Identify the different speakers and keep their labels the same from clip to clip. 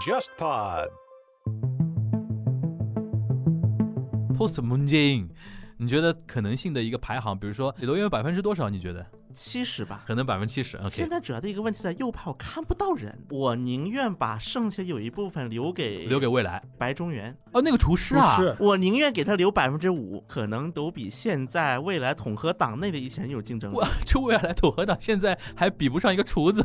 Speaker 1: JustPod
Speaker 2: Post Moonjae，你觉得可能性的一个排行，比如说罗源有百分之多少？你觉得
Speaker 3: 七十吧。
Speaker 2: 可能百分之七十？OK，
Speaker 3: 现在主要的一个问题在右派我看不到人，我宁愿把剩下有一部分留给
Speaker 2: 留给未来
Speaker 3: 白中原，
Speaker 2: 哦，那个厨师啊，
Speaker 4: 是
Speaker 3: 我宁愿给他留百分之五，可能都比现在未来统合党内的一些人有竞争力
Speaker 2: 哇。， 这未来土合党现在还比不上一个厨子。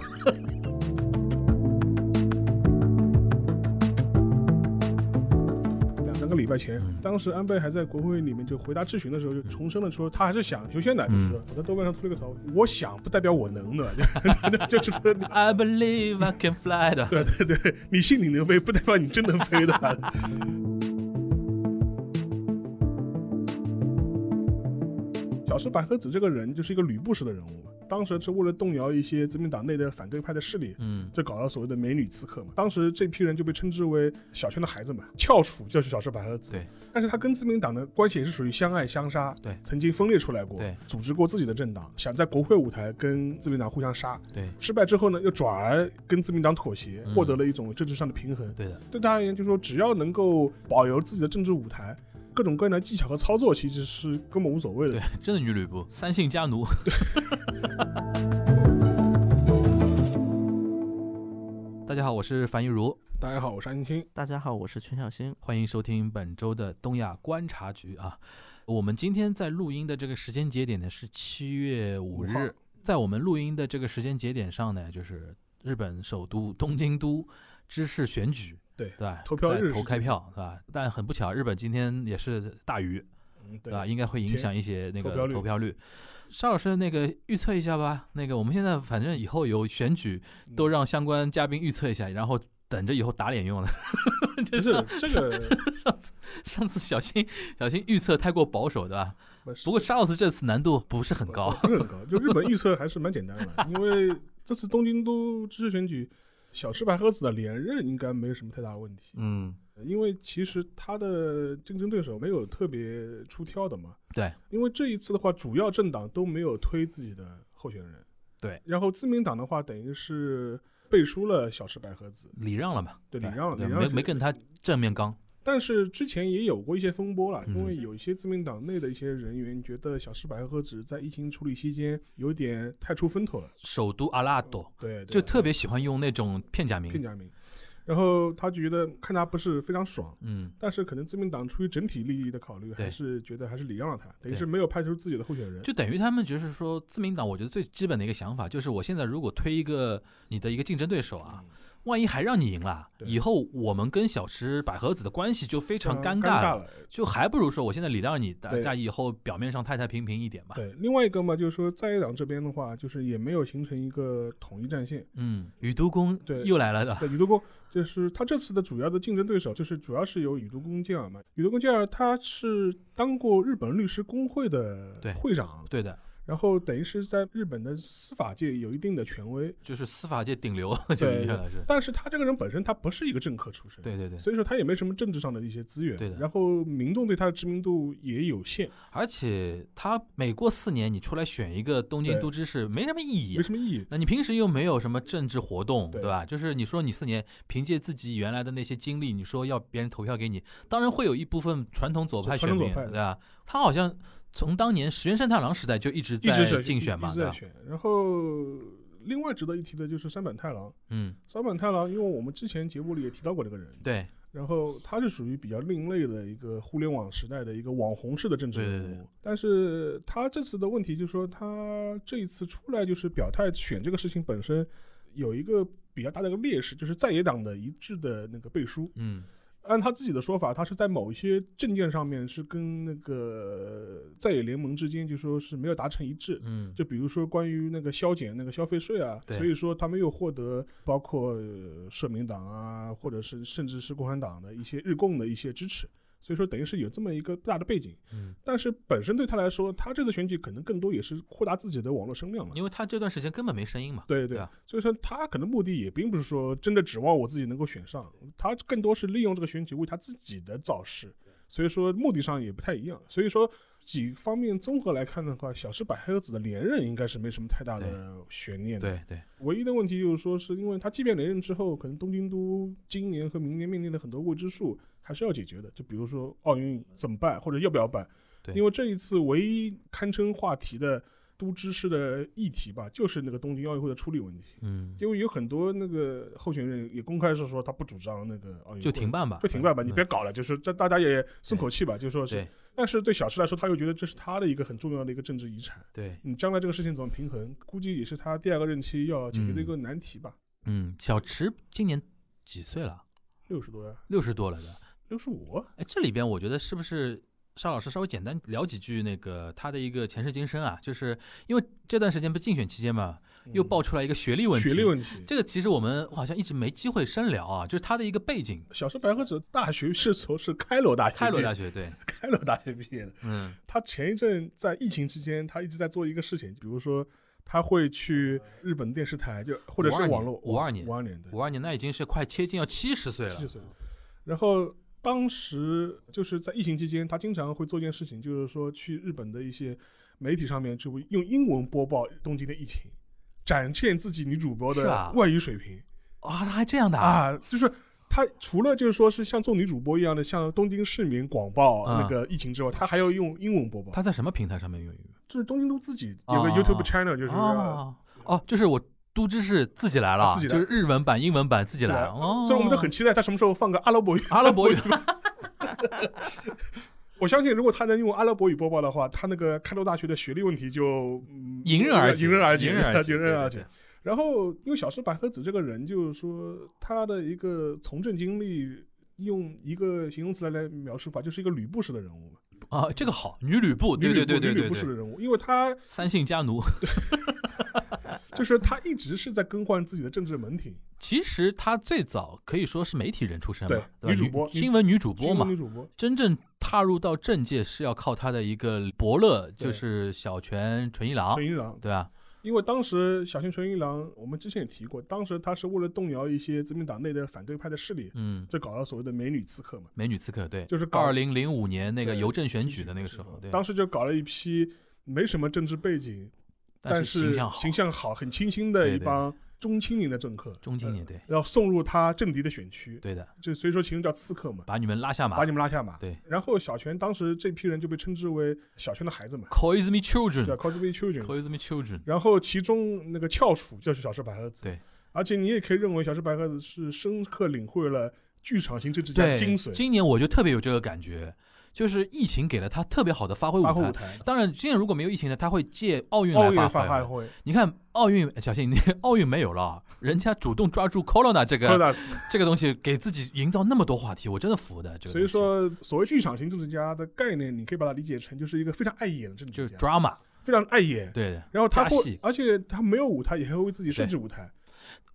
Speaker 4: 两三个礼拜前
Speaker 2: 嗯，
Speaker 4: 当时安倍还在国会里面就回答质询的时候，就重申了说他还是想修宪的，就
Speaker 2: 嗯
Speaker 4: 是我在豆瓣上吐了个槽，我想不代表我能的， 就就是说你
Speaker 2: I believe I can fly 的，
Speaker 4: 对对对，你信你能飞，不代表你真能飞的。 小石百合子这个人就是一个吕布式的人物嘛，当时是为了动摇一些自民党内的反对派的势力，
Speaker 2: 嗯，
Speaker 4: 就搞了所谓的美女刺客嘛。当时这批人就被称之为小圈的孩子们，翘楚就是小石百合子。
Speaker 2: 对，
Speaker 4: 但是他跟自民党的关系也是属于相爱相杀，
Speaker 2: 对
Speaker 4: 曾经分裂出来过，
Speaker 2: 对，
Speaker 4: 组织过自己的政党，想在国会舞台跟自民党互相杀。
Speaker 2: 对，
Speaker 4: 失败之后呢，又转而跟自民党妥协，
Speaker 2: 嗯
Speaker 4: 获得了一种政治上的平衡。
Speaker 2: 对的，
Speaker 4: 对他而言，就是说只要能够保留自己的政治舞台。各种各样的技巧和操作其实是根本无所谓的
Speaker 2: 对，，真的女吕布，三姓家奴。大家好，我是樊一茹，
Speaker 4: 大家好，我是安青。
Speaker 3: 大家好，我是全小星。
Speaker 2: 欢迎收听本周的东亚观察局啊。我们今天在录音的这个时间节点呢是七月五
Speaker 4: 五号
Speaker 2: 日，在我们录音的这个时间节点上呢，就是日本首都东京都知事选举，
Speaker 4: 对
Speaker 2: 对吧？
Speaker 4: 投票
Speaker 2: 在
Speaker 4: 日
Speaker 2: 投
Speaker 4: 是
Speaker 2: 开
Speaker 4: 这个
Speaker 2: 票，对吧？但很不巧，日本今天也是大雨，
Speaker 4: 嗯，
Speaker 2: 对啊吧？应该会影
Speaker 4: 天
Speaker 2: 响一些那个
Speaker 4: 投票率
Speaker 2: 投票率。沙老师，那个预测一下吧。那个我们现在反正以后有选举，
Speaker 4: 嗯
Speaker 2: 都让相关嘉宾预测一下，然后等着以后打脸用了。
Speaker 4: 不是 这个
Speaker 2: 上次小新小新预测太过保守，对吧？不过沙老师这次难度不是很高，
Speaker 4: 不是很高。就日本预测还是蛮简单的，因为 这次东京都知事选举，小池百合子的连任应该没有什么太大问题，
Speaker 2: 嗯，
Speaker 4: 因为其实他的竞争对手没有特别出挑的嘛。
Speaker 2: 对，
Speaker 4: 因为这一次的话，主要政党都没有推自己的候选人。
Speaker 2: 对，
Speaker 4: 然后自民党的话，等于是背书了小池百合子，
Speaker 2: 礼让了嘛，
Speaker 4: 对礼让了
Speaker 2: 对
Speaker 4: 礼让
Speaker 2: 没
Speaker 4: 是
Speaker 2: 没跟他正面刚，
Speaker 4: 但是之前也有过一些风波了，
Speaker 2: 嗯
Speaker 4: 因为有一些自民党内的一些人员觉得小池百合子在疫情处理期间有点太出风头了，
Speaker 2: 首都阿拉多
Speaker 4: 对，对
Speaker 2: 就特别喜欢用那种片假
Speaker 4: 片
Speaker 2: 名，
Speaker 4: 假名。然后他觉得看他不是非常爽，
Speaker 2: 嗯，
Speaker 4: 但是可能自民党出于整体利益的考虑，
Speaker 2: 对
Speaker 4: 还是觉得还是礼让了他，等于
Speaker 2: 对
Speaker 4: 是没有派出自己的候选人。
Speaker 2: 就等于他们就是说，自民党我觉得最基本的一个想法就是，我现在如果推一个你的一个竞争对手啊，万一还让你赢了，
Speaker 4: 嗯对
Speaker 2: 以后我们跟小池百合子的关系就非
Speaker 4: 非
Speaker 2: 常尴
Speaker 4: 啊尴
Speaker 2: 尬了，
Speaker 4: 了。
Speaker 2: 就还不如说我现在礼让你，大
Speaker 4: 对
Speaker 2: 家以后表面上太太平平一点吧。
Speaker 4: 对，另外一个嘛，就是说在野党这边的话，就是也没有形成一个统一战线。
Speaker 2: 嗯，宇都宫
Speaker 4: 对
Speaker 2: 又来了的，
Speaker 4: 对，宇都宫就是他这次的主要的竞争对手，就是主要是由宇都宫健二嘛。宇都宫健二他是当过日本律师工会的
Speaker 2: 对
Speaker 4: 会长，
Speaker 2: 对的，
Speaker 4: 然后等于是在日本的司法界有一定的权威。
Speaker 2: 就是司法界顶流， 就
Speaker 4: 对
Speaker 2: 是来是，
Speaker 4: 但是他这个人本身他不是一个政客出身，
Speaker 2: 对对对，
Speaker 4: 所以说他也没什么政治上的一些资源，
Speaker 2: 对的
Speaker 4: 然后民众对他的知名度也有限，
Speaker 2: 而且他每过四年你出来选一个东京
Speaker 4: 对
Speaker 2: 都知事，没什么意义
Speaker 4: 没，什么意义。
Speaker 2: 那你平时又没有什么政治活动，对
Speaker 4: 对
Speaker 2: 吧？就是你说你四年凭借自己原来的那些经历，你说要别人投票给你，当然会有一部分传统左派
Speaker 4: 传
Speaker 2: 选
Speaker 4: 统
Speaker 2: 民，
Speaker 4: 左派
Speaker 2: 对吧？他好像从当年石原慎太郎时代就一直
Speaker 4: 一
Speaker 2: 在
Speaker 4: 直是
Speaker 2: 竞选嘛，
Speaker 4: 一直
Speaker 2: 对
Speaker 4: 在
Speaker 2: 吧？
Speaker 4: 选。然后另外值得一提的就是山本太郎，
Speaker 2: 嗯，
Speaker 4: 山本太郎，因为我们之前节目里也提到过这个人，
Speaker 2: 对，
Speaker 4: 然后他是属于比较另类的一个互联网时代的一个网红式的政治人物，
Speaker 2: 对对对
Speaker 4: 但是他这次的问题就是说，他这一次出来就是表态选这个事情本身有一个比较大的一个劣势，就是在野党的一致的那个背书。
Speaker 2: 嗯，
Speaker 4: 按他自己的说法，他是在某一些政见上面是跟那个在野联盟之间就说是没有达成一致。
Speaker 2: 嗯，
Speaker 4: 就比如说关于那个削减那个消费税啊，
Speaker 2: 对
Speaker 4: 所以说他没有获得包括呃社民党啊，或者是甚至是共产党的一些日共的一些支持，所以说等于是有这么一个大的背景。
Speaker 2: 嗯，
Speaker 4: 但是本身对他来说，他这次选举可能更多也是扩大自己的网络声量嘛。
Speaker 2: 因为他这段时间根本没声音嘛，
Speaker 4: 对
Speaker 2: 对
Speaker 4: 对
Speaker 2: 啊，
Speaker 4: 所以说他可能目的也并不是说真的指望我自己能够选上，他更多是利用这个选举为他自己的造势，所以说目的上也不太一样。所以说几方面综合来看的话，小池百合子的连任应该是没什么太大的悬念的。
Speaker 2: 对对，
Speaker 4: 唯一的问题就是说，是因为他即便连任之后，可能东京都今年和明年面临的很多未知数还是要解决的。就比如说奥运怎么办，或者要不要办？
Speaker 2: 对
Speaker 4: 因为这一次唯一堪称话题的都知事的议题吧，就是那个东京奥运会的处理问题。
Speaker 2: 嗯，
Speaker 4: 因为有很多那个候选人也公开是说他不主张那个奥运会，
Speaker 2: 就停办吧，
Speaker 4: 就停办吧，你别
Speaker 2: 嗯
Speaker 4: 搞了，就是这大家也松口气吧，就说是
Speaker 2: 对。
Speaker 4: 但是对小池来说，他又觉得这是他的一个很重要的一个政治遗产。
Speaker 2: 对，
Speaker 4: 你将来这个事情怎么平衡，估计也是他第二个任期要解决的一个难题吧。
Speaker 2: 嗯，小池今年几岁了？
Speaker 4: 六十多呀，
Speaker 2: 六十多了的。
Speaker 4: 六十五，啊
Speaker 2: 哎，这里边我觉得是不是邵老师稍微简单聊几句那个他的一个前世今生啊？就是因为这段时间不竞选期间嘛，又爆出来一个学历问题。
Speaker 4: 学历嗯问题。
Speaker 2: 这个其实我们好像一直没机会深聊啊，就是他的一个背景。
Speaker 4: 小池百合子大学是从是开罗大学毕业，
Speaker 2: 开罗大学对，
Speaker 4: 开罗大学毕业的。
Speaker 2: 嗯，
Speaker 4: 他前一阵在疫情期间，他一直在做一个事情，比如说他会去日本电视台，就或者是
Speaker 2: 52年
Speaker 4: 网络
Speaker 2: 52年
Speaker 4: 五二年对，
Speaker 2: 五二年那已经是快接近要七十岁了
Speaker 4: 七十，岁。然后当时就是在疫情期间，他经常会做一件事情，就是说去日本的一些媒体上面，就会用英文播报东京的疫情，展现自己女主播
Speaker 2: 是
Speaker 4: 的
Speaker 2: 啊
Speaker 4: 外语水平
Speaker 2: 啊，他还这样的啊，
Speaker 4: 啊就是。他除了就是说是像做女主播一样的向东京市民广报
Speaker 2: 啊
Speaker 4: 那个疫情之外，他还要用英文播报。
Speaker 2: 他在什么平台上面用英语？
Speaker 4: 就是东京都自己有个
Speaker 2: 啊
Speaker 4: YouTube channel，就是啊
Speaker 2: 哦哦，就是我都知是自己来了，
Speaker 4: 自己来
Speaker 2: 就是日文版、英文版自己
Speaker 4: 自己
Speaker 2: 来。
Speaker 4: 来
Speaker 2: 哦，
Speaker 4: 虽然我们都很期待他什么时候放个阿拉伯语，
Speaker 2: 阿拉伯语，
Speaker 4: 我相信如果他能用阿拉伯语播报的话，他那个开罗大学的学历问题就嗯
Speaker 2: 迎刃而解，
Speaker 4: 迎刃而解，
Speaker 2: 迎刃而解，
Speaker 4: 迎刃而
Speaker 2: 对
Speaker 4: 解。。然后，因为小石百合子这个人，就是说他的一个从政经历，用一个形容词来来描述吧，就是一个吕布式的人物嘛，
Speaker 2: 对啊，这个好，女吕布，对
Speaker 4: 女
Speaker 2: 对
Speaker 4: 吕
Speaker 2: 对
Speaker 4: 布
Speaker 2: 对
Speaker 4: 女吕
Speaker 2: 对
Speaker 4: 布式的
Speaker 2: 对，
Speaker 4: 人物，因为他
Speaker 2: 三姓家奴。
Speaker 4: 就是他一直是在更换自己的政治门庭，
Speaker 2: 其实她最早可以说是媒体人出身嘛，
Speaker 4: 对
Speaker 2: 对吧
Speaker 4: 女主播
Speaker 2: 新闻女主播
Speaker 4: 新闻
Speaker 2: 嘛
Speaker 4: 女，主播，
Speaker 2: 真正踏入到政界是要靠她的一个伯乐，就是小泉纯一郎
Speaker 4: 陈，一郎，
Speaker 2: 对吧？
Speaker 4: 因为当时小泉纯一郎，我们之前也提过，当时他是为了动摇一些自民党内的反对派的势力，
Speaker 2: 嗯，
Speaker 4: 就搞了所谓的美女刺客嘛。
Speaker 2: 美女刺客，对，
Speaker 4: 就是搞
Speaker 2: 二零零五年那个
Speaker 4: 对
Speaker 2: 邮政选举的那个时候，对，
Speaker 4: 当时就搞了一批没什么政治背景，但
Speaker 2: 是
Speaker 4: 是
Speaker 2: 形象好，
Speaker 4: 形象好、很清新的
Speaker 2: 对
Speaker 4: 一
Speaker 2: 对
Speaker 4: 帮中青年的政客，
Speaker 2: 中青年，
Speaker 4: 呃
Speaker 2: 对，
Speaker 4: 然后送入他政敌的选区，
Speaker 2: 对的，
Speaker 4: 就所以说其实叫刺客嘛，
Speaker 2: 把你们拉下马
Speaker 4: 把你们拉下马。
Speaker 2: 对
Speaker 4: 然后小泉当时这批人就被称之为小泉的孩子嘛，
Speaker 2: ，Call me
Speaker 4: 叫
Speaker 2: children，Call
Speaker 4: Cosby Children。
Speaker 2: me children，
Speaker 4: 然后其中那个翘楚就是小池百合子，
Speaker 2: 对，
Speaker 4: 而且你也可以认为小池百合子是深刻领会了剧场型政治家
Speaker 2: 对，
Speaker 4: 的精髓，
Speaker 2: 今年我就特别有这个感觉，就是疫情给了他特别好的发挥舞
Speaker 4: 发挥
Speaker 2: 台
Speaker 4: 舞。台，
Speaker 2: 当然，今年如果没有疫情呢，他会借奥运
Speaker 4: 奥
Speaker 2: 来
Speaker 4: 运
Speaker 2: 发
Speaker 4: 发
Speaker 2: 挥。
Speaker 4: 挥，
Speaker 2: 你看奥运，哎小新，你 奥运没有了，人家主动抓住 corona 这
Speaker 4: 科
Speaker 2: 个
Speaker 4: 大斯。
Speaker 2: 这个东西，给自己营造那么多话题，我真的服的。这个
Speaker 4: 所
Speaker 2: 东
Speaker 4: 以
Speaker 2: 西
Speaker 4: 说，所谓剧场型政治家的概念，你可以把它理解成就是一个非常碍眼的政
Speaker 2: 就
Speaker 4: 治
Speaker 2: 是
Speaker 4: 家，
Speaker 2: drama，
Speaker 4: 非常碍眼。
Speaker 2: 对的。
Speaker 4: 然后他
Speaker 2: 加
Speaker 4: 会
Speaker 2: 戏，
Speaker 4: 而且他没有舞台，也还会为自己设置舞台。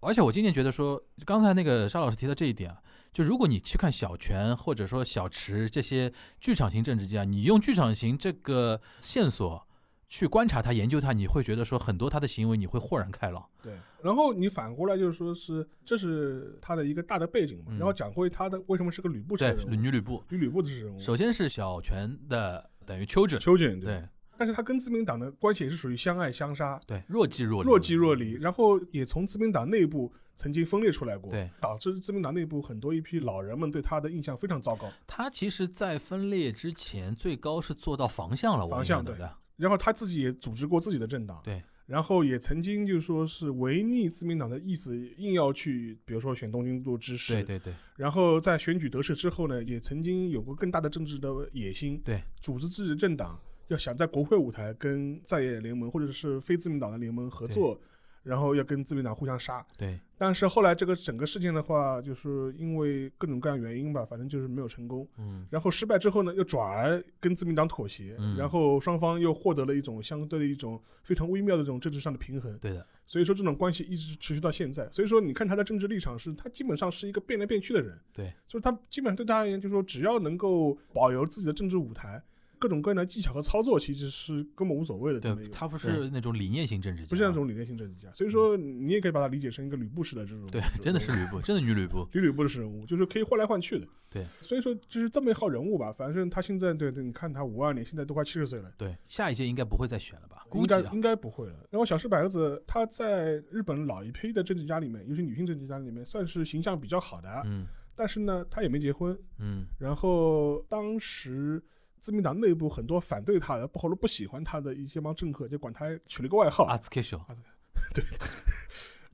Speaker 2: 而且我今年觉得说，刚才那个沙老师提到这一点啊，就如果你去看小泉或者说小池这些剧场型政治家，你用剧场型这个线索去观察他、研究他，你会觉得说很多他的行为你会豁然开朗。
Speaker 4: 对。然后你反过来就是说是，这是他的一个大的背景嘛。
Speaker 2: 嗯
Speaker 4: 然后讲回他的为什么是个嗯吕布式
Speaker 2: 对
Speaker 4: 的，人物，
Speaker 2: 女吕布，
Speaker 4: 与吕布的人物，
Speaker 2: 首先是小泉的等于 children，
Speaker 4: 秋瑾。
Speaker 2: 对
Speaker 4: 但是他跟自民党的关系也是属于相爱相杀，
Speaker 2: 对，若即若离，
Speaker 4: 若即
Speaker 2: 嗯
Speaker 4: 若离，，然后也从自民党内部曾经分裂出来过，
Speaker 2: 对，
Speaker 4: 导致自民党内部很多一批老人们对他的印象非常糟糕。
Speaker 2: 他其实，在分裂之前，最高是做到防相了，我
Speaker 4: 防相
Speaker 2: 印象
Speaker 4: 对
Speaker 2: 中的，
Speaker 4: 然后他自己也组织过自己的政党，
Speaker 2: 对，
Speaker 4: 然后也曾经就说是违逆自民党的意思，硬要去，比如说选东京都知事，
Speaker 2: 对对对，
Speaker 4: 然后在选举得势之后呢，也曾经有过更大的政治的野心，
Speaker 2: 对，
Speaker 4: 组织自己的政党，要想在国会舞台跟在野联盟或者是非自民党的联盟合作，然后要跟自民党互相杀。
Speaker 2: 对，
Speaker 4: 但是后来这个整个事件的话，就是因为各种各样原因吧，反正就是没有成功。
Speaker 2: 嗯，
Speaker 4: 然后失败之后呢，又转而跟自民党妥协，
Speaker 2: 嗯
Speaker 4: 然后双方又获得了一种相对的一种非常微妙的这种政治上的平衡。
Speaker 2: 对的，
Speaker 4: 所以说这种关系一直持续到现在。所以说你看他的政治立场是，他基本上是一个变来变去的人。
Speaker 2: 对，
Speaker 4: 就是他基本上对他而言，就是说只要能够保留自己的政治舞台，各种各样的技巧和操作其实是根本无所谓的这么
Speaker 2: 对
Speaker 4: 一，个，
Speaker 2: 他不是那种理念型政治家，啊
Speaker 4: 不是那种理念性政治家。所以说，你也可以把它理解成一个吕布式的这种，
Speaker 2: 嗯对
Speaker 4: 这，种
Speaker 2: 真的是吕布，真的女吕布，
Speaker 4: 吕吕布式人物，就是可以换来换去的。
Speaker 2: 对，
Speaker 4: 所以说就是这么一号人物吧。反正他现在对对，你看他五二年，现在都快七十岁了。
Speaker 2: 对，下一届应该不会再选了吧？
Speaker 4: 应
Speaker 2: 估计
Speaker 4: 该
Speaker 2: 啊
Speaker 4: 应，该不会了。然后小石百合子，她在日本老一批的政治家里面，尤其女性政治家里面，算是形象比较好的。啊
Speaker 2: 嗯
Speaker 4: 但是呢，她也没结婚。
Speaker 2: 嗯
Speaker 4: 然后当时自民党内部很多反对她的，或者不喜欢她的一些帮政客，就管她取了个外号，
Speaker 2: a r t s k i s h o
Speaker 4: 对，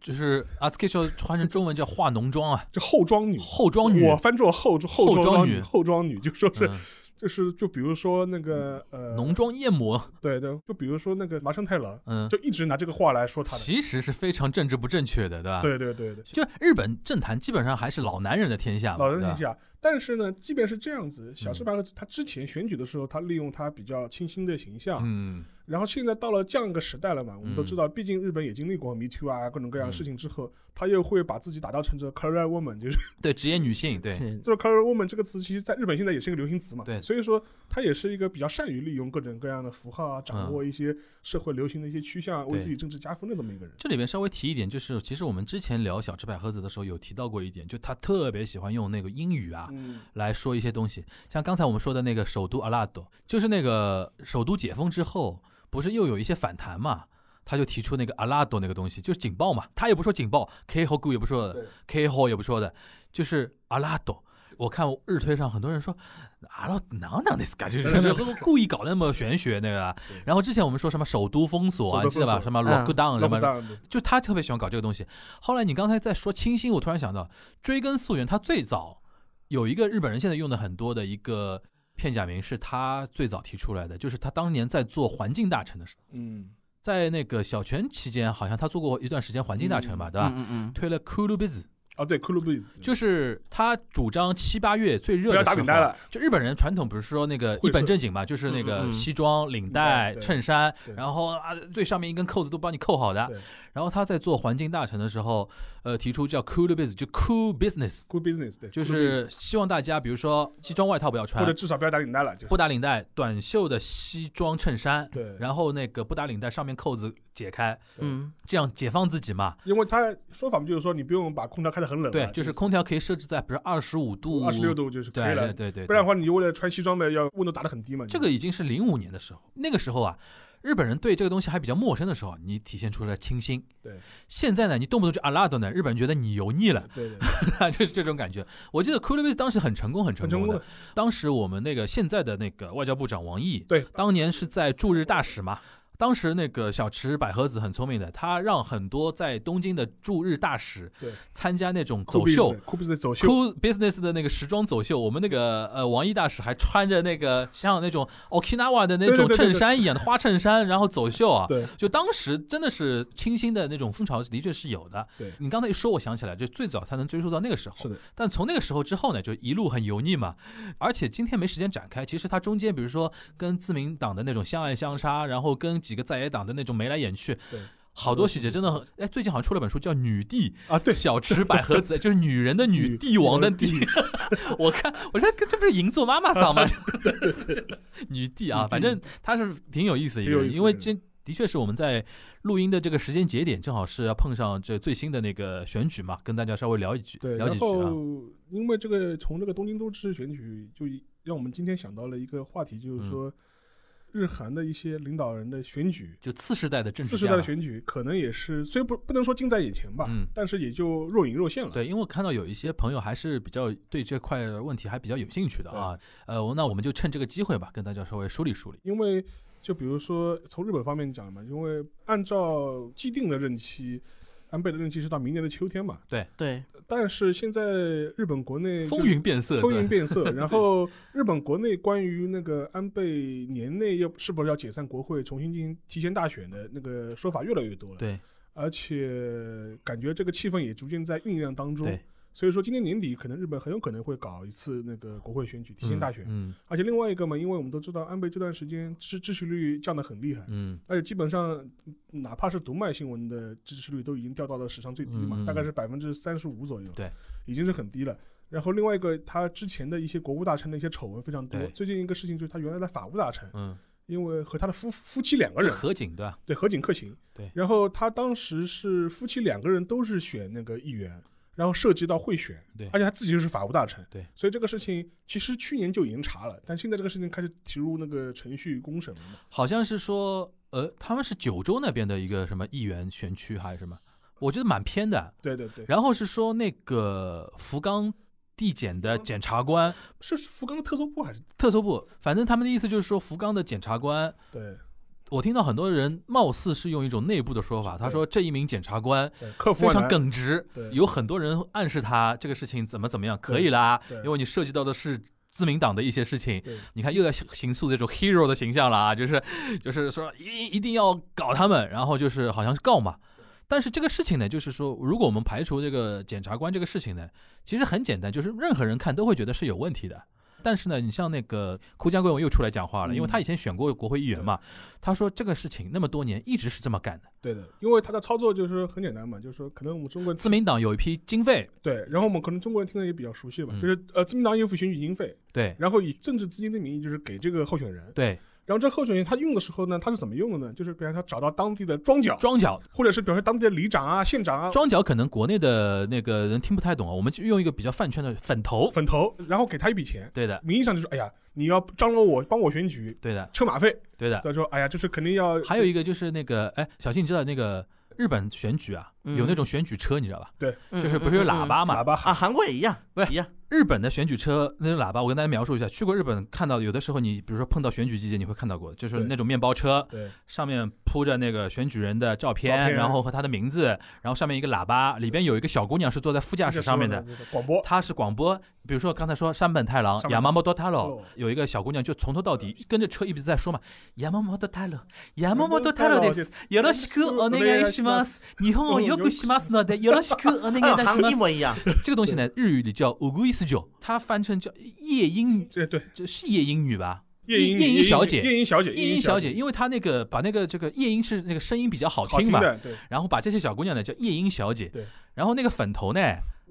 Speaker 2: 就是 a r t s k i s h o 换成中文叫化浓妆啊，
Speaker 4: 就后庄女。
Speaker 2: 后妆女，
Speaker 4: 我翻作后后
Speaker 2: 后
Speaker 4: 庄
Speaker 2: 庄
Speaker 4: 女，
Speaker 2: 女
Speaker 4: 后庄女就说是、
Speaker 2: 嗯
Speaker 4: 就是就比如说那个呃，
Speaker 2: 浓妆艳抹，
Speaker 4: 对对，就比如说那个麻生太郎，
Speaker 2: 嗯，
Speaker 4: 就一直拿这个话来说她的。
Speaker 2: 其实是非常政治不正确的，对吧？。
Speaker 4: 对对对对，
Speaker 2: 就日本政坛基本上还是老男人的天下嘛，
Speaker 4: 老人
Speaker 2: 对吧
Speaker 4: 评价。但是呢，即便是这样子，小
Speaker 2: 嗯
Speaker 4: 石白和子他之前选举的时候，他利用他比较清新的形象，
Speaker 2: 嗯，
Speaker 4: 然后现在到了这样一个时代了嘛，我们都
Speaker 2: 嗯
Speaker 4: 知道，毕竟日本也经历过 Me Too 啊各种各样
Speaker 2: 嗯
Speaker 4: 的事情之后，他又会把自己打造成这个 career woman，就是
Speaker 2: 对，职业女性，对，
Speaker 4: 这个 career woman 这个词，其实在日本现在也是一个流行词嘛。
Speaker 2: 对
Speaker 4: 所以说他也是一个比较善于利用各种各样的符号啊，掌握一些社会流行的一些趋向啊，
Speaker 2: 嗯
Speaker 4: 为
Speaker 2: 对
Speaker 4: 自己政治加分的这么一个人。
Speaker 2: 这里边稍微提一点，就是其实我们之前聊小池百合子的时候有提到过一点，就她特别喜欢用那个英语啊。
Speaker 4: 嗯，
Speaker 2: 来说一些东西，像刚才我们说的那个首都阿拉多，就是那个首都解封之后，不是又有一些反弹嘛？他就提出那个阿拉多那个东西，就是警报嘛。他也不说警报，K 和 Gu 也不说的
Speaker 4: 对，
Speaker 2: ，K 和也不说的，就是阿拉多。我看日推上很多人说啊阿拉囊囊的斯嘎，就是故意搞那么玄学那个啊
Speaker 4: 对。
Speaker 2: 然后之前我们说什么首都封锁
Speaker 4: 首
Speaker 2: 啊，
Speaker 4: 都
Speaker 2: 记得
Speaker 4: 封
Speaker 2: 吧？
Speaker 4: 锁
Speaker 2: 什么
Speaker 3: 嗯
Speaker 2: lockdown 什
Speaker 4: 那么
Speaker 2: 么
Speaker 4: 当然的，
Speaker 2: 就他特别喜欢搞这个东西。后来你刚才在说清新，我突然想到，追根溯源，他最早有一个日本人现在用的很多的一个片假名，是他最早提出来的，就是他当年在做环境大臣的时候，
Speaker 4: 嗯，
Speaker 2: 在那个小泉期间，好像他做过一段时间环境大臣吧，对吧？
Speaker 3: 嗯嗯
Speaker 2: 推了 Cool Biz，
Speaker 4: 啊对 c o o l b l e s
Speaker 2: 就是他主张七八月最热
Speaker 4: 不
Speaker 2: 的时候，
Speaker 4: 要打领带了，
Speaker 2: 就日本人传统不是说那个
Speaker 4: 会
Speaker 2: 一本
Speaker 4: 社
Speaker 2: 正经嘛，就是那
Speaker 3: 嗯嗯
Speaker 2: 个
Speaker 3: 嗯
Speaker 2: 西装、领
Speaker 4: 领带
Speaker 2: 带、
Speaker 4: 对
Speaker 2: 衬衫
Speaker 4: 对，
Speaker 2: 然后啊最上面一根扣子都帮你扣好的
Speaker 4: 对。
Speaker 2: 然后他在做环境大臣的时候，呃，提出叫 cool business，就 cool business，
Speaker 4: good business，对，
Speaker 2: 就
Speaker 4: cool
Speaker 2: 是希望大家比如说西装外套不要
Speaker 4: business，或者
Speaker 2: 穿，
Speaker 4: 至少不要打领带了，就是
Speaker 2: 不打领带，短袖的西装衬衫，
Speaker 4: 对。
Speaker 2: 然后那个不打领带，上面扣子解开，
Speaker 3: 嗯
Speaker 2: 这样解放自己嘛。
Speaker 4: 因为他说法不就是说你不用把空调开得很冷嘛，
Speaker 2: 对，就是空调可以设置在比如二十五度、
Speaker 4: 二十六，度就是可以
Speaker 2: 对
Speaker 4: 了
Speaker 2: 对，对对，
Speaker 4: 不然的话你就为了穿西装呗，要温度打得很低嘛。
Speaker 2: 这个已经是零五年的时候，那个时候啊，日本人对这个东西还比较陌生的时候，你体现出了清新。
Speaker 4: 对，
Speaker 2: 现在呢，你动不动就阿啊拉多呢，日本人觉得你油腻了，
Speaker 4: 对对，
Speaker 2: 就是这种感觉。我记得 Cool b i z 当时很成功，很成
Speaker 4: 很成
Speaker 2: 功
Speaker 4: 功
Speaker 2: 的。
Speaker 4: 的。
Speaker 2: 当时我们那个现在的那个外交部长王毅，
Speaker 4: 对，
Speaker 2: 当年是在驻日大使嘛。当时那个小池百合子很聪明的，她让很多在东京的驻日大使
Speaker 4: 对
Speaker 2: 参加那种走秀，
Speaker 4: 酷比斯的走秀，
Speaker 2: Cool Business 的那个时装走秀，我们那个呃王毅大使还穿着那 个像那种 Okinawa 的那
Speaker 4: 对对
Speaker 2: 种
Speaker 4: 对对
Speaker 2: 衬衫一样的花衬衫，然后走秀啊。
Speaker 4: 对，
Speaker 2: 就当时真的是清新的那种风潮，的确是有的。
Speaker 4: 对
Speaker 2: 你刚才一说，我想起来，就最早它能追溯到那个时候。
Speaker 4: 是的，
Speaker 2: 但从那个时候之后呢，就一路很油腻嘛。而且今天没时间展开，其实它中间，比如说跟自民党的那种相爱相杀，然后跟几个在野党的那种眉来眼去
Speaker 4: 对，
Speaker 2: 好多细节真的很。哎，最近好像出了本书叫《女帝》，
Speaker 4: 啊，对，
Speaker 2: 小池百合子，就是女人的女，帝王的帝。 我看，我说这不是银座妈妈桑吗？ 女帝啊，反正她是挺有意思的一个
Speaker 4: 挺有意
Speaker 2: 人，
Speaker 4: 思的
Speaker 2: 因为
Speaker 4: 人
Speaker 2: 这的确是我们在录音的这个时间节点，正好是要碰上这最新的那个选举嘛，跟大家稍微聊一句，
Speaker 4: 对，
Speaker 2: 聊几
Speaker 4: 然
Speaker 2: 句啊。
Speaker 4: 后因为这个从这个东京都知事选举，就一让我们今天想到了一个话题，
Speaker 2: 嗯
Speaker 4: 就是说日韩的一些领导人的选举，
Speaker 2: 就次世代的政
Speaker 4: 次
Speaker 2: 治
Speaker 4: 世
Speaker 2: 家
Speaker 4: 代
Speaker 2: 嘛，
Speaker 4: 的选举可能也是虽不不能说近在眼前吧
Speaker 2: 嗯，
Speaker 4: 但是也就若隐若现了。
Speaker 2: 对，因为我看到有一些朋友还是比较对这块问题还比较有兴趣的啊。呃，我那我们就趁这个机会吧，跟大家稍微梳理梳理。
Speaker 4: 因为就比如说从日本方面讲嘛，因为按照既定的任期，安倍的任期是到明年的秋天嘛，
Speaker 3: 对，
Speaker 4: 但是现在日本国内就
Speaker 2: 风云变色，
Speaker 4: 风云变色，然后日本国内关于那个安倍年内要是不是要解散国会，重新进行提前大选的那个说法越来越多了，
Speaker 2: 对
Speaker 4: 而且感觉这个气氛也逐渐在酝酿当中
Speaker 2: 对。，
Speaker 4: 所以说，今年年底可能日本很有可能会搞一次那个国会选举，提前大选。
Speaker 2: 嗯
Speaker 4: 而且另外一个嘛，因为我们都知道安倍这段时间支支持率降得很厉害，
Speaker 2: 嗯
Speaker 4: 而且基本上哪怕是读卖新闻的支持率都已经掉到了史上最低嘛，
Speaker 2: 嗯
Speaker 4: 大概是百分之三十五左右，
Speaker 2: 对，
Speaker 4: 已经是很低了。然后另外一个，他之前的一些国务大臣的一些丑闻非常多
Speaker 2: 对。
Speaker 4: 最近一个事情就是他原来的法务大臣，
Speaker 2: 嗯，
Speaker 4: 因为和他的夫夫妻两个
Speaker 2: 这
Speaker 4: 人，
Speaker 2: 合景对啊吧？
Speaker 4: 对何景克勤，
Speaker 2: 对
Speaker 4: 然后他当时是夫妻两个人都是选那个议员，然后涉及到贿选，
Speaker 2: 对
Speaker 4: 而且他自己就是法务大臣，
Speaker 2: 对，
Speaker 4: 所以这个事情其实去年就已经查了，但现在这个事情开始提入那个程序公审了嘛。
Speaker 2: 好像是说，呃，他们是九州那边的一个什么议员选区还是什么，我觉得蛮偏的。
Speaker 4: 对对对，
Speaker 2: 然后是说那个福冈地检的检察官，
Speaker 4: 是是福冈的特搜部还是
Speaker 2: 特搜部，反正他们的意思就是说，福冈的检察官，
Speaker 4: 对
Speaker 2: 我听到很多人貌似是用一种内部的说法，他说这一名检察官
Speaker 4: 对克服
Speaker 2: 非
Speaker 4: 万
Speaker 2: 常
Speaker 4: 难？
Speaker 2: 耿直，
Speaker 4: 对
Speaker 2: 有很多人暗示他这个事情怎么怎么样可以啦
Speaker 4: 对，对
Speaker 2: 因为你涉及到的是自民党的一些事情。
Speaker 4: 对
Speaker 2: 你看，又在形塑这种 hero 的形象了啊，就是就是说一一定要搞他们，然后就是好像是告嘛。但是这个事情呢，就是说，如果我们排除这个检察官这个事情呢，其实很简单，就是任何人看都会觉得是有问题的。但是呢，你像那个哭江贵文又出来讲话了，因为
Speaker 4: 嗯
Speaker 2: 他以前选过国会议员嘛，他说这个事情那么多年一直是这么干的。
Speaker 4: 对的，因为他的操作就是说很简单嘛，就是说可能我们中国人
Speaker 2: 自民党有一批经费，
Speaker 4: 对，然后我们可能中国人听的也比较熟悉吧，
Speaker 2: 嗯
Speaker 4: 就是呃自民党有付选举经费，
Speaker 2: 对
Speaker 4: 然后以政治资金的名义就是给这个候选人，
Speaker 2: 对，
Speaker 4: 然后这候选人他用的时候呢，他是怎么用的呢？就是比方说他找到当地的庄脚，
Speaker 2: 庄脚
Speaker 4: 或者是比方说当地的里长啊、县长啊、
Speaker 2: 庄脚可能国内的那个人听不太懂啊，我们就用一个比较饭圈的粉头，
Speaker 4: 粉头，然后给他一笔钱，
Speaker 2: 对的，
Speaker 4: 名义上就是哎呀，你要张罗我帮我选举，
Speaker 2: 对的，
Speaker 4: 车马费。
Speaker 2: 对的。
Speaker 4: 他说哎呀，就是肯定要
Speaker 2: 还有一个就是那个，哎，小新，你知道那个日本选举啊，
Speaker 3: 嗯
Speaker 2: 有那种选举车，你知道吧？
Speaker 3: 嗯
Speaker 2: 就是不是有喇叭嘛？
Speaker 4: 喇叭
Speaker 3: 啊？韩国也一样，
Speaker 2: 不是
Speaker 3: 一样，
Speaker 2: 日本的选举车那种喇叭，我跟大家描述一下，去过日本看到，有的时候你比如说碰到选举季节，你会看到过，就是
Speaker 4: 对
Speaker 2: 那种面包车
Speaker 4: 对
Speaker 2: 上面铺着那个选举人的照片，
Speaker 4: 照片
Speaker 2: 然后和他的名字，然后上面一个喇叭，里边有一个小姑娘是坐在副驾驶上面的，
Speaker 4: 就是广播，
Speaker 2: 他是广播，比如说刚才说山本太郎
Speaker 4: 山本
Speaker 2: 亚麻猫多太郎
Speaker 4: 哦，
Speaker 2: 有一个小姑娘就从头到底跟着车一直在说嘛，亚麻猫多太郎，亚麻猫多太郎です。よろしくお願いします。日本をよくしますので、よろしくお願いい
Speaker 3: 还有
Speaker 2: た
Speaker 3: 嗯韩
Speaker 2: し
Speaker 3: 国一
Speaker 2: ます。
Speaker 3: 模一样。
Speaker 2: 这个东西呢，日语里叫 u g u i s j o 它翻成叫夜莺女，
Speaker 4: 这对
Speaker 2: 这是夜莺女吧？
Speaker 4: 夜莺
Speaker 2: 夜莺小姐
Speaker 4: 夜莺小姐，
Speaker 2: 夜
Speaker 4: 莺
Speaker 2: 莺
Speaker 4: 小
Speaker 2: 小姐，，因为她那个把那个这个夜莺是那个声音比较好
Speaker 4: 好
Speaker 2: 听嘛，
Speaker 4: 的，对
Speaker 2: 然后把这些小姑娘呢叫夜莺小姐。
Speaker 4: 对。
Speaker 2: 然后那个粉头呢，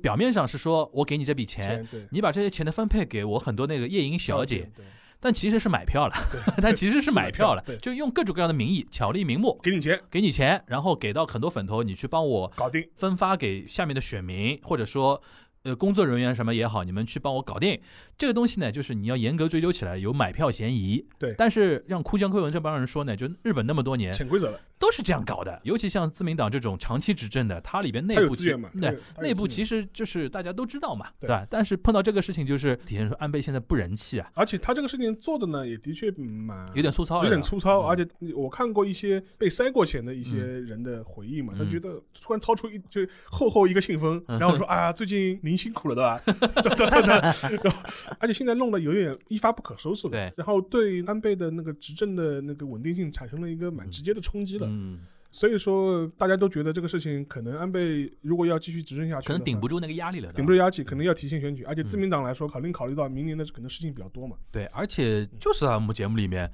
Speaker 2: 表面上是说我给你这笔钱，
Speaker 4: 钱对
Speaker 2: 你把这些钱呢分配给我很多那个夜莺小姐，，
Speaker 4: 对
Speaker 2: 但其实是买票了，但其实是买票了
Speaker 4: 是买票，对
Speaker 2: 就用各种各样的名义巧立名目，
Speaker 4: 给你钱
Speaker 2: 给你钱，然后给到很多粉头，你去帮我
Speaker 4: 搞定，
Speaker 2: 分发给下面的选民，或者说。呃，工作人员什么也好，你们去帮我搞定这个东西呢，就是你要严格追究起来，有买票嫌疑。
Speaker 4: 对
Speaker 2: 但是让哭江亏文这帮人说呢，就日本那么多年
Speaker 4: 潜规则了，
Speaker 2: 都是这样搞的，尤其像自民党这种长期执政的，它里边内
Speaker 4: 他有
Speaker 2: 部
Speaker 4: 资
Speaker 2: 其
Speaker 4: 源嘛他有
Speaker 2: 对
Speaker 4: 他有
Speaker 2: 内部
Speaker 4: 资源
Speaker 2: 其实就是大家都知道嘛，
Speaker 4: 对
Speaker 2: 对吧？但是碰到这个事情，就是体现出安倍现在不人气啊，
Speaker 4: 而且他这个事情做的呢，也的确蛮
Speaker 2: 有点粗糙了，
Speaker 4: 嗯有点粗糙，
Speaker 2: 嗯
Speaker 4: 而且我看过一些被塞过钱的一些人的回忆嘛，他
Speaker 2: 嗯
Speaker 4: 觉得突然掏出一就厚厚一个信封，然后说啊，最近您辛苦了，对吧？ 对对对然后而且现在弄得有点一发不可收拾了，
Speaker 2: 对
Speaker 4: 然后对安倍的那个执政的那个稳定性产生了一个蛮直接的冲击了，
Speaker 2: 嗯，
Speaker 4: 所以说大家都觉得这个事情可能安倍如果要继续执政下去，
Speaker 2: 可能顶不。住嗯那个压力了，对吧
Speaker 4: 顶不住压力，可能要提前选举，而且自民党来说，考虑考虑到明年的可能事情比较多嘛，
Speaker 2: 对，而且就是咱们节目里面。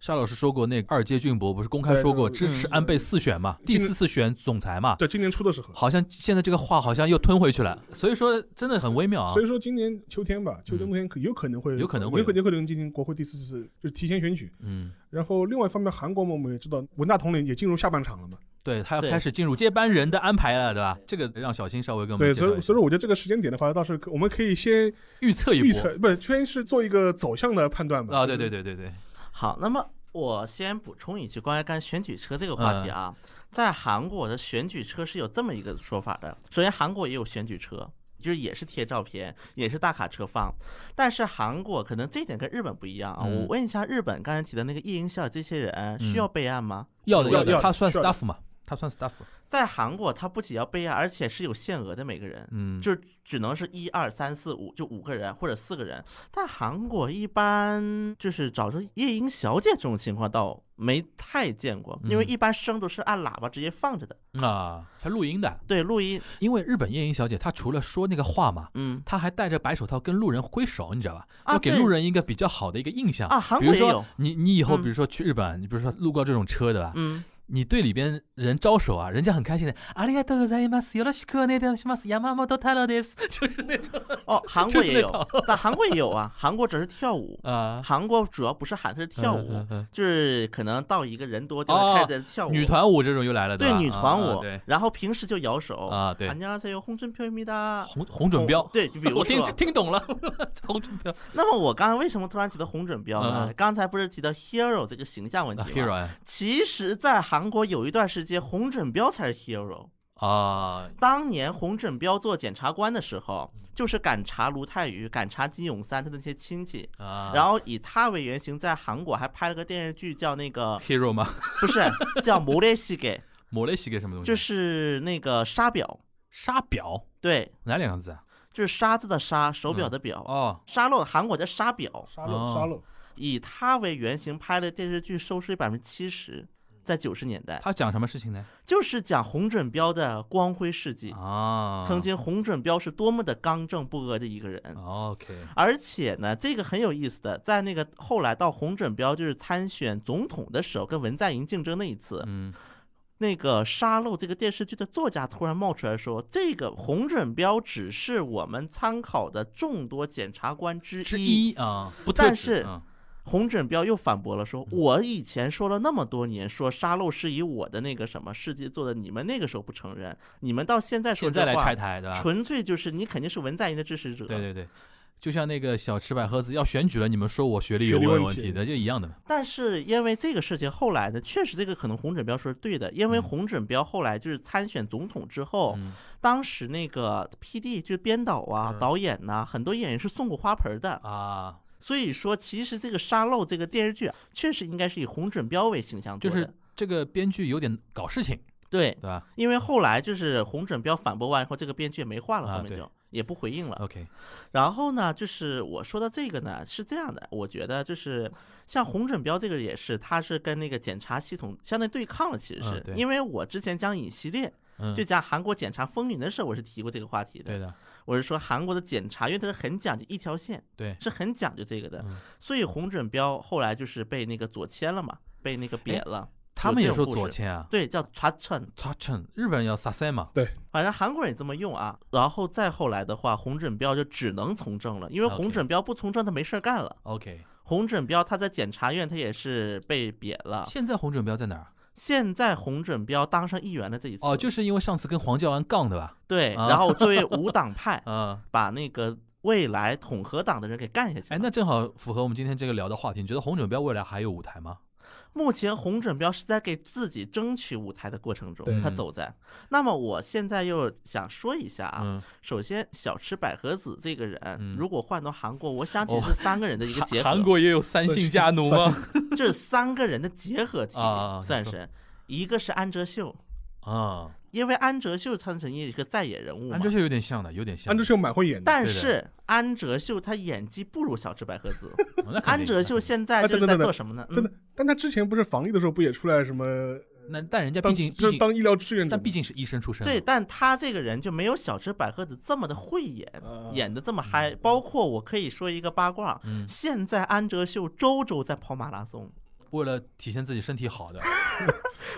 Speaker 2: 沙老师说过，那个二阶俊博不是公开
Speaker 4: 对
Speaker 2: 说
Speaker 4: 对
Speaker 2: 过
Speaker 4: 对
Speaker 2: 支持
Speaker 4: 嗯
Speaker 2: 安倍四选嘛，第四次选总裁嘛，
Speaker 4: 对，今年初的时候，
Speaker 2: 好像现在这个话好像又吞回去了，所以说真的很微妙啊。嗯
Speaker 4: 所以说今年秋天吧，秋天冬天可有可能会
Speaker 2: 有可能会
Speaker 4: 有可能有可能进行国会第四次就是提前选举。
Speaker 2: 嗯，
Speaker 4: 然后另外一方面，韩国嘛，我们也知道文大统领也进入下半场了嘛，
Speaker 2: 对他要
Speaker 3: 对
Speaker 2: 开始进入接班人的安排了，对吧？这个让小新稍微给我们
Speaker 4: 对，
Speaker 2: 介
Speaker 4: 所
Speaker 2: 绍
Speaker 4: 以
Speaker 2: 一
Speaker 4: 所
Speaker 2: 下
Speaker 4: 以说我觉得这个时间点的话，倒是可我们可以先
Speaker 2: 预测一波
Speaker 4: 预测，不是先是做一个走向的判断吧。
Speaker 2: 啊，对对对对对，
Speaker 3: 好，那么我先补充一句关于干选举车这个话题啊，在韩国的选举车是有这么一个说法的。首先，韩国也有选举车，就是也是贴照片，也是大卡车放，但是韩国可能这点跟日本不一样啊。
Speaker 2: 嗯
Speaker 3: 我问一下，日本刚才提的那个夜莺校这些人需要备案吗？
Speaker 2: 要的
Speaker 4: 要
Speaker 2: 的，
Speaker 4: 要
Speaker 2: 他算
Speaker 4: 要的
Speaker 2: staff 嘛，他算 staff，
Speaker 3: 在韩国，他不仅要备案，而且是有限额的，每个人。
Speaker 2: 嗯，
Speaker 3: 就是只能是一二三四五，就五个人或者四个人。但韩国一般就是找这夜莺小姐这种情况倒没太见过，因为
Speaker 2: 嗯
Speaker 3: 一般声都是按喇叭直接放着的。
Speaker 2: 啊，他录音的，
Speaker 3: 对，录音，
Speaker 2: 因为日本夜莺小姐她除了说那个话嘛，
Speaker 3: 嗯
Speaker 2: 她还戴着白手套跟路人挥手，你知道吧？
Speaker 3: 啊
Speaker 2: 要给
Speaker 3: 对
Speaker 2: 路人一个比较好的一个印象
Speaker 3: 啊，韩
Speaker 2: 比
Speaker 3: 国
Speaker 2: 如
Speaker 3: 也
Speaker 2: 说
Speaker 3: 有，
Speaker 2: 你你以后
Speaker 3: 嗯
Speaker 2: 比如说去日本，你比如说路过这种车的吧，
Speaker 3: 嗯，
Speaker 2: 你对里边人招手啊，人家很开心的，ありがとうございます、よろしくお願いします、山本太郎です， 就是那种
Speaker 3: 哦，韩
Speaker 2: 就
Speaker 3: 国
Speaker 2: 是
Speaker 3: 也
Speaker 2: 那
Speaker 3: 有，但韩国也有啊，韩国只是跳舞，
Speaker 2: 啊，
Speaker 3: 韩国主要不是喊，是跳
Speaker 2: 嗯
Speaker 3: 舞
Speaker 2: 嗯，嗯
Speaker 3: 就是可能到一个人多地
Speaker 2: 哦
Speaker 3: 方开始跳舞，
Speaker 2: 女团舞这种又来了，
Speaker 3: 对
Speaker 2: 吧？
Speaker 3: 女
Speaker 2: 啊
Speaker 3: 团
Speaker 2: 啊
Speaker 3: 舞哦
Speaker 2: 对，
Speaker 3: 然后平时就摇手
Speaker 2: 啊，对
Speaker 3: 안녕하세요，红唇飘咪哒。
Speaker 2: 红红准标
Speaker 3: 红，哦对，就比如
Speaker 2: 我听
Speaker 3: 说，
Speaker 2: 听懂 了，红准标
Speaker 3: 那么我刚才为什么突然提到红准标
Speaker 2: 嗯
Speaker 3: 呢
Speaker 2: 嗯？
Speaker 3: 刚才不是提到 hero 这个形象问
Speaker 2: 啊
Speaker 3: 题吗？
Speaker 2: ，hero
Speaker 3: 其实，在韩国有一段时间，红准标才是 hero。
Speaker 2: 啊，
Speaker 3: 当年洪准标做检察官的时候，就是敢查卢泰愚、敢查金永三他的那些亲戚，
Speaker 2: 啊
Speaker 3: 然后以他为原型，在韩国还拍了个电视剧，叫那个
Speaker 2: hero 吗？
Speaker 3: 不是叫《摩列西给
Speaker 2: 抹了洗个什么东》，西？
Speaker 3: 就是那个沙表，
Speaker 2: 沙表，
Speaker 3: 对，
Speaker 2: 哪两个字啊？
Speaker 3: 就是沙子的沙，手表的表。
Speaker 2: 哦，
Speaker 3: 沙漏，韩国叫沙表，
Speaker 4: 沙漏
Speaker 2: 哦
Speaker 4: 沙漏，
Speaker 3: 以他为原型拍的电视剧收视率百分之七十，在九十年代，
Speaker 2: 嗯他讲什么事情呢？
Speaker 3: 就是讲洪准标的光辉事迹。
Speaker 2: 啊，
Speaker 3: 曾经洪准标是多么的刚正不阿的一个人，
Speaker 2: 啊，OK，
Speaker 3: 而且呢，这个很有意思的，在那个后来到洪准标就是参选总统的时候，跟文在寅竞争那一次，
Speaker 2: 嗯，
Speaker 3: 那个《沙漏》这个电视剧的作家突然冒出来说，这个洪准标只是我们参考的众多检察官之一。
Speaker 2: 之一啊，不特指，
Speaker 3: 但是
Speaker 2: 嗯
Speaker 3: 洪准标又反驳了说，我以前说了那么多年，说《沙漏》是以我的那个什么事迹做的，你们那个时候不承认，你们到现在说
Speaker 2: 现
Speaker 3: 这
Speaker 2: 在来
Speaker 3: 话
Speaker 2: 拆，台，对吧？
Speaker 3: 纯粹就是你肯定是文在寅的支持者。
Speaker 2: 对对对，就像那个小池百合子要选举了，你们说我学历有
Speaker 4: 学历
Speaker 2: 问
Speaker 4: 问
Speaker 2: 问
Speaker 4: 题
Speaker 2: 题的，就一样的嘛。
Speaker 3: 但是因为这个事情，后来呢，确实这个可能洪准标说是对的，因为
Speaker 2: 嗯
Speaker 3: 洪准标后来就是参选总统之后，
Speaker 2: 嗯
Speaker 3: 当时那个 P D 就编导啊、
Speaker 2: 嗯
Speaker 3: 导演呐、很多演员是送过花盆的，
Speaker 2: 啊，
Speaker 3: 所以说其实这个《沙漏》这个电视剧啊确实应该是以洪准标为形象
Speaker 2: 就
Speaker 3: 做的，
Speaker 2: 是这个编剧有点搞事情，
Speaker 3: 对
Speaker 2: 对，吧
Speaker 3: 因为后来就是洪准标反驳完以后，这个编剧也没话了，
Speaker 2: 啊
Speaker 3: 后面
Speaker 2: 对啊
Speaker 3: 就。也不回应了。
Speaker 2: ？OK，
Speaker 3: 然后呢，就是我说到这个呢，是这样的，我觉得就是像洪准标这个也是，他是跟那个检察系统相对对抗了，其实
Speaker 2: 嗯
Speaker 3: 是、
Speaker 2: 对
Speaker 3: 因为我之前讲尹系列，
Speaker 2: 嗯
Speaker 3: 就，讲韩国检察风云的时候，我是提过这个话题的。
Speaker 2: 对的，
Speaker 3: 我是说韩国的检察院它是很讲究一条线，
Speaker 2: 对。
Speaker 3: 是很讲究这个的，
Speaker 2: 嗯
Speaker 3: 所以洪准标后来就是被那个左迁了嘛，被那个贬了，
Speaker 2: 他们也
Speaker 3: 有这
Speaker 2: 说
Speaker 3: 种故
Speaker 2: 左
Speaker 3: 事
Speaker 2: 迁啊，
Speaker 3: 对，叫查称。
Speaker 2: 他称日本人要撒塞嘛，
Speaker 3: 反正韩国人也这么用啊。然后再后来的话，洪准标就只能从政了，因为
Speaker 2: OK
Speaker 3: 洪准标不从政，他没事儿干了。
Speaker 2: OK，
Speaker 3: 洪准标他在检察院他也是被贬了，
Speaker 2: 现在洪准标在哪儿？
Speaker 3: 现在洪准标当上议员了这一次
Speaker 2: 哦，就是因为上次跟黄教安杠的吧？
Speaker 3: 对，
Speaker 2: 啊，
Speaker 3: 然后作为无党派
Speaker 2: 嗯，
Speaker 3: 把那个未来统合党的人给干下去
Speaker 2: 哎，
Speaker 3: 了。
Speaker 2: 那正好符合我们今天这个聊的话题。你觉得洪准标未来还有舞台吗？
Speaker 3: 目前洪准标是在给自己争取舞台的过程中
Speaker 4: 对，
Speaker 2: 嗯
Speaker 3: 他走在。那么我现在又想说一下啊，
Speaker 2: 嗯，
Speaker 3: 首先小池百合子这个人
Speaker 2: 嗯，
Speaker 3: 如果换到韩国，我想起
Speaker 2: 哦
Speaker 3: 是三个人的一个
Speaker 2: 韩
Speaker 3: 结合。
Speaker 2: 韩国也有三姓家奴
Speaker 4: 三
Speaker 2: 吗？
Speaker 3: 这三个人的结合体
Speaker 2: 啊啊啊
Speaker 3: 算
Speaker 2: 你
Speaker 3: 是，一个是安哲秀，
Speaker 2: 啊，
Speaker 3: 因为安哲秀他曾经也是个在野人物嘛
Speaker 2: 安，哲秀有点像的，有点像的。
Speaker 4: 安哲秀蛮会演的，
Speaker 3: 但
Speaker 2: 对的
Speaker 3: 是安哲秀他演技不如小池百合子，
Speaker 2: 哦 那肯定
Speaker 3: 安哲秀现在
Speaker 4: 啊
Speaker 3: 就是
Speaker 4: 等
Speaker 3: 在
Speaker 4: 等等
Speaker 3: 做什么呢？
Speaker 4: 真的
Speaker 3: 嗯，。
Speaker 4: 但他之前不是防疫的时候不也出来什么
Speaker 2: 那但人家毕
Speaker 4: 当
Speaker 2: 竟
Speaker 4: 就
Speaker 2: 毕
Speaker 4: 是
Speaker 2: 竟，
Speaker 4: 当医疗志愿者
Speaker 2: 但
Speaker 4: 嘛？
Speaker 2: 毕竟是医生出身嘛，
Speaker 3: 对，但他这个人就没有小池百合子这么的会演，
Speaker 4: 啊
Speaker 3: 演的这么嗨。包括我可以说一个八卦，
Speaker 2: 嗯，
Speaker 3: 现在安哲秀周周在跑马拉松，
Speaker 2: 为了体现自己身体好的，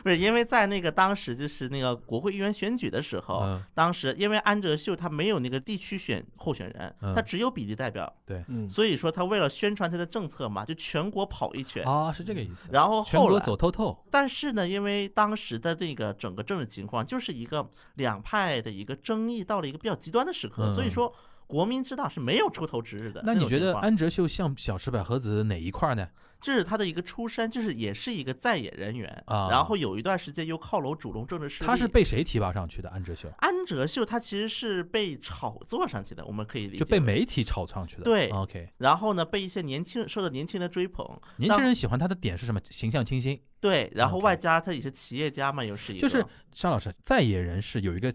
Speaker 3: 不是因为在那个当时就是那个国会议员选举的时候，
Speaker 2: 嗯，
Speaker 3: 当时因为安哲秀他没有那个地区选候选人，
Speaker 2: 嗯
Speaker 3: 他只有比例代表，
Speaker 4: 嗯，
Speaker 3: 所以说他为了宣传他的政策嘛，就全国跑一圈。
Speaker 2: 啊，是这个意思。
Speaker 3: 嗯然后
Speaker 2: 全
Speaker 3: 后
Speaker 2: 国
Speaker 3: 来，
Speaker 2: 走透透，
Speaker 3: 但是呢，因为当时的那个整个政治情况，就是一个两派的一个争议到了一个比较极端的时刻，
Speaker 2: 嗯
Speaker 3: 所以说国民之党是没有出头之日的。
Speaker 2: 那你
Speaker 3: 种
Speaker 2: 觉
Speaker 3: 情
Speaker 2: 得
Speaker 3: 况
Speaker 2: 安哲秀像小池百合子哪一块呢？
Speaker 3: 这是他的一个出身，就是也是一个在野人员，
Speaker 2: 啊
Speaker 3: 然后有一段时间又靠拢主流政治势力。
Speaker 2: 他是被谁提拔上去的？安哲秀
Speaker 3: 安哲秀，他其实是被炒作上去的，我们可以理解
Speaker 2: 就被
Speaker 3: 为
Speaker 2: 媒体炒上去的。
Speaker 3: 对
Speaker 2: ，OK，
Speaker 3: 然后呢，被一些年轻受到年轻人追捧，
Speaker 2: 年轻人喜欢他的点是什么？形象清新。
Speaker 3: 对，然后
Speaker 2: OK
Speaker 3: 外加他也是企业家嘛，又是一个，
Speaker 2: 就是沙老师，在野人士有一个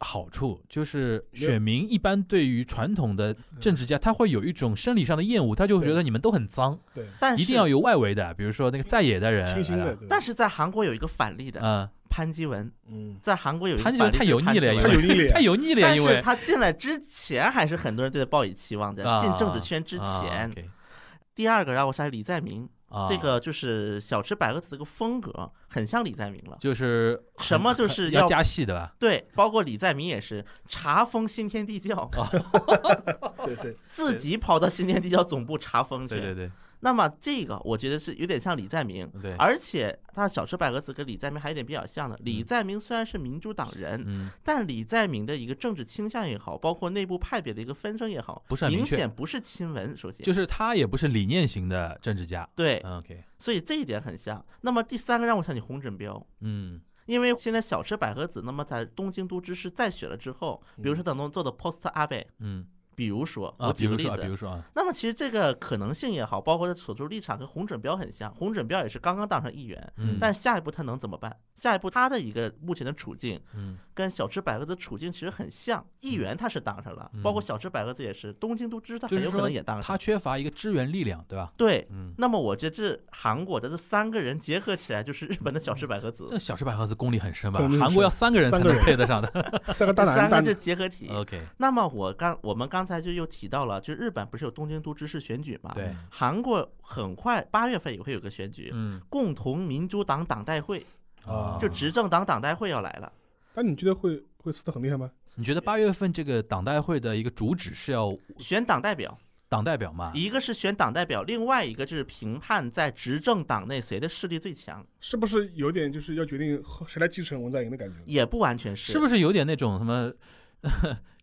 Speaker 2: 好处，就是选民一般对于传统的政治家，他会有一种生理上的厌恶，他就会觉得你们都很脏，
Speaker 4: 对，
Speaker 3: 但是
Speaker 2: 一定要有外围的，比如说那个在野的人
Speaker 4: 清新
Speaker 2: 来
Speaker 4: 的
Speaker 2: 了，，
Speaker 4: 对
Speaker 3: 但是在韩国有一个反例的、
Speaker 2: 嗯，
Speaker 3: 潘基文，
Speaker 4: 嗯，
Speaker 3: 在韩国有一个
Speaker 2: 他
Speaker 3: 反
Speaker 2: 就
Speaker 3: 例
Speaker 2: 是太油腻了，
Speaker 3: 因
Speaker 2: 因
Speaker 4: 他
Speaker 3: 为
Speaker 4: 有腻
Speaker 2: 为
Speaker 4: 了
Speaker 2: 太油腻了，
Speaker 3: 但
Speaker 2: 因
Speaker 3: 是
Speaker 2: 为
Speaker 3: 他进来之前还是很多人对他抱以期望的，
Speaker 2: 啊
Speaker 3: 进政治圈之
Speaker 2: 啊
Speaker 3: 前。
Speaker 2: ，OK，
Speaker 3: 第二个让我想起李在明，
Speaker 2: 啊，
Speaker 3: 这个就是小池百合子这个风格很像李在明了。
Speaker 2: 就是很
Speaker 3: 什 么就是
Speaker 2: 很
Speaker 3: 要
Speaker 2: 啊要加戏的吧？
Speaker 3: 对，包括李在明也是查封新天地教，
Speaker 2: 啊
Speaker 4: 对对，
Speaker 3: 自己跑到新天地教总部查封去。
Speaker 2: 对对对
Speaker 3: 那么这个我觉得是有点像李在明，
Speaker 2: 对，
Speaker 3: 而且他小池百合子跟李在明还有点比较像的。李在明虽然是民主党人，
Speaker 2: 嗯，
Speaker 3: 但李在明的一个政治倾向也好，包括内部派别的一个纷争也好，
Speaker 2: 不是很明
Speaker 3: 明
Speaker 2: 确
Speaker 3: 显不是亲文。首先，
Speaker 2: 就是他也不是理念型的政治家。
Speaker 3: 对，
Speaker 2: 嗯 OK，
Speaker 3: 所以这一点很像。那么第三个让我想起洪振彪。
Speaker 2: 嗯
Speaker 3: 因为现在小池百合子，那么在东京都知事再选了之后，比如说等东做的 post 阿贝，
Speaker 2: 嗯
Speaker 3: 比如说
Speaker 2: 啊，
Speaker 3: 我
Speaker 2: 比
Speaker 3: 举个
Speaker 2: 如
Speaker 3: 例
Speaker 2: 说啊，比
Speaker 3: 子，
Speaker 2: 如说啊，
Speaker 3: 那么其实这个可能性也好，包括他所处立场跟洪准标很像，洪准标也是刚刚当上议员，
Speaker 2: 嗯，
Speaker 3: 但是下一步他能怎么办？下一步他的一个目前的处境
Speaker 2: 嗯
Speaker 3: 跟小池百合子处境其实很像，议员他是当上了
Speaker 2: 嗯，
Speaker 3: 包括小池百合子也是，东京都知事他
Speaker 2: 就
Speaker 3: 很
Speaker 2: 是
Speaker 3: 有可能
Speaker 2: 说
Speaker 3: 也当上
Speaker 2: 他，缺乏一个支援力量，对吧？
Speaker 3: 对。
Speaker 2: 嗯，
Speaker 3: 那么我觉得这韩国的这三个人结合起来就是日本的小池百合子
Speaker 2: 这，个小池百合子功力很深吧？
Speaker 4: 功力很
Speaker 2: 韩国要三个人才
Speaker 4: 三个
Speaker 2: 能
Speaker 4: 人
Speaker 2: 配得 上的。
Speaker 4: 三个大
Speaker 3: 这
Speaker 4: 男人
Speaker 3: 三个
Speaker 4: 大女
Speaker 3: 就，结合体。
Speaker 2: OK，
Speaker 3: 那么我刚我们刚才就又提到了，就日本不是有东京都知事选举嘛？
Speaker 2: 对，
Speaker 3: 韩国很快八月份啊也会有个选举，
Speaker 2: 嗯
Speaker 3: 共同民主党党代会，
Speaker 4: 啊
Speaker 3: 就执政党党代会要来了。
Speaker 4: 但你觉得会会撕的很厉害吗？
Speaker 2: 你觉得八月份这个党代会的一个主旨是要
Speaker 3: 选党代表，
Speaker 2: 党代表嘛？
Speaker 3: 一个是选党代表，另外一个就是评判在执政党内谁的势力最强，
Speaker 4: 是不是有点就是要决定谁来继承文在寅的感觉？
Speaker 3: 也不完全是。
Speaker 2: 是不是有点那种什么，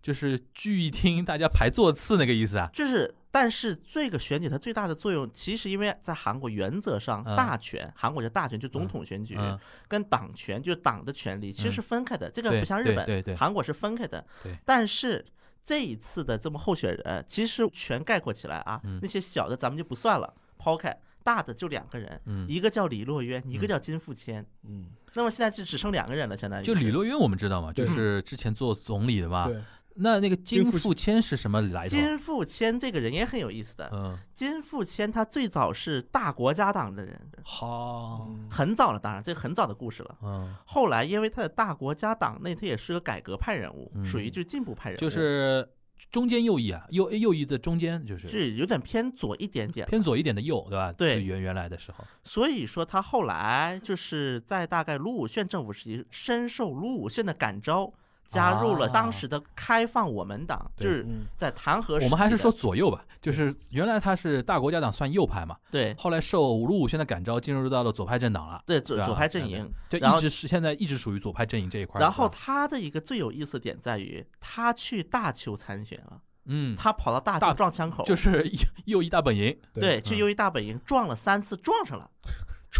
Speaker 2: 就是聚一厅大家排座次那个意思啊？
Speaker 3: 就是，但是这个选举它最大的作用，其实因为在韩国原则上，
Speaker 2: 嗯
Speaker 3: 大权，韩国叫大权，就总统选举
Speaker 2: 嗯
Speaker 3: 跟党权，就是党的权利，其实是分开的。这个
Speaker 2: 对
Speaker 3: 不像日
Speaker 2: 对
Speaker 3: 本，
Speaker 2: 对对
Speaker 3: 韩国是分开的
Speaker 2: 对。
Speaker 3: 但是这一次的这么候选人，其实全概括起来啊，
Speaker 2: 嗯
Speaker 3: 那些小的咱们就不算了，抛开大的就两个人，
Speaker 2: 嗯，
Speaker 3: 一个叫李洛渊，一个叫金富谦。
Speaker 4: 嗯，
Speaker 3: 那么现在就只剩两个人了，相当于
Speaker 2: 就李洛渊我们知道嘛，就
Speaker 4: 对
Speaker 2: 是之前做总理的嘛。
Speaker 4: 对，
Speaker 2: 那那个金
Speaker 4: 金富
Speaker 2: 富谦是什么来头？
Speaker 3: 金富谦这个人也很有意思的。
Speaker 2: 嗯，
Speaker 3: 金富谦他最早是大国家党的人，
Speaker 2: 好，
Speaker 3: 很早了，当然这个很早的故事了。
Speaker 2: 嗯，
Speaker 3: 后来因为他的大国家党内，他也是个改革派人物，
Speaker 2: 嗯
Speaker 3: 属于就是进步派人物，
Speaker 2: 就是中间右翼啊，右右翼的中间就是
Speaker 3: 是有点偏左一点点。
Speaker 2: 偏左一点的右，对吧？
Speaker 3: 对
Speaker 2: 就原原来的时候，
Speaker 3: 所以说他后来就是在大概卢武铉政府时期，深受卢武铉的感召，加入了
Speaker 2: 啊
Speaker 3: 当时的开放我们党，
Speaker 2: 对
Speaker 3: 就是
Speaker 4: 嗯
Speaker 3: 在弹劾时期的。
Speaker 2: 我们还是说左右吧，就是原来他是大国家党算右派嘛，
Speaker 3: 对
Speaker 2: 后来受卢武铉的感召，进入到了左派政党了，
Speaker 3: 对左
Speaker 2: 对啊
Speaker 3: 左派阵营。
Speaker 2: 就
Speaker 3: 然
Speaker 2: 一
Speaker 3: 后
Speaker 2: 直是现在一直属于左派阵营这一块儿。
Speaker 3: 然后
Speaker 2: 对吧
Speaker 3: 他的一个最有意思的点在于，他去大邱参选了，
Speaker 2: 嗯，
Speaker 3: 他跑到大
Speaker 2: 大
Speaker 3: 邱撞枪口，
Speaker 2: 就是右右翼大本营
Speaker 3: 对，去
Speaker 2: 嗯
Speaker 3: 优一大本营撞了三次，撞上了。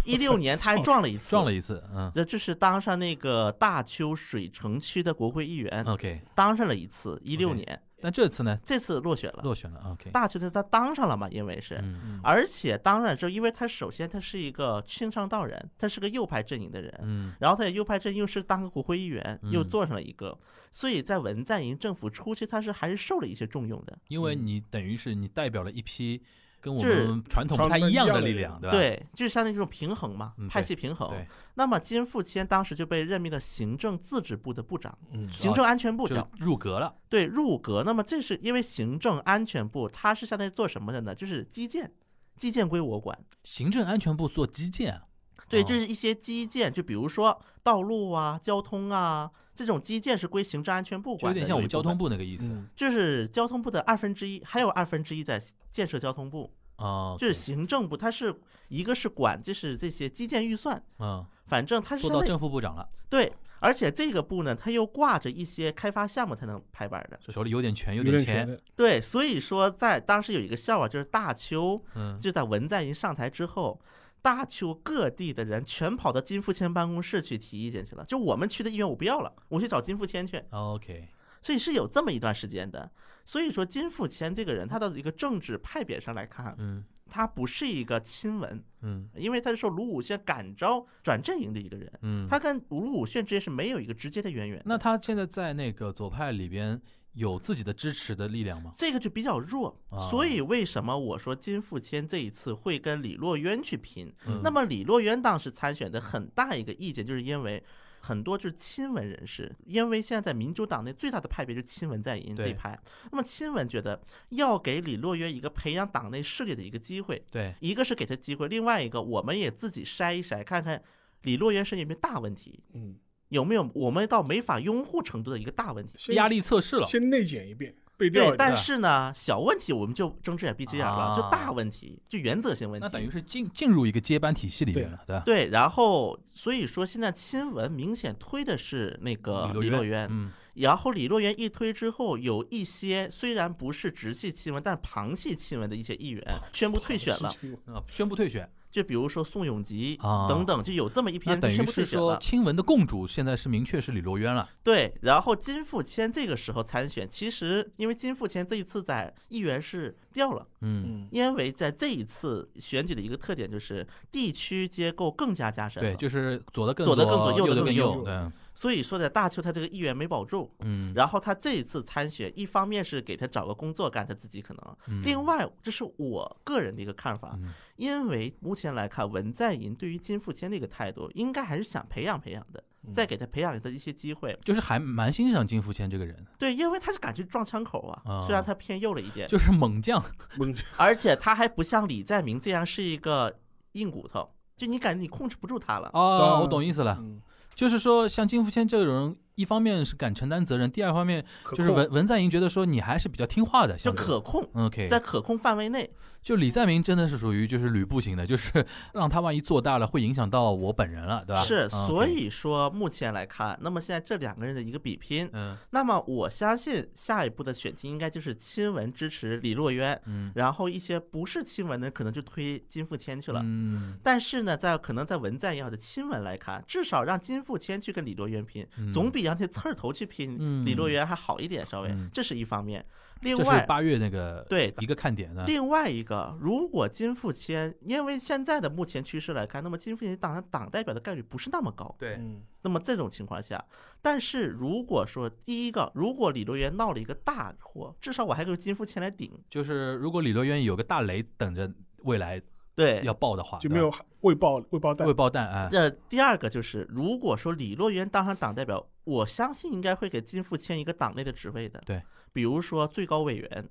Speaker 3: 一六年他还撞了一次，
Speaker 2: 撞了一次，嗯
Speaker 3: 那就是当上那个大邱水城区的国会议员，
Speaker 2: ，OK，
Speaker 3: 当上了一次。一六年
Speaker 2: 但这次呢
Speaker 3: 这次落选了，
Speaker 2: 落选了，OK，
Speaker 3: 大邱的他当上了嘛，因为是。
Speaker 2: 嗯
Speaker 3: 而且当然之后，因为他首先他是一个清上道人，他是个右派阵营的人，
Speaker 2: 嗯
Speaker 3: 然后他也右派阵营又是当个国会议员，又
Speaker 2: 嗯
Speaker 3: 做上了一个，所以在文在寅政府初期，他是还是受了一些重用的。
Speaker 2: 因为你等于是你代表了一批跟我
Speaker 3: 嗯就是
Speaker 2: 们传统
Speaker 4: 传
Speaker 2: 不太
Speaker 4: 统
Speaker 2: 一
Speaker 4: 一
Speaker 2: 样
Speaker 4: 样
Speaker 2: 的
Speaker 4: 的
Speaker 2: 力
Speaker 4: 人
Speaker 2: 量，对吧？
Speaker 3: 对，就是像那种平衡嘛
Speaker 2: 嗯，
Speaker 3: 派
Speaker 2: 对
Speaker 3: 系平衡。
Speaker 2: 对，
Speaker 3: 那么金富谦当时就被任命到行政自治部的部长，
Speaker 4: 嗯
Speaker 3: 行政安全部
Speaker 2: 就
Speaker 3: 长，
Speaker 2: 入阁了，
Speaker 3: 对入阁。那么这是因为行政安全部它是相当于做什么的呢？就是基建，基建归我管。
Speaker 2: 行政安全部做基建啊，
Speaker 3: 对，
Speaker 2: 哦
Speaker 3: 就是一些基建，就比如说道路啊、交通啊这种基建是归行政安全部
Speaker 2: 就
Speaker 3: 管
Speaker 2: 有
Speaker 3: 的。
Speaker 2: 点像我们
Speaker 3: 一部
Speaker 2: 交
Speaker 3: 分
Speaker 2: 通，部那个意思
Speaker 3: 嗯
Speaker 4: 嗯
Speaker 3: 就是交通部的二分之一，还有二分之一在建设交通部，
Speaker 2: 啊，
Speaker 3: 就是行政部，它是一个是管就是这些基建预算，
Speaker 2: 嗯，
Speaker 3: 反正它是
Speaker 2: 做
Speaker 3: 相
Speaker 2: 到
Speaker 3: 当于
Speaker 2: 正副部长了，
Speaker 3: 对，而且这个部呢，它又挂着一些开发项目才能拍板的。
Speaker 2: 就手里有点权，有
Speaker 4: 有
Speaker 2: 点
Speaker 4: 点
Speaker 2: 钱
Speaker 4: 权，的，
Speaker 3: 对，所以说在当时有一个笑话，就是大邱
Speaker 2: 嗯，
Speaker 3: 就在文在寅上台之后。大邱各地的人全跑到金富谦办公室去提意见去了，就我们区的议员我不要了，我去找金富谦去，
Speaker 2: OK，
Speaker 3: 所以是有这么一段时间的。所以说金富谦这个人，他的一个政治派别上来看，
Speaker 2: 嗯
Speaker 3: 他不是一个亲文，
Speaker 2: 嗯
Speaker 3: 因为他是受卢武铉感召转阵营的一个人，
Speaker 2: 嗯，
Speaker 3: 他跟卢武铉之间是没有一个直接的渊源的。
Speaker 2: 那他现在在那个左派里边有自己的支持的力量吗？
Speaker 3: 这个就比较弱
Speaker 2: 啊。
Speaker 3: 所以为什么我说金富谦这一次会跟李洛渊去拼？
Speaker 2: 嗯
Speaker 3: 那么李洛渊当时参选的很大一个意见，就是因为很多就是亲文人士，因为现在在民主党内最大的派别就是亲文在寅这一
Speaker 2: 对
Speaker 3: 派。那么亲文觉得要给李洛约一个培养党内势力的一个机会，
Speaker 2: 对
Speaker 3: 一个是给他机会，另外一个我们也自己筛一筛，看看李洛渊是有没有大问题，
Speaker 4: 嗯，
Speaker 3: 有没有我们到没法拥护程度的一个大问题。
Speaker 4: 先
Speaker 2: 压力测试了，
Speaker 4: 先内检一遍，背调
Speaker 3: 对
Speaker 4: 一，遍。
Speaker 3: 但是呢，小问题我们就睁只眼闭只眼了，
Speaker 2: 啊
Speaker 3: 就大问题，就原则性问
Speaker 2: 那等于
Speaker 3: 题。
Speaker 2: 是进进入一个接班体系里面了，对吧？
Speaker 3: 对，然后所以说现在亲文明显推的是那个
Speaker 2: 李
Speaker 3: 李
Speaker 2: 洛
Speaker 3: 洛
Speaker 2: 渊，
Speaker 3: 渊，
Speaker 2: 嗯，
Speaker 3: 然后李洛渊一推之后，有一些虽然不是直系亲文，但是旁系亲文的一些议员宣布退选了，
Speaker 2: 啊，宣布退选，
Speaker 3: 就比如说宋永吉
Speaker 2: 啊
Speaker 3: 等等，就有这么一批
Speaker 2: 那
Speaker 3: 人就
Speaker 2: 等
Speaker 3: 宣
Speaker 2: 于
Speaker 3: 布
Speaker 2: 是
Speaker 3: 退选了
Speaker 2: 说。亲文的共主现在是明确是李洛渊了，
Speaker 3: 对，然后金富谦这个时候参选，其实因为金富谦这一次在议员是掉了，
Speaker 2: 嗯，
Speaker 4: 嗯，
Speaker 3: 因为在这一次选举的一个特点就是地区结构更加加深了，
Speaker 2: 对，就是左的更
Speaker 3: 左的更左
Speaker 2: 左，
Speaker 3: 右的
Speaker 2: 的
Speaker 3: 更
Speaker 2: 右
Speaker 4: 右，
Speaker 2: 嗯
Speaker 3: 所以说在大邱他这个议员没保住。
Speaker 2: 嗯，
Speaker 3: 然后他这一次参选，一方面是给他找个工作干，他自己可能；另外，这是我个人的一个看法，
Speaker 2: 嗯
Speaker 3: 因为目前来看，文在寅对于金富谦这个态度，应该还是想培养培养的，
Speaker 2: 嗯
Speaker 3: 再给他培养他一些机会。
Speaker 2: 就是还蛮欣赏金福谦这个人，
Speaker 3: 对，因为他是敢去撞枪口啊，虽然他偏右了一点，
Speaker 2: 就是猛将，
Speaker 4: 猛
Speaker 3: 而且他还不像李在明这样是一个硬骨头，就你感觉你控制不住他了。
Speaker 2: 哦，
Speaker 4: 当
Speaker 2: 我懂意思了，
Speaker 4: 嗯
Speaker 2: 就是说像金福谦这种人，一方面是敢承担责任，第二方面
Speaker 4: 可
Speaker 2: 就是
Speaker 4: 控
Speaker 2: 文文在寅觉得说你还是比较听话的，相
Speaker 3: 就
Speaker 2: 对嗯
Speaker 3: 可控，
Speaker 2: OK，
Speaker 3: 在可控范围内，
Speaker 2: 就李在明真的是属于就是吕布型的，就是 让他万一做大了，会影响到我本人了，对吧？
Speaker 3: 是，
Speaker 2: 嗯，OK
Speaker 3: 所以说目前来看，那么现在这两个人的一个比拼，
Speaker 2: 嗯
Speaker 3: 那么我相信下一步的选情应该就是亲文支持李洛渊，
Speaker 2: 嗯
Speaker 3: 然后一些不是亲文的可能就推金富谦去了。
Speaker 2: 嗯，
Speaker 3: 但是呢，在可能在文在寅或者亲文来看，至少让金富谦去跟李洛渊拼，总比让他刺儿头去
Speaker 2: 嗯
Speaker 3: 拼李洛渊还好一点，稍微，
Speaker 2: 嗯
Speaker 3: 这是一方面。另
Speaker 2: 这是
Speaker 3: 外，
Speaker 2: 八月那个
Speaker 3: 对的
Speaker 2: 一个看点呢。
Speaker 3: 另外一个，如果金富谦，因为现在的目前趋势来看，那么金富谦当党代表的概率不是那么高。
Speaker 2: 对
Speaker 4: 嗯
Speaker 3: 那么这种情况下，但是如果说第一个，如果李洛渊闹了一个大祸，至少我还有金富谦来顶。
Speaker 2: 就是如果李洛渊有个大雷等着未来
Speaker 3: 对，
Speaker 2: 要爆的话，
Speaker 4: 就没有未爆未爆弹
Speaker 2: 会，啊爆弹啊。
Speaker 3: 这第二个就是，如果说李洛渊当上党代表，我相信应该会给金富谦一个党内的职位的。
Speaker 2: 对，嗯
Speaker 3: 比如说最高委员，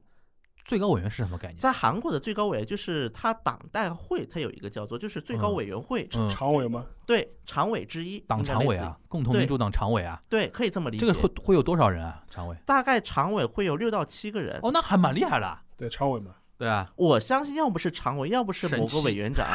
Speaker 2: 最高委员是什么概念？
Speaker 3: 在韩国的最高委员就是他党代会，他有一个叫做就是最高委员会，
Speaker 2: 嗯，
Speaker 4: 常委吗？
Speaker 3: 对常委之一，
Speaker 2: 党
Speaker 3: 应该
Speaker 2: 常委
Speaker 3: 类似于，
Speaker 2: 啊，共同民主党常委啊，
Speaker 3: 对，可以这么理解。
Speaker 2: 这个会会有多少人啊？常委？
Speaker 3: 大概常委会有六到七个人。
Speaker 2: 哦，那还蛮厉害的，
Speaker 4: 对，常委嘛，
Speaker 2: 对啊，
Speaker 3: 我相信，要不是常委，要不是
Speaker 2: 神
Speaker 3: 某个
Speaker 2: 器
Speaker 3: 委员长，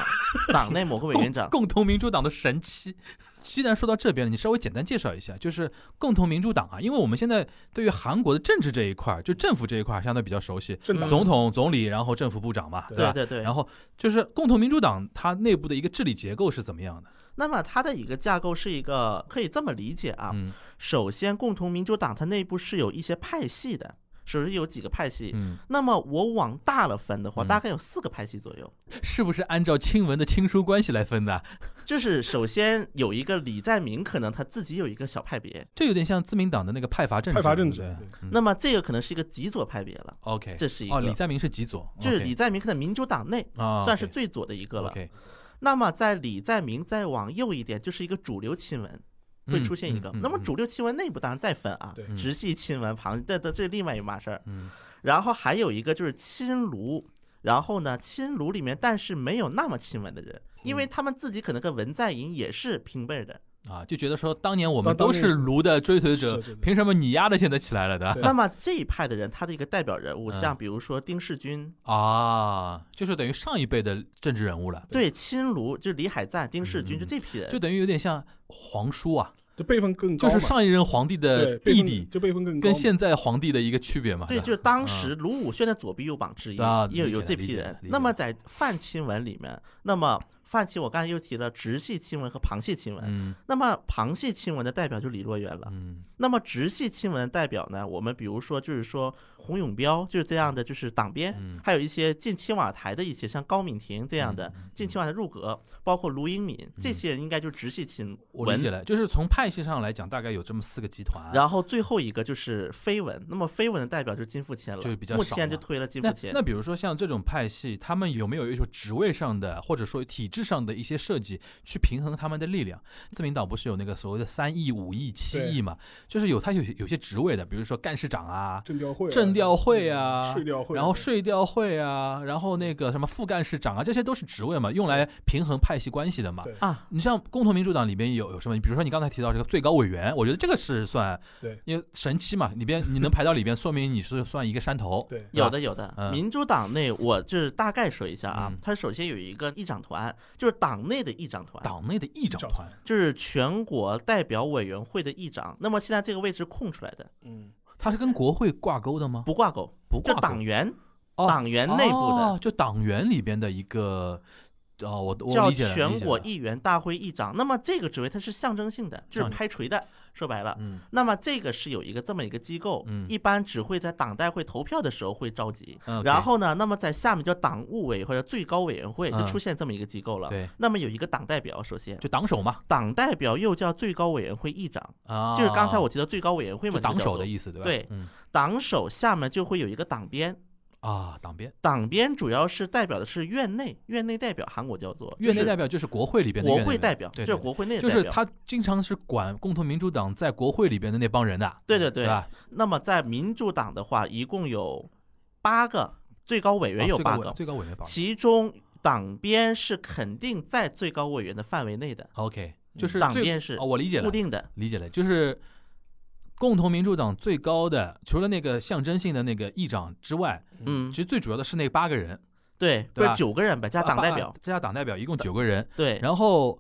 Speaker 3: 党内某个委 员长，
Speaker 2: 共同民主党的神器。既然说到这边了，你稍微简单介绍一下，就是共同民主党啊，因为我们现在对于韩国的政治这一块儿，就政府这一块儿相对比较熟悉，
Speaker 4: 政党
Speaker 2: 总统、总理，然后政府部长嘛，
Speaker 3: 嗯对
Speaker 2: 吧？
Speaker 3: 对对。
Speaker 2: 然后就是共同民主党它内部的一个治理结构是怎么样的？
Speaker 3: 那么它的一个架构是一个可以这么理解啊，
Speaker 2: 嗯
Speaker 3: 首先，共同民主党它内部是有一些派系的，首先有几个派系。
Speaker 2: 嗯，
Speaker 3: 那么我往大了分的话，
Speaker 2: 嗯
Speaker 3: 大概有四个派系左右。
Speaker 2: 是不是按照亲文的亲疏关系来分的？
Speaker 3: 就是首先有一个李在明，可能他自己有一个小派别，
Speaker 2: 这有点像自民党的那个派阀政治，
Speaker 4: 派阀政治
Speaker 2: 对不对嗯
Speaker 3: 那么这个可能是一个极左派别了。
Speaker 2: OK，
Speaker 3: 这是一
Speaker 2: 哦，李
Speaker 3: 个，
Speaker 2: 在明是极左，
Speaker 3: 就是李在明可能民主党内
Speaker 2: 啊，
Speaker 3: 算是最左的一个了。
Speaker 2: OK，
Speaker 3: 那么在李在明再往右一点，就是一个主流亲文。会
Speaker 2: 嗯
Speaker 3: 出现一
Speaker 2: 嗯
Speaker 3: 个
Speaker 2: 嗯，
Speaker 3: 那么
Speaker 2: 嗯
Speaker 3: 主流亲文内部当然再分啊
Speaker 4: 对，
Speaker 3: 直系亲文、旁这这这是另外一码事儿。
Speaker 2: 嗯
Speaker 3: 然后还有一个就是亲卢，然后呢，亲卢里面但是没有那么亲文的人，
Speaker 2: 嗯
Speaker 3: 因为他们自己可能跟文在寅也是平辈儿的。
Speaker 2: 啊，就觉得说当年我们
Speaker 4: 当
Speaker 2: 都是
Speaker 4: 当年
Speaker 2: 卢的追随者
Speaker 4: 是是是，
Speaker 2: 凭什么你丫的现在起来了的
Speaker 4: 对
Speaker 3: 那么这一派的人，他的一个代表人物，
Speaker 2: 嗯
Speaker 3: 像比如说丁世军，
Speaker 2: 啊？就是等于上一辈的政治人物了，
Speaker 3: 对亲卢就李海赞、丁
Speaker 2: 嗯
Speaker 3: 世军就这批人，
Speaker 2: 就等于有点像皇叔啊，
Speaker 4: 就辈分更高
Speaker 2: 就
Speaker 4: 嘛，
Speaker 2: 是上一任皇帝的
Speaker 4: 对辈
Speaker 2: 弟
Speaker 4: 分
Speaker 2: 弟，
Speaker 4: 就辈分更高
Speaker 2: 跟
Speaker 4: 嘛，
Speaker 2: 现在皇帝的一个区别嘛。
Speaker 3: 对，
Speaker 2: 吧
Speaker 3: 就是当时卢武铉的左臂右膀之一
Speaker 2: 啊，
Speaker 3: 也有
Speaker 2: 理解
Speaker 3: 有这
Speaker 2: 理
Speaker 3: 批
Speaker 2: 解
Speaker 3: 人。
Speaker 2: 理
Speaker 3: 那
Speaker 2: 解
Speaker 3: 么在泛亲文里面，那么泛亲我刚才又提了直系亲文和旁系亲文，
Speaker 2: 嗯
Speaker 3: 那么旁系啊亲文的代表就李洛渊了。
Speaker 2: 嗯
Speaker 3: 那么直系亲文代表呢，我们比如说就是说洪永标，就是这样的，就是党鞭，
Speaker 2: 嗯
Speaker 3: 还有一些近亲瓦台的一些，像高敏婷这样的
Speaker 2: 嗯
Speaker 3: 近亲瓦台入阁，包括卢英敏这些人，应该就是直系亲
Speaker 2: 我理解
Speaker 3: 文。
Speaker 2: 了，就是从派系上来讲，大概有这么四个集团。啊
Speaker 3: 然后最后一个就是绯闻，那么绯闻的代表就是金富谦了，
Speaker 2: 就是比较
Speaker 3: 目
Speaker 2: 少
Speaker 3: 前就
Speaker 2: 嘛
Speaker 3: 推了金富
Speaker 2: 那
Speaker 3: 谦
Speaker 2: 那。比如说像这种派系，他们有没有一种职位上的或者说体制上的一些设计去平衡他们的力量？自民党不是有那个所谓的三亿、五亿、七
Speaker 4: 对
Speaker 2: 亿嘛？就是有他有些有些职位的，比如说干事长啊，
Speaker 4: 政调会啊、
Speaker 2: 政调会啊
Speaker 4: 税调会啊，
Speaker 2: 然后税调会啊，然后那个什么副干事长啊，这些都是职位嘛，用来平衡派系关系的嘛
Speaker 4: 对。
Speaker 3: 啊，
Speaker 2: 你像共同民主党里边有有什么？你比如说你刚才提到这个最高委员，我觉得这个是算
Speaker 4: 对，
Speaker 2: 因为神七嘛，里边你能排到里边，说明你是算一个山头。
Speaker 4: 对
Speaker 3: 有的有的，
Speaker 2: 嗯
Speaker 3: 民主党内我就是大概说一下啊
Speaker 2: 嗯，
Speaker 3: 它首先有一个议长团，就是党内的议长团，
Speaker 2: 党内的议长
Speaker 4: 长
Speaker 2: 团，
Speaker 3: 就是全国代表委员会的议长。那么现在这个位置空出来的，
Speaker 4: 嗯，
Speaker 2: 它是跟国会挂钩的吗？
Speaker 3: 不挂钩，
Speaker 2: 不挂
Speaker 3: 就
Speaker 2: 钩，
Speaker 3: 党员，
Speaker 2: 哦
Speaker 3: 党员内部的
Speaker 2: 哦就党员里边的一个，哦，我我
Speaker 3: 叫
Speaker 2: 理解了，
Speaker 3: 全
Speaker 2: 理解
Speaker 3: 国
Speaker 2: 了，
Speaker 3: 议员大会议长。那么这个职位它是象征性的，就是
Speaker 2: 象征
Speaker 3: 拍锤的，说白了。
Speaker 2: 嗯
Speaker 3: 那么这个是有一个这么一个机构，
Speaker 2: 嗯
Speaker 3: 一般只会在党代会投票的时候会召集。
Speaker 2: 嗯，
Speaker 3: 然后呢，那么在下面叫党务委或者最高委员会，就
Speaker 2: 嗯
Speaker 3: 出现这么一个机构了。
Speaker 2: 对，
Speaker 3: 那么有一个党代表，首先
Speaker 2: 就党首嘛，
Speaker 3: 党代表又叫最高委员会议长，
Speaker 2: 啊，
Speaker 3: 就是刚才我提到最高委员会嘛，
Speaker 2: 就党
Speaker 3: 就叫
Speaker 2: 首
Speaker 3: 做
Speaker 2: 的意思，对吧？
Speaker 3: 对
Speaker 2: 嗯
Speaker 3: 党首下面就会有一个党鞭，
Speaker 2: 啊，党鞭，
Speaker 3: 党鞭主要是代表的是院内，院内代表韩国叫做
Speaker 2: 院内代
Speaker 3: 表，
Speaker 2: 表就是国会里边的
Speaker 3: 国
Speaker 2: 院内
Speaker 3: 会代表，
Speaker 2: 对
Speaker 3: 就是
Speaker 2: 对
Speaker 3: 国会内的
Speaker 2: 就
Speaker 3: 代
Speaker 2: 是
Speaker 3: 表。
Speaker 2: 他经常是管共同民主党在国会里边的那帮人的，
Speaker 3: 对对
Speaker 2: 对
Speaker 3: 对。
Speaker 2: 吧？
Speaker 3: 那么在民主党的话，一共有八个最高委员，
Speaker 2: 啊
Speaker 3: 有
Speaker 2: 最高
Speaker 3: 八
Speaker 2: 委
Speaker 3: 个，
Speaker 2: 最高委员吧
Speaker 3: 其中党鞭是肯定在最高委员的范围内的，
Speaker 2: ，OK，就是
Speaker 3: 嗯党
Speaker 2: 最
Speaker 3: 鞭是
Speaker 2: 哦，我理解了
Speaker 3: 固，定的。
Speaker 2: 理解了，就是共同民主党最高的，除了那个象征性的那个议长之外，
Speaker 3: 嗯
Speaker 2: 其，实最主要的是那八个人，
Speaker 3: 对，不
Speaker 2: 对
Speaker 3: 是
Speaker 2: 吧啊
Speaker 3: 九个人吧，加
Speaker 2: 加
Speaker 3: 党代表，
Speaker 2: 加党代表一共九个人，
Speaker 3: 对
Speaker 2: 然后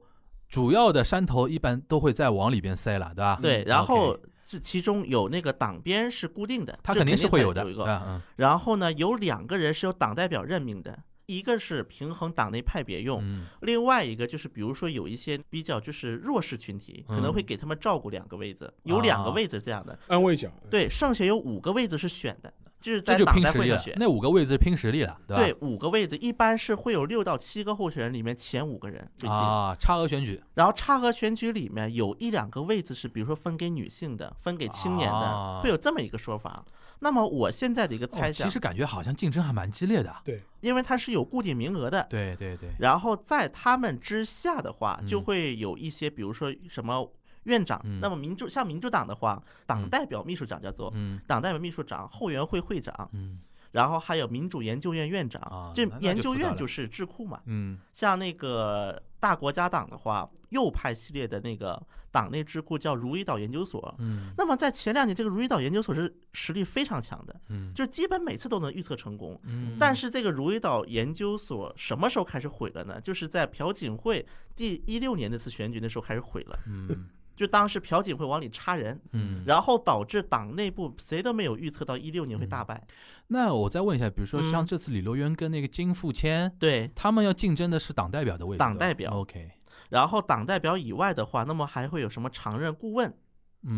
Speaker 2: 主要的山头一般都会再往里边塞了，对吧？
Speaker 3: 对，然
Speaker 2: 嗯 OK
Speaker 3: 后。这其中有那个党鞭是固定的，
Speaker 2: 他
Speaker 3: 就
Speaker 2: 肯定是会
Speaker 3: 有
Speaker 2: 的，
Speaker 3: 一
Speaker 2: 对
Speaker 3: 个
Speaker 2: 吧？嗯
Speaker 3: 然后呢，有两个人是由党代表任命的，一个是平衡党内派别用，
Speaker 2: 嗯
Speaker 3: 另外一个就是比如说有一些比较就是弱势群体，可
Speaker 2: 嗯
Speaker 3: 能会给他们照顾两个位子，有两
Speaker 2: 啊
Speaker 3: 个位子这样的。
Speaker 4: 安慰奖，
Speaker 3: 对，剩下有五个位子是选的，就是
Speaker 2: 这
Speaker 3: 在
Speaker 2: 就
Speaker 3: 党
Speaker 2: 拼
Speaker 3: 代
Speaker 2: 实
Speaker 3: 会
Speaker 2: 力
Speaker 3: 上
Speaker 2: 了
Speaker 3: 选。。
Speaker 2: 那五个位置拼实力了，对吧？
Speaker 3: 对，五个位子一般是会有六到七个候选人里面前五个人最近，
Speaker 2: 啊，差额选举
Speaker 3: 然后差额选举里面有一两个位子是，比如说分给女性的，分给青年
Speaker 2: 啊
Speaker 3: 的，会有这么一个说法。那么我现在的一个
Speaker 2: 哦
Speaker 3: 猜
Speaker 2: 其
Speaker 3: 想
Speaker 2: 实，感觉好像竞争还蛮激烈的。
Speaker 4: 对，
Speaker 3: 因为它是有固定名额的，
Speaker 2: 对对对，
Speaker 3: 然后在他们之下的话
Speaker 2: 嗯，
Speaker 3: 就会有一些，比如说什么院长。
Speaker 2: 嗯
Speaker 3: 那么民主像民主党的话，党
Speaker 2: 嗯
Speaker 3: 代表秘书长叫做、
Speaker 2: 嗯
Speaker 3: 党代表秘书长、后援会会长，
Speaker 2: 嗯
Speaker 3: 然后还有民主研究院院长。
Speaker 2: 啊
Speaker 3: 这
Speaker 2: 那那就
Speaker 3: 研究
Speaker 2: 复杂
Speaker 3: 院
Speaker 2: 了
Speaker 3: 就是智库嘛。
Speaker 2: 嗯
Speaker 3: 像那个大国家党的话，右派系列的那个党内智库叫如意岛研究所。
Speaker 2: 嗯
Speaker 3: 那么在前两年，这个如意岛研究所是实力非常强的，
Speaker 2: 嗯
Speaker 3: 就基本每次都能预测成功。
Speaker 2: 嗯，
Speaker 3: 但是这个如意岛研究所什么时候开始毁了呢？就是在朴槿惠第一六年那次选举那时候开始毁了，
Speaker 2: 嗯
Speaker 3: 就当时朴槿惠往里插人，
Speaker 2: 嗯，
Speaker 3: 然后导致党内部谁都没有预测到一六年会大败。
Speaker 2: 嗯那我再问一下，比如说像
Speaker 3: 嗯
Speaker 2: 这次李洛渊跟那个金富谦，
Speaker 3: 对，
Speaker 2: 他们要竞争的是党代表的位置，
Speaker 3: 党
Speaker 2: 对吧
Speaker 3: 代表
Speaker 2: OK，
Speaker 3: 然后党代表以外的话，那么还会有什么常任顾问？
Speaker 2: 那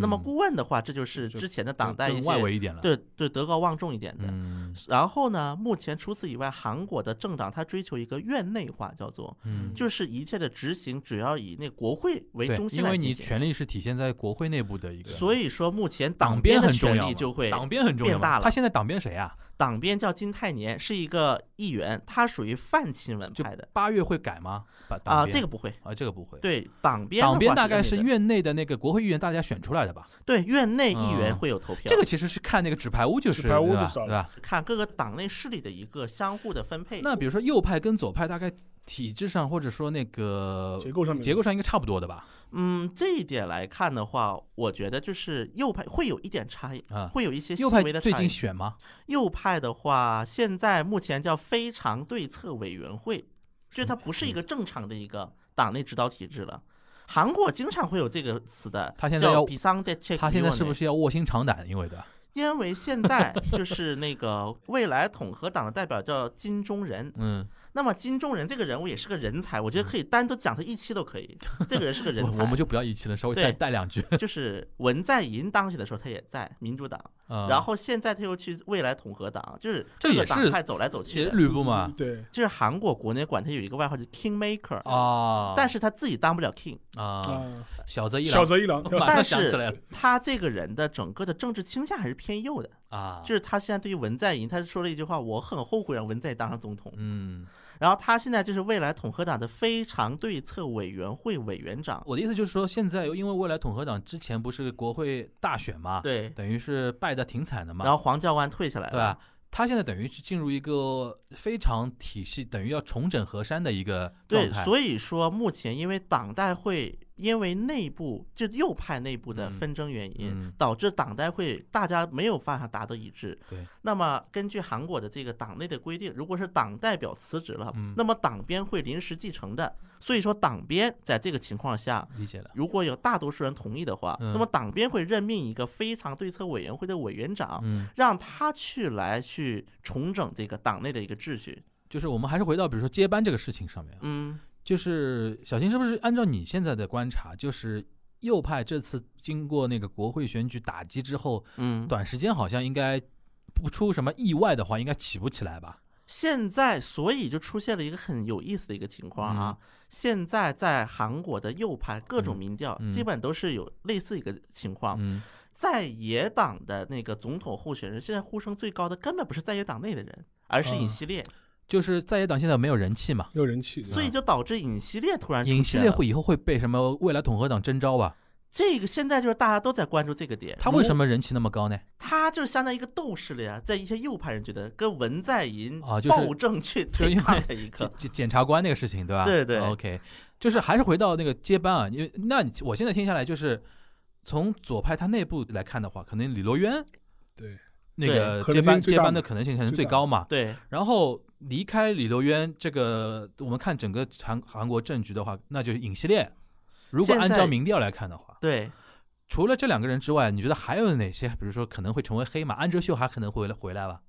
Speaker 3: 那么顾问的话，这就是
Speaker 4: 就
Speaker 3: 之前的党代一
Speaker 2: 更外
Speaker 3: 些
Speaker 2: 围一点了，，
Speaker 3: 对对德高望重一点的。
Speaker 2: 嗯
Speaker 3: 然后呢，目前除此以外，韩国的政党它追求一个院内化，叫做
Speaker 2: 嗯，
Speaker 3: 就是一切的执行主要以那国会为
Speaker 2: 对
Speaker 3: 中，心
Speaker 2: 因
Speaker 3: 来
Speaker 2: 为
Speaker 3: 进行。
Speaker 2: 你权力是体现在国会内部的一个，
Speaker 3: 所以说，目前
Speaker 2: 党
Speaker 3: 鞭的
Speaker 2: 很重
Speaker 3: 权
Speaker 2: 要嘛，
Speaker 3: 力就会，
Speaker 2: 党鞭很重要
Speaker 3: 变
Speaker 2: 嘛，
Speaker 3: 大了
Speaker 2: 他现在党鞭谁啊？
Speaker 3: 党鞭叫金泰年，是一个议员，他属于泛亲文
Speaker 2: 就
Speaker 3: 派的
Speaker 2: 八月会改吗？把
Speaker 3: 啊，
Speaker 2: 党鞭
Speaker 3: 这个不会。
Speaker 2: 啊这个不会，
Speaker 3: 对党鞭的话
Speaker 2: 党
Speaker 3: 是
Speaker 2: 鞭
Speaker 3: 院内的，
Speaker 2: 大概是院内的那个国会议员大家选出来的吧？
Speaker 3: 对院内议员
Speaker 2: 嗯
Speaker 3: 会有投票，
Speaker 2: 这个其实是看那个纸牌屋，就是
Speaker 4: 纸牌屋
Speaker 2: 对吧
Speaker 4: 就知道了
Speaker 2: 对吧？
Speaker 3: 看各个党内势力的一个相互的分配。
Speaker 2: 那比如说右派跟左派大概体制上或者说那个
Speaker 4: 结构上面
Speaker 2: 呃结构上应该差不多的吧？
Speaker 3: 嗯，这一点来看的话，我觉得就是右派会有一点差异，
Speaker 2: 啊，
Speaker 3: 会有一些细
Speaker 2: 右派
Speaker 3: 微的
Speaker 2: 最
Speaker 3: 差
Speaker 2: 近
Speaker 3: 异。
Speaker 2: 选吗？
Speaker 3: 右派的话，现在目前叫非常对策委员会，就是它不是一个正常的一个党内指导体制了。韩国经常会有这个词的，
Speaker 2: 他现在要
Speaker 3: 比桑的 check。
Speaker 2: 他现在是不？是要卧薪尝胆？因为的
Speaker 3: 因为现在就是那个未来统合党的代表叫金钟仁，
Speaker 2: 嗯，
Speaker 3: 那么金钟仁这个人物也是个人才，我觉得可以单独讲他一期都可以。这个人是个人
Speaker 2: 我
Speaker 3: 才，
Speaker 2: 我们就不要一期了，稍微带
Speaker 3: 对
Speaker 2: 带两句
Speaker 3: 就是文在寅当选的时候他也在民主党，
Speaker 2: 嗯
Speaker 3: 然后现在他又去未来统合党，就是
Speaker 2: 这
Speaker 3: 各个
Speaker 2: 也
Speaker 3: 党
Speaker 2: 是
Speaker 3: 派走来走去
Speaker 2: 也
Speaker 3: 的。
Speaker 2: 吕布嘛
Speaker 4: 嗯对，
Speaker 3: 就是韩国国内管他有一个外号叫 King Maker，、
Speaker 2: 啊，
Speaker 3: 但是他自己当不了 King，
Speaker 2: 啊，
Speaker 4: 啊，
Speaker 2: 小泽一郎
Speaker 4: 小泽一郎，
Speaker 2: 马上
Speaker 3: 嗯但
Speaker 2: 想起来了
Speaker 3: 是他这个人的整个的政治倾向还是偏右的，
Speaker 2: 啊，
Speaker 3: 就是他现在对于文在寅，他说了一句话，我很后悔让文在寅当上总统。
Speaker 2: 嗯，
Speaker 3: 然后他现在就是未来统合党的非常对策委员会委员长，
Speaker 2: 我的意思就是说，现在因为未来统合党之前不是国会大选嘛，
Speaker 3: 对，
Speaker 2: 等于是败的挺惨的嘛，
Speaker 3: 然后黄教官退下来了，
Speaker 2: 对啊吧？他现在等于是进入一个非常体系，等于要重整河山的一个状
Speaker 3: 对，
Speaker 2: 态。
Speaker 3: 所以说目前因为党代会因为内部就右派内部的
Speaker 2: 嗯
Speaker 3: 纷争原因，
Speaker 2: 嗯
Speaker 3: 导致党代会大家没有办法达到一致。
Speaker 2: 对，
Speaker 3: 那么根据韩国的这个党内的规定，如果是党代表辞职了，
Speaker 2: 嗯
Speaker 3: 那么党鞭会临时继承的。所以说党鞭在这个情况下。
Speaker 2: 理解了。
Speaker 3: 如果有大多数人同意的话，
Speaker 2: 嗯
Speaker 3: 那么党鞭会任命一个非常对策委员会的委员长，
Speaker 2: 嗯，
Speaker 3: 让他去来去重整这个党内的一个秩序。
Speaker 2: 就是我们还是回到比如说接班这个事情上面啊，
Speaker 3: 嗯，
Speaker 2: 就是小新是不是按照你现在的观察，就是右派这次经过那个国会选举打击之后，
Speaker 3: 嗯，
Speaker 2: 短时间好像应该不出什么意外的话，应该起不起来吧？
Speaker 3: 现在所以就出现了一个很有意思的一个情况啊。现在在韩国的右派各种
Speaker 2: 嗯
Speaker 3: 民调
Speaker 2: 嗯
Speaker 3: 基本都是有类似一个情况，
Speaker 2: 嗯
Speaker 3: 在野党的那个总统候选人现在呼声最高的根本不是在野党内的人，而是
Speaker 4: 啊
Speaker 3: 尹
Speaker 2: 嗯
Speaker 3: 锡烈，
Speaker 2: 就是在野党现在没有人气嘛，
Speaker 4: 有人气，啊
Speaker 3: 所以就导致尹锡烈突然出
Speaker 2: 尹锡
Speaker 3: 现
Speaker 2: 烈
Speaker 3: 了。嗯
Speaker 2: 会以后会被什么未来统合党征召吧？
Speaker 3: 这个现在就是大家都在关注这个点，
Speaker 2: 他为什么人气那么高呢？
Speaker 3: 他就相当于一个斗士了呀，在一些右派人觉得跟文在寅
Speaker 2: 啊就是
Speaker 3: 暴政去
Speaker 2: 就是
Speaker 3: 对
Speaker 2: 因为
Speaker 3: 抗的一
Speaker 2: 检
Speaker 3: 个，
Speaker 2: 检检察官那个事情对吧？
Speaker 3: 对对
Speaker 2: OK，就是还是回到那个接班啊，因为那你我现在听下来就是从左派他内部来看的话，可能李罗渊
Speaker 4: 对，
Speaker 2: 那个
Speaker 4: 可能
Speaker 2: 接班
Speaker 4: 性最
Speaker 2: 接
Speaker 4: 大
Speaker 2: 班
Speaker 4: 嘛
Speaker 2: 的可能性可能
Speaker 4: 最
Speaker 2: 最
Speaker 4: 大
Speaker 2: 高嘛。
Speaker 3: 对，
Speaker 2: 然后离开李罗渊这个，我们看整个韩韩国政局的话，那就是尹锡烈。如果
Speaker 3: 现在
Speaker 2: 按照民调来看的话，
Speaker 3: 对，
Speaker 2: 除了这两个人之外，你觉得还有哪些？比如说可能会成为黑马，安哲秀还可能会回来回来吧？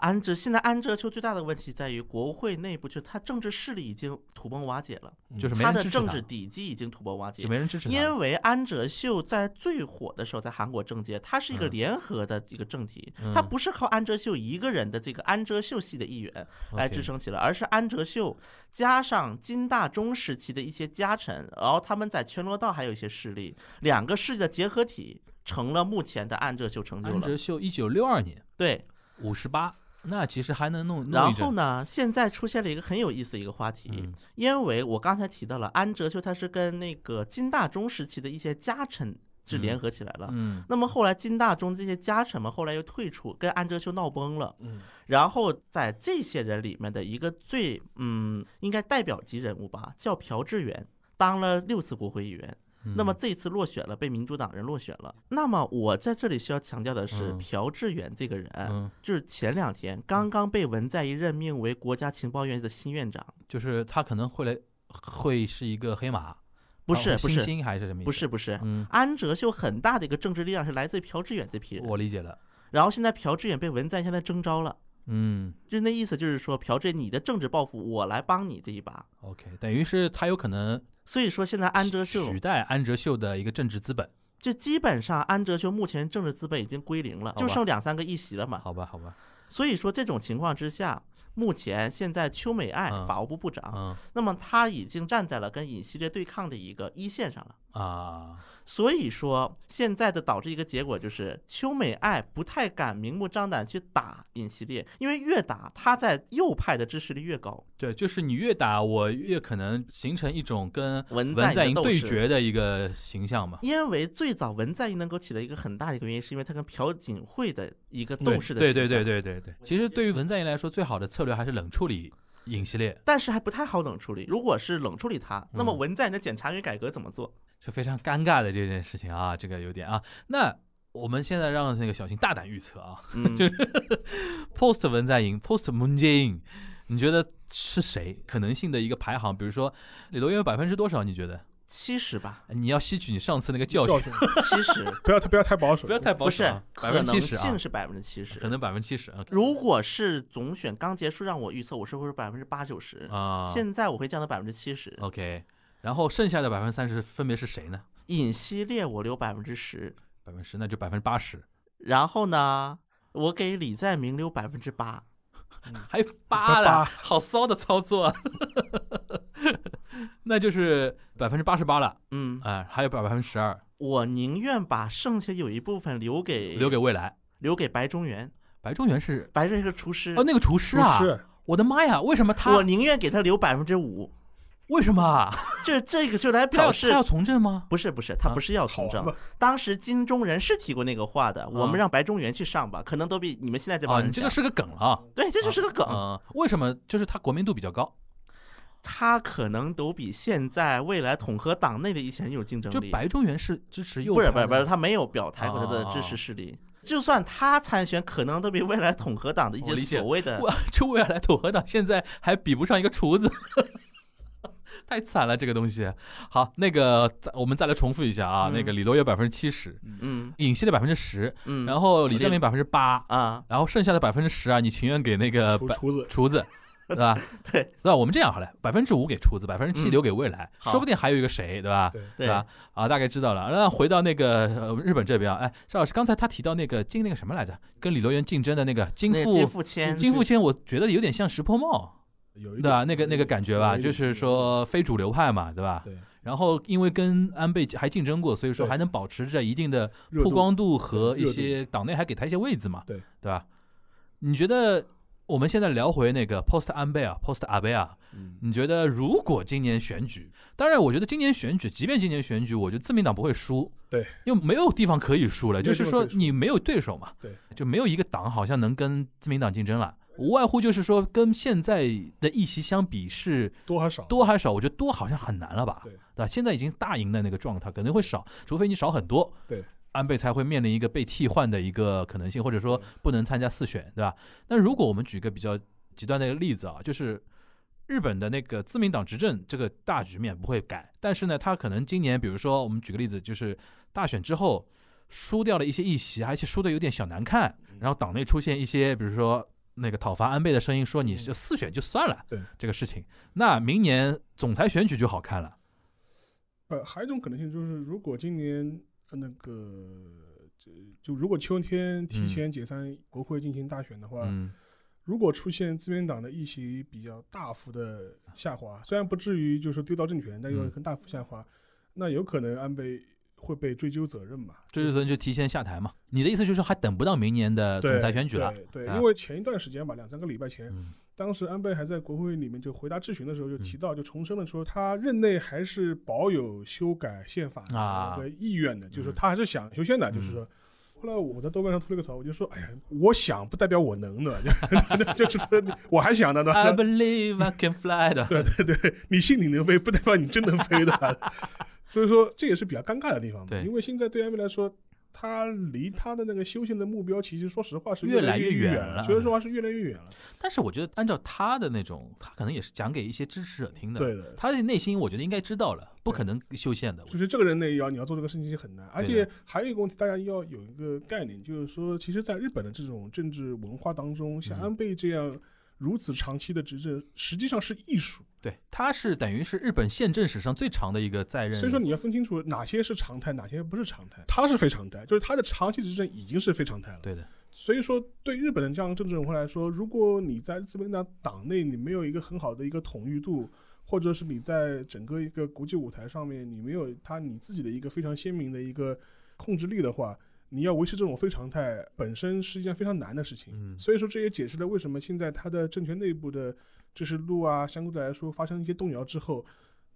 Speaker 3: 安哲现在安哲秀最大的问题在于国会内部，就他政治势力已经土崩瓦解了，
Speaker 2: 就是没
Speaker 3: 嗯他
Speaker 2: 人
Speaker 3: 的
Speaker 2: 支持
Speaker 3: 政
Speaker 2: 他
Speaker 3: 治，底基已经土崩瓦解
Speaker 2: 就。没人支持他
Speaker 3: 因
Speaker 2: 了。
Speaker 3: 为安哲秀在最火的时候，在韩国政界，他是一个
Speaker 2: 嗯
Speaker 3: 联合的一个政体，
Speaker 2: 嗯
Speaker 3: 他不是靠安哲秀一个人的这个安哲秀系的议员来
Speaker 2: OK
Speaker 3: 支撑起来，而是安哲秀加上金大中时期的一些家臣，然后他们在全罗道还有一些势力，两个势力的结合体成了目前的安哲秀成就
Speaker 2: 安
Speaker 3: 了。
Speaker 2: 哲秀一九六二年
Speaker 3: 对，
Speaker 2: 五十八，那其实还能弄弄
Speaker 3: 然
Speaker 2: 一
Speaker 3: 后
Speaker 2: 阵。
Speaker 3: 呢，现在出现了一个很有意思的一个话题，
Speaker 2: 嗯
Speaker 3: 因为我刚才提到了安哲秀，他是跟那个金大中时期的一些家臣是联合起来了。
Speaker 2: 嗯
Speaker 3: 那么后来金大中这些家臣们后来又退出，跟安哲秀闹崩了。
Speaker 4: 嗯，
Speaker 3: 然后在这些人里面的一个最嗯，应该代表级人物吧，叫朴智元，当了六次国会议员。
Speaker 2: 嗯
Speaker 3: 那么这次落选了，被民主党人落选了。那么我在这里需要强调的是，
Speaker 2: 嗯
Speaker 3: 朴智元这个人，
Speaker 2: 嗯，
Speaker 3: 就是前两天刚刚被文在寅任命为国家情报院的新院长，
Speaker 2: 就是他可能会来会是一个黑马，
Speaker 3: 不
Speaker 2: 啊
Speaker 3: 是
Speaker 2: 会
Speaker 3: 不
Speaker 2: 新
Speaker 3: 是
Speaker 2: 星还是什么意思？
Speaker 3: 不是，不是，
Speaker 2: 嗯，
Speaker 3: 安哲秀很大的一个政治力量是来自于朴智远这批人，
Speaker 2: 我理解了。
Speaker 3: 然后现在朴智远被文在寅现在征召了，
Speaker 2: 嗯
Speaker 3: 就那意思就是说朴智远你的政治抱负我来帮你这一把，
Speaker 2: ，OK，等于是他有可能
Speaker 3: 所以说现在安哲秀
Speaker 2: 取代安哲秀的一个政治资本，
Speaker 3: 就基本上安哲秀目前政治资本已经归零了，
Speaker 2: 好
Speaker 3: 就
Speaker 2: 吧
Speaker 3: 剩两三个议席了嘛，
Speaker 2: 好吧，好吧，
Speaker 3: 所以说这种情况之下。目前，现在邱美爱
Speaker 2: 嗯
Speaker 3: 法务部部长，
Speaker 2: 嗯
Speaker 3: 那么他已经站在了跟尹锡烈对抗的一个一线上了。
Speaker 2: 啊，
Speaker 3: 所以说，现在的导致一个结果就是，邱美爱不太敢明目张胆去打尹锡烈，因为越打他在右派的支持率越高。
Speaker 2: 对，就是你越打我越可能形成一种跟
Speaker 3: 文
Speaker 2: 文在
Speaker 3: 在寅
Speaker 2: 寅
Speaker 3: 斗
Speaker 2: 对
Speaker 3: 士，
Speaker 2: 决的一个形象嘛，
Speaker 3: 因为最早文在寅能够起到一个很大的一个原因，是因为他跟朴槿惠的一个
Speaker 2: 对
Speaker 3: 斗士的
Speaker 2: 对对
Speaker 3: 形
Speaker 2: 对
Speaker 3: 象。
Speaker 2: 对对对，其实对于文在寅来说，最好的策略还是冷处理尹锡烈，
Speaker 3: 但是还不太好冷处理。如果是冷处理他，那么
Speaker 2: 嗯
Speaker 3: 文在寅的检察院改革怎么 做？
Speaker 2: 是非常尴尬的这件事情啊，这个有点啊，那。我们现在让那个小新大胆预测啊
Speaker 3: 嗯，
Speaker 2: ，post 文在寅，post Moon Jae-in，你觉得是谁可能性的一个排行？比如说李罗渊有百分之多少？你觉得
Speaker 3: 七十吧，
Speaker 2: 你要吸取你上次那个教训
Speaker 4: 教，训，
Speaker 3: 七 十
Speaker 4: 不要太不要太保守，
Speaker 2: 不要太保
Speaker 3: 不
Speaker 2: 守
Speaker 3: 是
Speaker 2: 啊，
Speaker 3: 可
Speaker 2: 百分之
Speaker 3: 能
Speaker 2: 七十啊
Speaker 3: 性，是百分之七十
Speaker 2: 可。能百分之七十啊。
Speaker 3: 如果是总选刚结束，让我预测，我是会是百分之八九十。
Speaker 2: 啊，
Speaker 3: 现在我会降到百分之七十。
Speaker 2: OK，然后剩下的百分之三十分别是谁呢？
Speaker 3: 尹锡烈我留百分之十，
Speaker 2: 百分之十，那就百分之八十。
Speaker 3: 然后呢，我给李在明留百分之八，
Speaker 2: 还八了，
Speaker 4: 八
Speaker 2: 好骚的操作， 那就是百分之八十八了，
Speaker 3: 嗯，
Speaker 2: 哎、还有百分之十二
Speaker 3: 我宁愿把剩下有一部分留给
Speaker 2: 留给未来。
Speaker 3: 留给白中原，
Speaker 2: 白中原是
Speaker 3: 白中原是厨师，
Speaker 2: 哦，那个厨师
Speaker 4: 不
Speaker 2: 啊，
Speaker 4: 是
Speaker 2: 我的妈呀，为什么他
Speaker 3: 我宁愿给他留百分之五，
Speaker 2: 为什么啊
Speaker 3: 这这个就来
Speaker 2: 他要
Speaker 3: 表
Speaker 2: 他
Speaker 3: 示
Speaker 2: 要从政吗？
Speaker 3: 不是不是，他
Speaker 2: 啊
Speaker 3: 不是要
Speaker 4: 好
Speaker 3: 从
Speaker 4: 玩
Speaker 3: 政。
Speaker 4: 吧？
Speaker 3: 当时金钟仁是提过那个话的，我们让白中原去上吧，可能都比你们现在这帮
Speaker 2: 啊，
Speaker 3: 人
Speaker 2: 你这个
Speaker 3: 强
Speaker 2: 是个梗了啊。
Speaker 3: 对，这就是个梗。
Speaker 2: 嗯，为什么就是他国民度比较高？
Speaker 3: 他可能都比现在未来统合党内的一些人有竞争
Speaker 2: 就
Speaker 3: 力。
Speaker 2: 白中原是支持右
Speaker 3: 不是
Speaker 2: 派
Speaker 3: 不是
Speaker 2: 的
Speaker 3: 不是，他没有表态过他的支持
Speaker 2: 哦
Speaker 3: 势力。就算他参选，可能都比未来统合党的
Speaker 2: 我
Speaker 3: 一
Speaker 2: 理解
Speaker 3: 些所谓的
Speaker 2: 哇，这未来土合党现在还比不上一个厨子， 太惨了这个东西。好，那个再我们再来重复一下啊，
Speaker 3: 嗯
Speaker 2: 那个李罗有百分之七十，
Speaker 3: 嗯
Speaker 2: 尹锡的百分之十，
Speaker 3: 嗯，
Speaker 2: 然后李在明百分之八，
Speaker 3: 啊，
Speaker 2: 然后剩下的百分之十啊，你情愿给那个
Speaker 4: 厨
Speaker 2: 白
Speaker 4: 厨子
Speaker 2: 厨子。对吧？
Speaker 3: 对
Speaker 2: 对吧？我们这样好了，百分之五给厨子，百分之七
Speaker 3: 嗯
Speaker 2: 留给未来，
Speaker 3: 好
Speaker 2: 说不定还有一个谁，对吧？
Speaker 4: 对
Speaker 3: 对
Speaker 2: 吧？啊，大概知道了。那回到那个呃日本这边啊，哎，邵老师，刚才他提到那个金那个什么来着，跟李罗源竞争的那个金
Speaker 3: 那
Speaker 2: 富
Speaker 3: 金富谦
Speaker 2: 金富谦，我觉得有点像石破茂，
Speaker 4: 有一
Speaker 2: 对啊吧？
Speaker 4: 点
Speaker 2: 那个那个感觉吧，
Speaker 4: 有一点
Speaker 2: 就是说非主流派嘛，对吧？
Speaker 4: 对
Speaker 2: 然后因为跟安倍还竞争过，所以说
Speaker 4: 对
Speaker 2: 还能保持着一定的
Speaker 4: 热
Speaker 2: 曝
Speaker 4: 度
Speaker 2: 光度和
Speaker 4: 对
Speaker 2: 一
Speaker 4: 热
Speaker 2: 些党内还给他一些位子嘛，
Speaker 4: 对
Speaker 2: 对吧？你觉得我们现在聊回那个 post 安倍啊，post 阿贝啊，
Speaker 4: 嗯
Speaker 2: 你觉得如果今年选举，当然，我觉得今年选举，即便今年选举，我觉得自民党不会输，
Speaker 4: 对，
Speaker 2: 因为没有地方可以输了，
Speaker 4: 没有
Speaker 2: 就是
Speaker 4: 地方
Speaker 2: 说
Speaker 4: 可以输
Speaker 2: 你没有对手嘛，
Speaker 4: 对，
Speaker 2: 就没有一个党好像能跟自民党竞争了，无外乎就是说跟现在的议席相比是
Speaker 4: 多还少
Speaker 2: 多还少，我觉得多好像很难了吧，
Speaker 4: 对
Speaker 2: 吧？现在已经大赢的那个状态可能会少，除非你少很多，
Speaker 4: 对。
Speaker 2: 安倍才会面临一个被替换的一个可能性，或者说不能参加四选，对吧？那如果我们举个比较极端的一个例子啊，就是日本的那个自民党执政这个大局面不会改，但是呢，他可能今年，比如说我们举个例子，就是大选之后输掉了一些议席，而且输的有点小难看，
Speaker 4: 嗯
Speaker 2: 然后党内出现一些，比如说。那个讨伐安倍的声音说：“你就四选就算了，
Speaker 4: 嗯对
Speaker 2: 这个事情，那明年总裁选举就好看了。
Speaker 4: 呃，还有一种可能性就是，如果今年呃那个就就如果秋天提前解散国会进行大选的话，
Speaker 2: 嗯，
Speaker 4: 如果出现自民党的议席比较大幅的下滑，虽然不至于就是丢到政权，但又
Speaker 2: 嗯
Speaker 4: 很大幅下滑，那有可能安倍会被追究责任嘛？
Speaker 2: 这就是就提前下台嘛。你的意思就是说还等不到明年的
Speaker 4: 对
Speaker 2: 总裁选举了？
Speaker 4: 对，对
Speaker 2: 啊
Speaker 4: 因为前一段时间吧，两三个礼拜前，
Speaker 2: 嗯
Speaker 4: 当时安倍还在国会里面就回答质询的时候，就提到，就重申了说，他任内还是保有修改宪法的
Speaker 2: 啊
Speaker 4: 那个意愿的，就是说
Speaker 2: 嗯
Speaker 4: 他还是想修宪的，就是说。后来我在豆瓣上吐了个槽，我就说：“哎呀，我想不代表我能的， 就就是说你我还想的呢。
Speaker 2: I believe I can fly 的。
Speaker 4: 对对对，你信你能飞，不代表你真能飞的。 所以说这也是比较尴尬的地方嘛
Speaker 2: 对，
Speaker 4: 因为现在对安倍来说，他离他的那个修宪的目标，其实说实话是
Speaker 2: 越来
Speaker 4: 来
Speaker 2: 越
Speaker 4: 远
Speaker 2: 远了
Speaker 4: 所以说话是越来越远了。
Speaker 2: 但是我觉得按照他的那种，他可能也是讲给一些支持者听的。
Speaker 4: 对的，
Speaker 2: 他的内心我觉得应该知道了，不可能修宪的。
Speaker 4: 就是这个人呢，要你要做这个事情是很难，而
Speaker 2: 对的
Speaker 4: 且还有一个问题，大家要有一个概念，就是说，其实，在日本的这种政治文化当中，像
Speaker 2: 嗯
Speaker 4: 安倍这样如此长期的执政，实际上是艺术。
Speaker 2: 对，他是等于是日本宪政史上最长的一个在任。
Speaker 4: 所以说，你要分清楚哪些是常态，哪些不是常态。他是非常态，就是他的长期执政已经是非常态了。
Speaker 2: 对的，
Speaker 4: 所以说，对日本的这样政治文化来说，如果你在自民党党内你没有一个很好的一个统御度，或者是你在整个一个国际舞台上面你没有他你自己的一个非常鲜明的一个控制力的话，你要维持这种非常态本身是一件非常难的事情。
Speaker 2: 嗯
Speaker 4: 所以说，这也解释了为什么现在他的政权内部的支持度啊，相对来说发生一些动摇之后，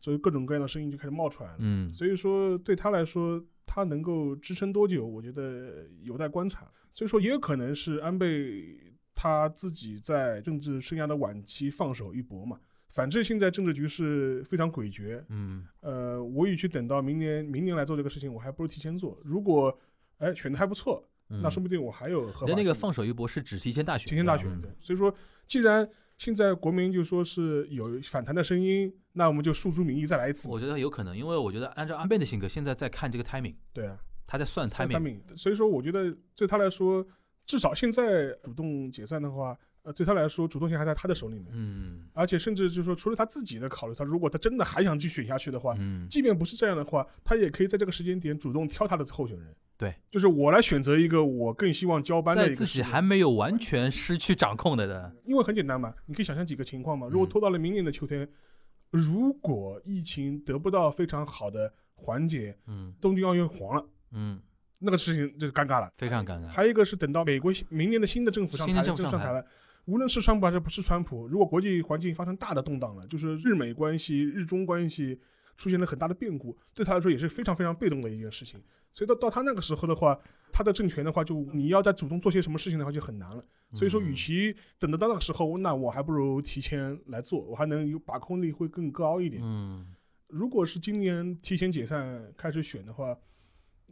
Speaker 4: 所以各种各样的声音就开始冒出来了。
Speaker 2: 嗯，
Speaker 4: 所以说对他来说，他能够支撑多久，我觉得有待观察。所以说，也有可能是安倍他自己在政治生涯的晚期放手一搏嘛。反正现在政治局势非常诡谲，
Speaker 2: 嗯，
Speaker 4: 呃，我与其等到明年明年来做这个事情，我还不如提前做。如果哎选的还不错，
Speaker 2: 嗯
Speaker 4: 那说不定我还有合法
Speaker 2: 你的那个
Speaker 4: 性
Speaker 2: 放手一搏是指提前大选，
Speaker 4: 提前大选
Speaker 2: 嗯
Speaker 4: 对。所以说，既然现在国民就说是有反弹的声音，那我们就诉诸民意再来一次嘛。
Speaker 2: 我觉得有可能，因为我觉得按照安倍的性格，现在在看这个 timing，
Speaker 4: 对啊，
Speaker 2: 他在算
Speaker 4: 蔡
Speaker 2: timing。
Speaker 4: 所以说我觉得对他来说，至少现在主动解散的话，呃，对他来说，主动权还在他的手里面。
Speaker 2: 嗯
Speaker 4: 而且甚至就是说，除了他自己的考虑，他如果他真的还想继续选下去的话，
Speaker 2: 嗯
Speaker 4: 即便不是这样的话，他也可以在这个时间点主动挑他的候选人。
Speaker 2: 对，
Speaker 4: 就是我来选择一个我更希望交班的一
Speaker 2: 在
Speaker 4: 个
Speaker 2: 自
Speaker 4: 时
Speaker 2: 己
Speaker 4: 间
Speaker 2: 还没有完全失去掌控的的，
Speaker 4: 因为很简单嘛，你可以想象几个情况嘛。如果
Speaker 2: 嗯
Speaker 4: 拖到了明年的秋天，如果疫情得不到非常好的缓解，
Speaker 2: 嗯
Speaker 4: 东京奥运黄了，
Speaker 2: 嗯，
Speaker 4: 那个事情就尴尬了。
Speaker 2: 非常尴尬。
Speaker 4: 还有一个是等到美国明年的新的政府上
Speaker 2: 新
Speaker 4: 台，
Speaker 2: 的
Speaker 4: 政
Speaker 2: 政
Speaker 4: 府
Speaker 2: 府
Speaker 4: 上
Speaker 2: 上台
Speaker 4: 台了，无论是川普还是不是川普，如果国际环境发生大的动荡了，就是日美关系、日中关系出现了很大的变故，对他来说也是非常非常被动的一件事情。所以到到他那个时候的话，他的政权的话，就你要再主动做些什么事情的话，就很难了。所以
Speaker 2: 嗯
Speaker 4: 说，与其等得到那个时候，那我还不如提前来做，我还能有把控力会更高一点。
Speaker 2: 嗯
Speaker 4: 如果是今年提前解散开始选的话，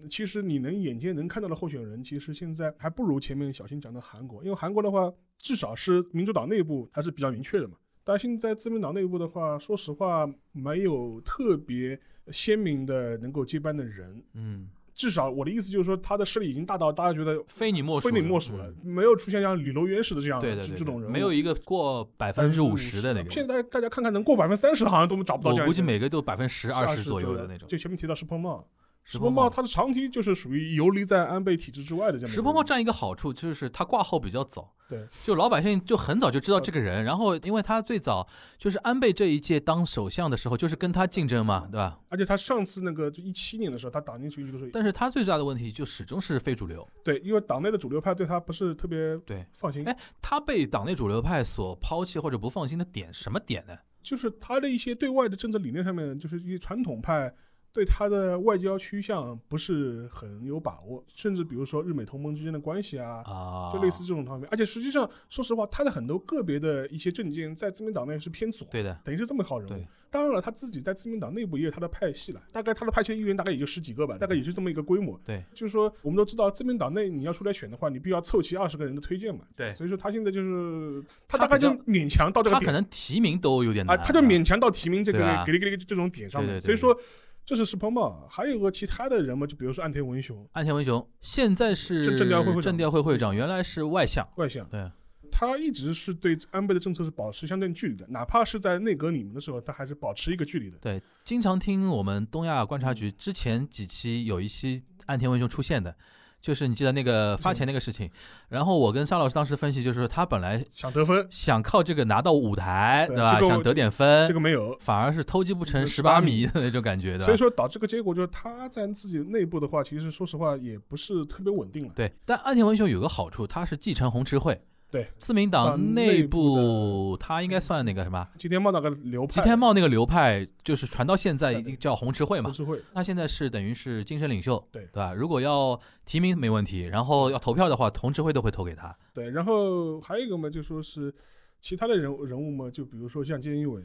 Speaker 4: 其实你能眼见能看到的候选人，其实现在还不如前面小新讲的韩国，因为韩国的话，至少是民主党内部还是比较明确的嘛。但现在自民党内部的话，说实话没有特别鲜明的能够接班的人，
Speaker 2: 嗯，
Speaker 4: 至少我的意思就是说，他的势力已经大到大家觉得
Speaker 2: 非你莫属，
Speaker 4: 非你莫属了，
Speaker 2: 嗯
Speaker 4: 没有出现像李楼渊似的这样
Speaker 2: 对对
Speaker 4: 这
Speaker 2: 对，
Speaker 4: 这
Speaker 2: 对
Speaker 4: 种人物，
Speaker 2: 没有一个过百分之五十的那个
Speaker 4: 现
Speaker 2: 人，
Speaker 4: 在大家看看能过百分之三十的，好像都找不到这
Speaker 2: 我
Speaker 4: 样
Speaker 2: 估
Speaker 4: 一
Speaker 2: 计
Speaker 4: 个人
Speaker 2: 每个都百分之十、二
Speaker 4: 20
Speaker 2: 十左右的那种。
Speaker 4: 就前面提到石破茂，石
Speaker 2: 石
Speaker 4: 破
Speaker 2: 破
Speaker 4: 茂
Speaker 2: 茂
Speaker 4: 他的长期就是属于游离在安倍体制之外的这么一个人。
Speaker 2: 石破茂占一个好处就是他挂号比较早，
Speaker 4: 对，呃
Speaker 2: 就老百姓就很早就知道这个人，然后因为他最早就是安倍这一届当首相的时候，就是跟他竞争嘛，对吧？
Speaker 4: 而且他上次那个就一七年的时候，他打进去就是
Speaker 2: 但是他最大的问题就始终是非主流，
Speaker 4: 对，因为党内的主流派对他不是特别
Speaker 2: 对
Speaker 4: 放心，
Speaker 2: 哎他被党内主流派所抛弃或者不放心的点什么点呢？
Speaker 4: 就是他的一些对外的政策理念上面，就是一些传统派。对他的外交趋向不是很有把握，甚至比如说日美同盟之间的关系啊，
Speaker 2: 啊，
Speaker 4: 就类似这种方面。而且实际上，说实话，他的很多个别的一些政见在自民党内是偏左，
Speaker 2: 对的，
Speaker 4: 等于是这么一号人物
Speaker 2: 对。
Speaker 4: 当然了，他自己在自民党内部也有他的派系了，大概他的派系议员大概也就十几个吧，大概也就这么一个规模。
Speaker 2: 对，
Speaker 4: 就是说我们都知道，自民党内你要出来选的话，你必须要凑齐二十个人的推荐嘛。
Speaker 2: 对
Speaker 4: 所以说他现在就是他
Speaker 2: 哎他
Speaker 4: 大概
Speaker 2: 比
Speaker 4: 就
Speaker 2: 较
Speaker 4: 勉强到这个
Speaker 2: 他可
Speaker 4: 点
Speaker 2: 能提名都有点
Speaker 4: 啊，
Speaker 2: 难，
Speaker 4: 他就勉强到提名这个
Speaker 2: 对啊
Speaker 4: 给力给力这种点上面。
Speaker 2: 对对对
Speaker 4: 所以说这是石破茂，还有个其他的人嘛，就比如说岸田文雄
Speaker 2: 安田文雄现在是
Speaker 4: 政政调会会长
Speaker 2: 政调会会长，原来是外相，
Speaker 4: 外相，
Speaker 2: 对，啊
Speaker 4: 他一直是对安倍的政策是保持相对距离的，哪怕是在内阁里面的时候，他还是保持一个距离的。
Speaker 2: 对，经常听我们东亚观察
Speaker 4: 嗯
Speaker 2: 局之前几期有一期岸田文雄出现的，就是你记得那个发钱那个事情。然后我跟沙老师当时分析，就是说他本来
Speaker 4: 想得分，
Speaker 2: 想靠这个拿到舞台，
Speaker 4: 对
Speaker 2: 对吧？
Speaker 4: 这个
Speaker 2: 想得点分，
Speaker 4: 这个没有。
Speaker 2: 反而是偷鸡不成蚀
Speaker 4: 18
Speaker 2: 把
Speaker 4: 米
Speaker 2: 米的那种感觉的。
Speaker 4: 所以说导致个结果就是他在自己内部的话，其实说实话也不是特别稳定了。
Speaker 2: 对，但岸田文雄有个好处，他是继承红池会，
Speaker 4: 对，
Speaker 2: 自民
Speaker 4: 在
Speaker 2: 党
Speaker 4: 内
Speaker 2: 内
Speaker 4: 部的
Speaker 2: 部他应该算那个什么。
Speaker 4: 吉田茂那个流派，
Speaker 2: 吉田茂那个流派，就是传到现在
Speaker 4: 对
Speaker 2: 已经叫红池会嘛
Speaker 4: 都，是会，
Speaker 2: 他现在是等于是精神领袖，
Speaker 4: 对
Speaker 2: 对吧？如果要提名没问题，然后要投票的话，同志会都会投给他。
Speaker 4: 对。然后还有一个嘛，就说是其他的人物人物嘛，就比如说像菅义伟，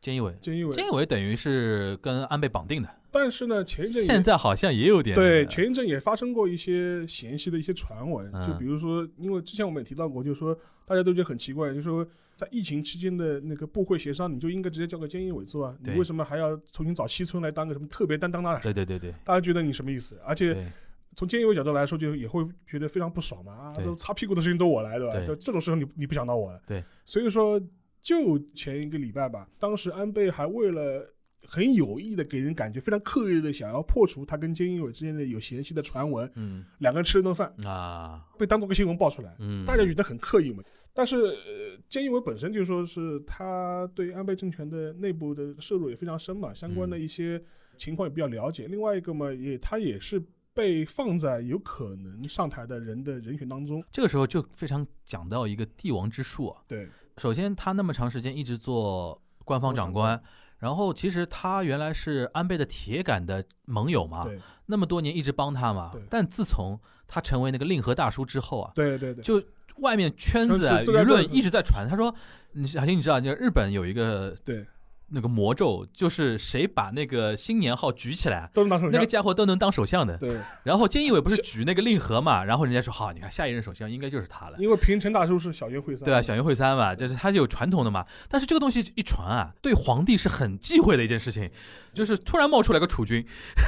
Speaker 2: 菅义伟，
Speaker 4: 菅义
Speaker 2: 菅
Speaker 4: 伟
Speaker 2: 义，伟等于是跟安倍绑定的，
Speaker 4: 但是呢，前一哎阵也
Speaker 2: 现在好像也有点
Speaker 4: 对
Speaker 2: 那个
Speaker 4: 前一阵也发生过一些嫌隙的一些传闻，
Speaker 2: 嗯
Speaker 4: 就比如说，因为之前我们也提到过，就是说大家都觉得很奇怪，就是说在疫情期间的那个部会协商，你就应该直接交给菅义伟做啊，你
Speaker 2: 对
Speaker 4: 为什么还要重新找西村来当个什么特别担当呢？
Speaker 2: 对对对对
Speaker 4: 大家觉得你什么意思？而且
Speaker 2: 对
Speaker 4: 从菅义伟角度来说，就也会觉得非常不爽嘛，啊，
Speaker 2: 对
Speaker 4: 都擦屁股的事情都我来，对吧？
Speaker 2: 对
Speaker 4: 就这种时候你你不想到我了，
Speaker 2: 对，
Speaker 4: 所以说就前一个礼拜吧，当时安倍还为了。很有意的给人感觉非常刻意的想要破除他跟菅义伟之间的有嫌隙的传闻，
Speaker 2: 嗯
Speaker 4: 两个人吃了顿饭，
Speaker 2: 啊
Speaker 4: 被当做个新闻爆出来，
Speaker 2: 嗯，
Speaker 4: 大家觉得很刻意嘛。但是呃菅义伟本身就说是他对安倍政权的内部的涉入也非常深嘛，相关
Speaker 2: 嗯
Speaker 4: 的一些情况也比较了解。另外一个嘛，也他也是被放在有可能上台的人的人选当中。
Speaker 2: 这个时候就非常讲到一个帝王之术啊。
Speaker 4: 对，
Speaker 2: 首先，他那么长时间一直做官方长
Speaker 4: 官
Speaker 2: 官，然后其实他原来是安倍的铁杆的盟友嘛，
Speaker 4: 对，
Speaker 2: 那么多年一直帮他嘛
Speaker 4: 对。
Speaker 2: 但自从他成为那个令和大叔之后啊，
Speaker 4: 对，对，对，
Speaker 2: 就外面圈子啊
Speaker 4: 圈子对对
Speaker 2: 舆论
Speaker 4: 对
Speaker 2: 一直在传，他说，你小新你知道，就日本有一个
Speaker 4: 对，
Speaker 2: 那个魔咒，就是谁把那个新年号举起来，
Speaker 4: 都能当首
Speaker 2: 那
Speaker 4: 相
Speaker 2: 个。家伙都能当首相的。
Speaker 4: 对，
Speaker 2: 然后菅义伟不是
Speaker 4: 是
Speaker 2: 举那个令和嘛，然后人家说好，你看下一任首相应该就是他了。
Speaker 4: 因为平成大叔是小渊惠三，
Speaker 2: 对吧？啊小元会三嘛，就是它是有传统的嘛。但是这个东西一传啊，对皇帝是很忌讳的一件事情，就是突然冒出来个储君，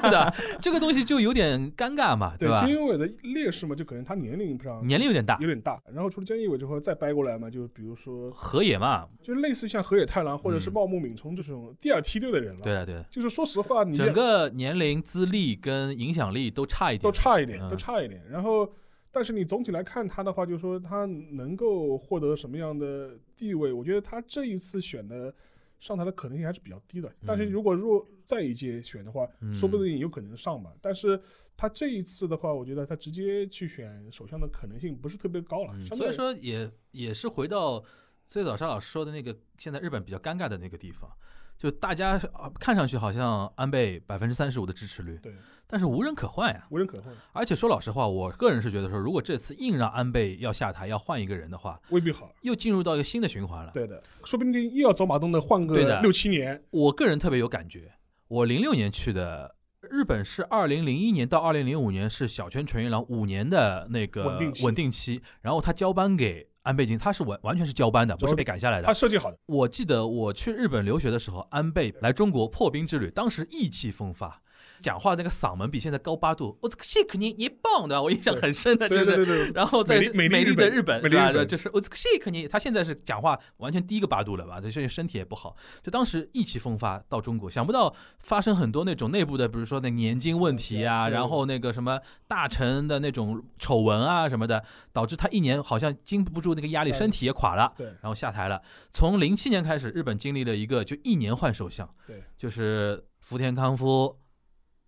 Speaker 2: 对吧？这个东西就有点尴尬嘛，
Speaker 4: 对
Speaker 2: 吧
Speaker 4: 菅？义伟的劣势嘛，就可能他年龄上
Speaker 2: 年龄有点大
Speaker 4: 有，点大，然后除了菅义伟之后再掰过来嘛，就比如说
Speaker 2: 河野嘛，
Speaker 4: 就类似像河野太郎或者是
Speaker 2: 嗯
Speaker 4: 茂木敏充这种第二梯队的人了。
Speaker 2: 对，啊的对的，
Speaker 4: 就是说实话，你
Speaker 2: 整个年龄、资历跟影响力都差一点，
Speaker 4: 都差一点，
Speaker 2: 嗯
Speaker 4: 都差一点。然后，但是你总体来看他的话，就是说他能够获得什么样的地位，我觉得他这一次选的上台的可能性还是比较低的。但是如果若再一届选的话，
Speaker 2: 嗯
Speaker 4: 说不定有可能上吧。但是他这一次的话，我觉得他直接去选首相的可能性不是特别高了。
Speaker 2: 嗯，
Speaker 4: 相
Speaker 2: 所
Speaker 4: 对
Speaker 2: 以说也也是回到最早沙老师说的那个，现在日本比较尴尬的那个地方，就大家啊看上去好像安倍百分之三十五的支持率，
Speaker 4: 对
Speaker 2: 但是无人可换呀。
Speaker 4: 无人可混，
Speaker 2: 而且说老实话，我个人是觉得说，如果这次硬让安倍要下台，要换一个人的话，
Speaker 4: 未必好。
Speaker 2: 又进入到一个新的循环了。
Speaker 4: 对的，说不定又要走马灯的换
Speaker 2: 啊对
Speaker 4: 个
Speaker 2: 的
Speaker 4: 六七年。
Speaker 2: 我个人特别有感觉，我零六年去的。日本是二零零一年到二零零五年是小泉纯一郎五年的那个
Speaker 4: 稳定期
Speaker 2: 稳定期，然后他交班给安倍晋，他是完完全是交班的，不是被赶下来的
Speaker 4: 他。设计好的，
Speaker 2: 我记得我去日本留学的时候，安倍来中国破冰之旅，当时意气风发，讲话那个嗓门比现在高八度。我这个 shake 你你棒的，我印象很深的，
Speaker 4: 对
Speaker 2: 就是
Speaker 4: 对对对，
Speaker 2: 然后在
Speaker 4: 美丽美
Speaker 2: 丽
Speaker 4: 丽日
Speaker 2: 的
Speaker 4: 本
Speaker 2: 日本，
Speaker 4: 美丽
Speaker 2: 对吧？
Speaker 4: 日本
Speaker 2: 就是呃我这个 shake 你，他现在是讲话完全低一个八度了吧？就是身体也不好，就当时意气风发到中国，想不到发生很多那种内部的，比如说那年金问题啊，
Speaker 4: 对
Speaker 2: 然后那个什么大臣的那种丑闻啊什么的，导致他一年好像经不住那个压力，
Speaker 4: 对
Speaker 2: 身体也垮了。
Speaker 4: 对
Speaker 2: 然后下台了。从零七年开始，日本经历了一个就一年换首相，
Speaker 4: 对，
Speaker 2: 就是福田康夫、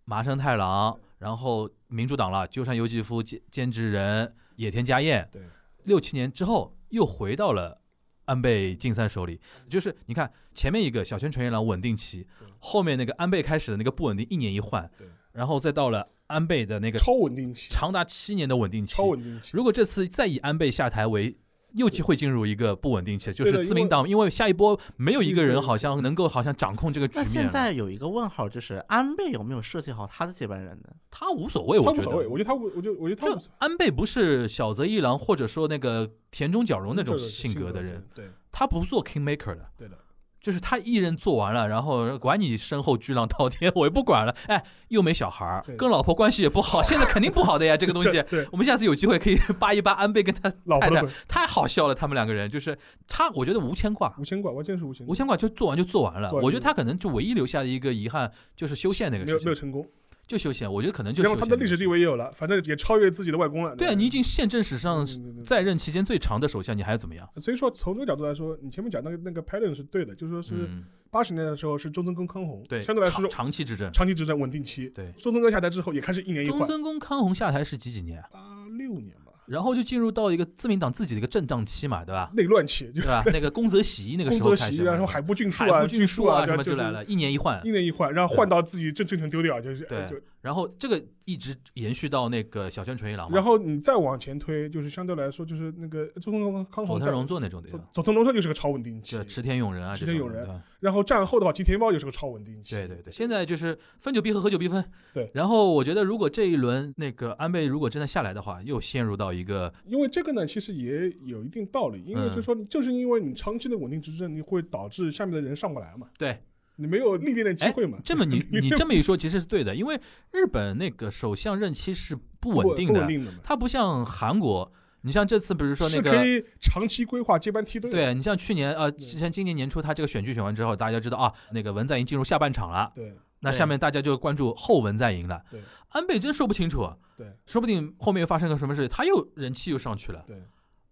Speaker 2: 麻生太郎，然后民主党了，鸠山由纪夫、兼兼职人野田佳彦。
Speaker 4: 对，
Speaker 2: 六七年之后又回到了安倍晋三手里。就是你看前面一个小泉纯一郎稳定期
Speaker 4: 嗯对，
Speaker 2: 后面那个安倍开始的那个不稳定，一年一换
Speaker 4: 对，
Speaker 2: 然后再到了安倍的那个
Speaker 4: 超稳定期，
Speaker 2: 长达七年的稳定期，
Speaker 4: 超稳定期。
Speaker 2: 如果这次再以安倍下台为，又会进入一个不稳定期，就
Speaker 4: 对的
Speaker 2: 是自民党，因为下一波没有一个人好像能够好像掌控这个局
Speaker 3: 那
Speaker 2: 面
Speaker 3: 现
Speaker 2: 了。
Speaker 3: 在有一个问号，就是安倍有没有设计好他的接班人呢？
Speaker 2: 他无所谓，
Speaker 4: 他
Speaker 2: 我
Speaker 4: 无
Speaker 2: 觉
Speaker 4: 所谓，
Speaker 2: 得。
Speaker 4: 我觉得他无，我就我觉得他无
Speaker 2: 就
Speaker 4: 所
Speaker 2: 安倍不是小泽一郎或者说那个田中角荣
Speaker 4: 谓
Speaker 2: 那种
Speaker 4: 这个
Speaker 2: 性格的人，，
Speaker 4: 对对
Speaker 2: 他不做 king maker 的，
Speaker 4: 对的，
Speaker 2: 就是他一人做完了，然后管你身后巨浪滔天，我也不管了。哎，又没小孩儿
Speaker 4: 对，
Speaker 2: 跟老婆关系也不 好，现在肯定不好的呀，这哎个东西。
Speaker 4: 对，对
Speaker 2: 我们下次有机会可以 扒一扒安倍跟他
Speaker 4: 老
Speaker 2: 太
Speaker 4: 婆
Speaker 2: 太
Speaker 4: 的本
Speaker 2: 太好笑了，他们两个人就是他，我觉得无牵挂，
Speaker 4: 无牵挂，完全是无牵挂，
Speaker 2: 无牵挂就做完就做完了。
Speaker 4: 做完就
Speaker 2: 我觉得他可能就唯一留下的一个遗憾就是修宪那个
Speaker 4: 没有
Speaker 2: 事
Speaker 4: 没有
Speaker 2: 情，
Speaker 4: 成功。
Speaker 2: 就修宪，我觉得可能就
Speaker 4: 然后
Speaker 2: 修
Speaker 4: 他
Speaker 2: 宪
Speaker 4: 的历史地
Speaker 2: 那个事
Speaker 4: 位也有了，反正也超越自己的外公了。
Speaker 2: 情。对啊，你已经宪政史上
Speaker 4: 嗯对对对
Speaker 2: 在任期间最长的首相，你还要怎么样？
Speaker 4: 所以说从这个角度来说，你前面讲那个那个 pattern 是对的，就是说是
Speaker 2: 嗯，
Speaker 4: 八十年代的时候是中曾根康弘，
Speaker 2: 对，
Speaker 4: 相对来说
Speaker 2: 长
Speaker 4: 是
Speaker 2: 长期执政。
Speaker 4: 长期执政稳定期。
Speaker 2: 对，
Speaker 4: 中曾根下台之后也开始一年一
Speaker 2: 中
Speaker 4: 换，
Speaker 2: 曾公康弘下台是几几年啊？
Speaker 4: 八六年吧，
Speaker 2: 然后就进入到一个自民党自己的一个震荡期嘛，对吧？
Speaker 4: 内乱期，就
Speaker 2: 对 吧？那个宫泽喜一那个
Speaker 4: 宫
Speaker 2: 时候
Speaker 4: 泽
Speaker 2: 开
Speaker 4: 喜
Speaker 2: 始
Speaker 4: 啊，
Speaker 2: 嘛，
Speaker 4: 然后海部俊树
Speaker 2: 海
Speaker 4: 啊、
Speaker 2: 部俊
Speaker 4: 树
Speaker 2: 树
Speaker 4: 啊
Speaker 2: 啊什么
Speaker 4: 就
Speaker 2: 就是来了，一年一换
Speaker 4: 一。年一换，然后换到自己政政权丢掉，就是哎
Speaker 2: 对
Speaker 4: 就
Speaker 2: 然后这个一直延续到那个小泉纯一郎嘛，
Speaker 4: 然后你再往前推，就是相对来说，就是那个中东康康
Speaker 2: 佐
Speaker 4: 弘
Speaker 2: 藤
Speaker 4: 在
Speaker 2: 荣作那啊种地
Speaker 4: 佐
Speaker 2: 方，
Speaker 4: 佐藤荣作就是个超稳定期
Speaker 2: 就，池田勇人啊，
Speaker 4: 池
Speaker 2: 这
Speaker 4: 田
Speaker 2: 种
Speaker 4: 勇人
Speaker 2: 对吧
Speaker 4: 然后战后的话，吉田茂就是个超稳定期，
Speaker 2: 对对对，现在就是分久必合，合久必分。
Speaker 4: 对
Speaker 2: 然后我觉得，如果这一轮那个安倍如果真的下来的话，又陷入到一个
Speaker 4: 因为这个呢，其实也有一定道理，因
Speaker 2: 嗯
Speaker 4: 为就是说你正是因为你长期的稳定执政，你会导致下面的人上不来嘛，
Speaker 2: 对哎
Speaker 4: 你没有历练的机会嘛，
Speaker 2: 这么 你你这么一说，其实是对的，因为日本那个首相任期是不稳定
Speaker 4: 不
Speaker 2: 的
Speaker 4: 稳，定的嘛，
Speaker 2: 它不像韩国，你像这次比如说那
Speaker 4: 是可
Speaker 2: 个。
Speaker 4: 以长期规划接班梯队的，
Speaker 2: 对你像去年呃，像今年年初他这个选举选完之后，大家知道啊，那个文在寅进入下半场了，
Speaker 4: 对
Speaker 2: 那
Speaker 3: 对
Speaker 2: 下面大家就关注后文在寅了
Speaker 4: 对。
Speaker 2: 安倍真说不清楚，
Speaker 4: 对
Speaker 2: 说不定后面又发生个什么事，他又人气又上去了，
Speaker 4: 对，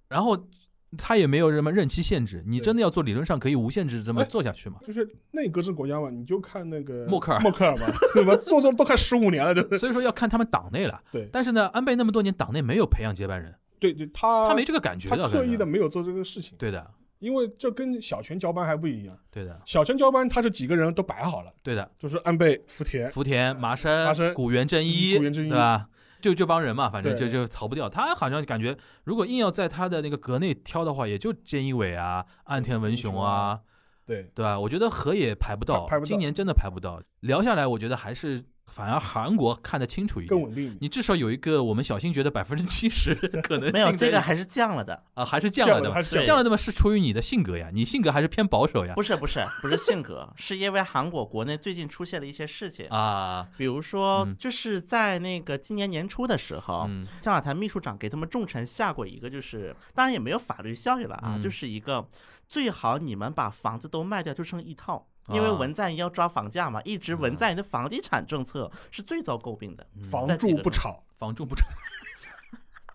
Speaker 2: 然后他也没有什么任期限制，你
Speaker 4: 对
Speaker 2: 真的要做理论上可以无限制这么
Speaker 4: 哎
Speaker 2: 做下去嘛？
Speaker 4: 就是内阁制国家嘛，你就看那个
Speaker 2: 默克尔
Speaker 4: 默克尔嘛，对吧？做这都快十五年了，对不对？
Speaker 2: 所以说要看他们党内了。
Speaker 4: 对
Speaker 2: 但是呢，安倍那么多年党内没有培养接班人，
Speaker 4: 对对，他
Speaker 2: 他没这个感觉
Speaker 4: 他
Speaker 2: 的，
Speaker 4: 刻意
Speaker 2: 感
Speaker 4: 的
Speaker 2: 觉
Speaker 4: 没有做这个事情，
Speaker 2: 对的，
Speaker 4: 因为这跟小泉交班还不一样。
Speaker 2: 对的，
Speaker 4: 小泉交班他是几个人都摆好了，
Speaker 2: 对的。
Speaker 4: 就是安倍、福田，
Speaker 2: 福田、麻
Speaker 4: 麻生
Speaker 2: 生、古原正一，
Speaker 4: 古原正一
Speaker 2: 对吧？就这帮人嘛，反正就
Speaker 4: 对
Speaker 2: 就逃不掉。他好像感觉，如果硬要在他的那个阁内挑的话，也就菅义伟啊、岸田文雄啊，
Speaker 4: 对，
Speaker 2: 对吧？我觉得河也排不到，
Speaker 4: 排排不到
Speaker 2: 今年真的排不到。聊下来，我觉得还是反而韩国看得清楚一
Speaker 4: 更
Speaker 2: 点。
Speaker 4: 稳定一点。
Speaker 2: 你至少有一个我们小新觉得百分之七 十可能
Speaker 3: 没有
Speaker 2: 性在
Speaker 3: 这个还是降了的，
Speaker 2: 啊，还是降了
Speaker 4: 降了
Speaker 2: 的
Speaker 4: 还
Speaker 2: 嘛，
Speaker 4: 是降
Speaker 3: 了
Speaker 2: 降了的嘛，是出于你的性格呀，你性格还是偏保守呀
Speaker 3: 不是不是不是性格，是因为韩国国内最近出现了一些事情，
Speaker 2: 啊，
Speaker 3: 比如说
Speaker 2: 嗯
Speaker 3: 就是在那个今年年初的时候，
Speaker 2: 嗯
Speaker 3: 向亚谈秘书长给他们众臣下过一个，就是当然也没有法律效益了啊，
Speaker 2: 嗯
Speaker 3: 就是一个最好你们把房子都卖掉，就剩一套。因为
Speaker 2: 啊
Speaker 3: 文在寅要抓房价嘛，一直文在寅的房地产政策是最遭诟病
Speaker 2: 嗯
Speaker 3: 的。
Speaker 4: 房住不炒，
Speaker 2: 房住不炒。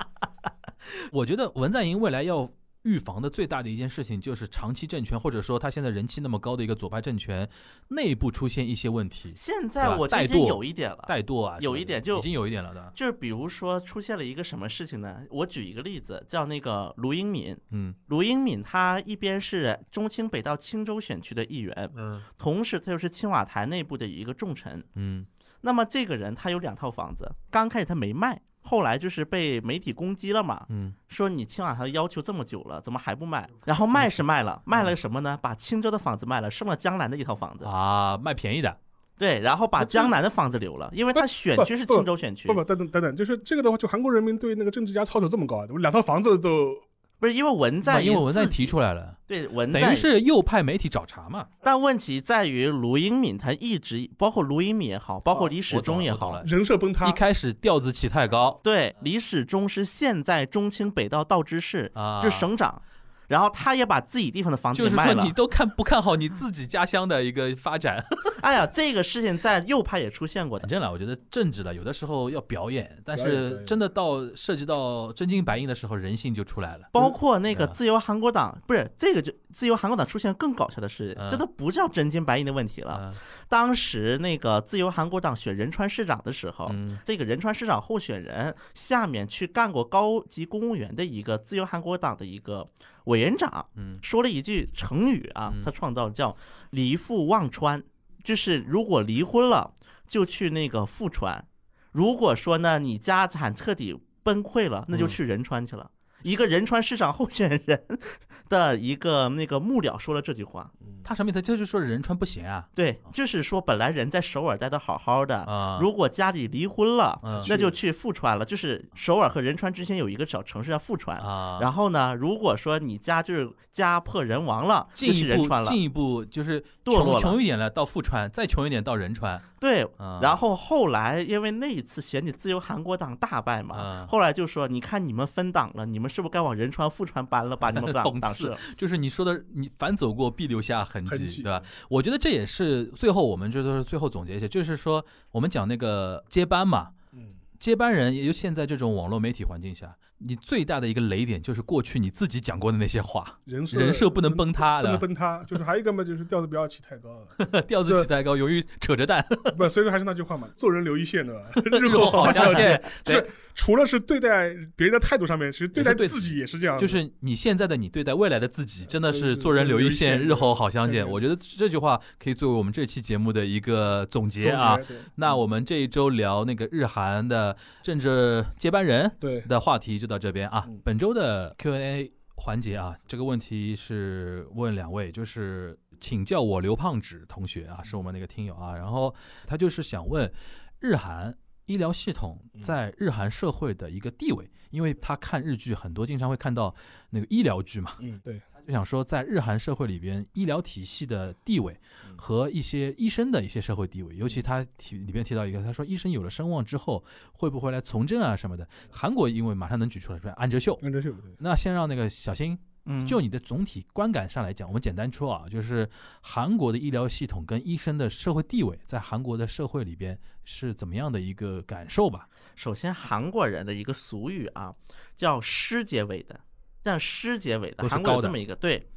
Speaker 2: 我觉得文在寅未来要预防的最大的一件事情，就是长期政权或者说他现在人气那么高的一个左派政权内部出现一些问题，
Speaker 3: 现
Speaker 2: 对
Speaker 3: 在
Speaker 2: 吧
Speaker 3: 我这
Speaker 2: 怠
Speaker 3: 已经
Speaker 2: 惰
Speaker 3: 有一点了，
Speaker 2: 怠惰啊什么的，
Speaker 3: 有一点就
Speaker 2: 已经有一点了的，
Speaker 3: 就是比如说出现了一个什么事情呢？我举一个例子，叫那个卢英敏。
Speaker 2: 嗯
Speaker 3: 卢英敏他一边是中清北道青州选区的议员，
Speaker 4: 嗯，
Speaker 3: 同时他又是青瓦台内部的一个重臣。
Speaker 2: 嗯
Speaker 3: 那么这个人他有两套房子，刚开始他没卖，后来就是被媒体攻击了嘛，
Speaker 2: 嗯，
Speaker 3: 说你青瓦台要求这么久了，怎么还不卖？然后卖是卖
Speaker 2: 嗯
Speaker 3: 了，卖了什么呢？把青州的房子卖了，剩了江南的一套房子，
Speaker 2: 啊，卖便宜的，
Speaker 3: 对，然后把
Speaker 4: 那这个
Speaker 3: 江南的房子留了，因为他选区是
Speaker 4: 不不
Speaker 3: 青州选区
Speaker 4: 不，不，等等等等，就是这个的话，就韩国人民对那个政治家操守这么高啊，两套房子都
Speaker 3: 不是因为文在
Speaker 2: 把
Speaker 3: 寅，
Speaker 2: 因为文在寅提出来了，
Speaker 3: 对文
Speaker 2: 等
Speaker 3: 在
Speaker 2: 于
Speaker 3: 寅
Speaker 2: 是右派媒体找茬嘛，
Speaker 3: 但问题在于卢英敏，他一直包括卢英敏也好，包括
Speaker 4: 哦
Speaker 3: 李
Speaker 2: 我
Speaker 3: 始
Speaker 2: 懂
Speaker 3: 中
Speaker 2: 了
Speaker 3: 也
Speaker 2: 我懂
Speaker 3: 好
Speaker 2: 了，
Speaker 4: 人设崩
Speaker 2: 呃一
Speaker 4: 塌。
Speaker 2: 开始调子起太高
Speaker 3: 对李始中是现在中清北道道知市，
Speaker 2: 啊，
Speaker 3: 就是省长，然后他也把自己地方的房子
Speaker 2: 就
Speaker 3: 给
Speaker 2: 是
Speaker 3: 卖
Speaker 2: 说
Speaker 3: 了
Speaker 2: 你。都看不看好你自己家乡的一个发展？
Speaker 3: 哎呀，这个事情在右派也出现过的
Speaker 2: 反。正了，我觉得政治的有的时候要表演，但
Speaker 4: 表演表
Speaker 2: 是
Speaker 4: 演
Speaker 2: 真的到涉及到真金白银的时候，人性就出来了。
Speaker 3: 包括那个
Speaker 2: 嗯
Speaker 3: 自由韩国党，不是这个就自由韩国党出现更搞笑的事，
Speaker 2: 嗯
Speaker 3: 这都不叫真金白银的问题了。
Speaker 2: 啊
Speaker 3: 当时那个自由韩国党选仁川市长的时候，
Speaker 2: 嗯
Speaker 3: 这个仁川市长候选人下面去干过高级公务员的一个自由韩国党的一个委员长，
Speaker 2: 嗯
Speaker 3: 说了一句成语啊
Speaker 2: 嗯，
Speaker 3: 他创造叫“离父忘川”，就是如果离婚了就去那个富川，如果说呢你家产彻底崩溃了，那就去仁川去了。
Speaker 2: 嗯
Speaker 3: 一个仁川市长候选人的一个那个幕僚说了这句话，
Speaker 2: 嗯他什么意思？他就说仁川不行啊
Speaker 3: 对，就是说本来人在首尔待的好好的，
Speaker 2: 啊，
Speaker 3: 如果家里离婚了。
Speaker 2: 嗯
Speaker 3: 那就去富川了。就是首尔和仁川之间有一个小城市叫富川。
Speaker 2: 啊，
Speaker 3: 然后呢，如果说你家就是家破人亡了，就
Speaker 2: 进
Speaker 3: 去
Speaker 2: 一
Speaker 3: 仁
Speaker 2: 步
Speaker 3: 川了。
Speaker 2: 进一步就是
Speaker 3: 堕落
Speaker 2: 穷
Speaker 3: 了
Speaker 2: 穷一点了，到富川，再穷一点到仁川
Speaker 3: 对。
Speaker 2: 啊。
Speaker 3: 然后后来，因为那一次选举，自由韩国党大败嘛
Speaker 2: 嗯，
Speaker 3: 后来就说，你看你们分党了，你们是不是该往仁川、富川搬了，把你们党
Speaker 2: 懂
Speaker 3: 党
Speaker 2: 事
Speaker 3: 是
Speaker 2: 就是你说的，你反走过必留下痕
Speaker 4: 痕
Speaker 2: 迹，
Speaker 4: 迹
Speaker 2: 对吧？我觉得这也是最后我们就是最后总结一下，就是说我们讲那个接班嘛，
Speaker 4: 嗯，
Speaker 2: 接班人，也就现在这种网络媒体环境下，你最大的一个雷点就是过去你自己讲过的那些话，
Speaker 4: 人设
Speaker 2: 人设不能崩塌
Speaker 4: 不能
Speaker 2: 的，
Speaker 4: 崩塌，就是还有一个嘛，就是调子不要起太高啊。
Speaker 2: 调子起太高，由于扯着 蛋，
Speaker 4: 不，所以说还是那句话嘛，做人留一线的，
Speaker 2: 日
Speaker 4: 日后
Speaker 2: 后 好
Speaker 4: 相
Speaker 2: 相见。
Speaker 4: 除了是对待别人的态度上面，其实对待
Speaker 2: 也是对
Speaker 4: 自己也是这样的，
Speaker 2: 就是你现在的你对待未来的自己，真的
Speaker 4: 是
Speaker 2: 是做人留呃一线，
Speaker 4: 是
Speaker 2: 日后好相
Speaker 4: 对
Speaker 2: 见。
Speaker 4: 对
Speaker 2: 我觉得这句话可以作为我们这期节目的一个总
Speaker 4: 总结
Speaker 2: 结啊。
Speaker 4: 对
Speaker 2: 那我们这一周聊那个日韩的政治接班人
Speaker 4: 对
Speaker 2: 的话题就到这边啊
Speaker 4: 嗯。
Speaker 2: 本周的 Q&A 环节啊，这个问题是问两位，就是请叫我刘胖子同学
Speaker 4: 嗯
Speaker 2: 啊，是我们那个听友啊，然后他就是想问日韩。医疗系统
Speaker 4: 嗯
Speaker 2: 在日韩社会的一个地位，因为他看日剧很多，经常会看到那个医疗剧嘛，
Speaker 4: 嗯对，
Speaker 2: 就想说，在日韩社会里边，医疗体系的地位
Speaker 3: 嗯
Speaker 2: 和一些医生的一些社会地位，尤其他提里边提到一个，他说医生有了声望之后，会不会来从政啊什么的？韩国因为马上能举出来，是吧安哲秀。
Speaker 4: 安哲秀嗯对
Speaker 2: 那先让那个小新，
Speaker 3: 嗯，
Speaker 2: 就你的总体观感上来讲，我们简单说啊，就是韩国的医疗系统跟医生的社会地位，在韩国的社会里边是怎么样的一个感受吧？
Speaker 3: 首先韩国人的一个俗语啊，叫“师结尾的”，像“师结尾的
Speaker 2: 都”，是
Speaker 3: 韩国有
Speaker 2: 高的
Speaker 3: 这么一个对。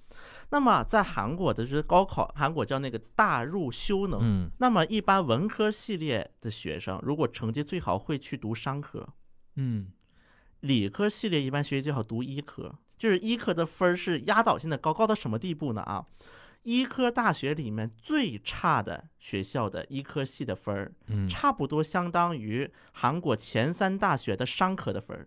Speaker 3: 那么在韩国的就是高考，韩国叫那个大入修能，
Speaker 2: 嗯
Speaker 3: 那么一般文科系列的学生，如果成绩最好会去读商科，
Speaker 2: 嗯
Speaker 3: 理科系列一般学习最好读医科。就是医科的分儿是压倒性的高，高到什么地步呢？啊，医科大学里面最差的学校的医科系的分儿，
Speaker 2: 嗯
Speaker 3: 差不多相当于韩国前三大学的商科的分儿。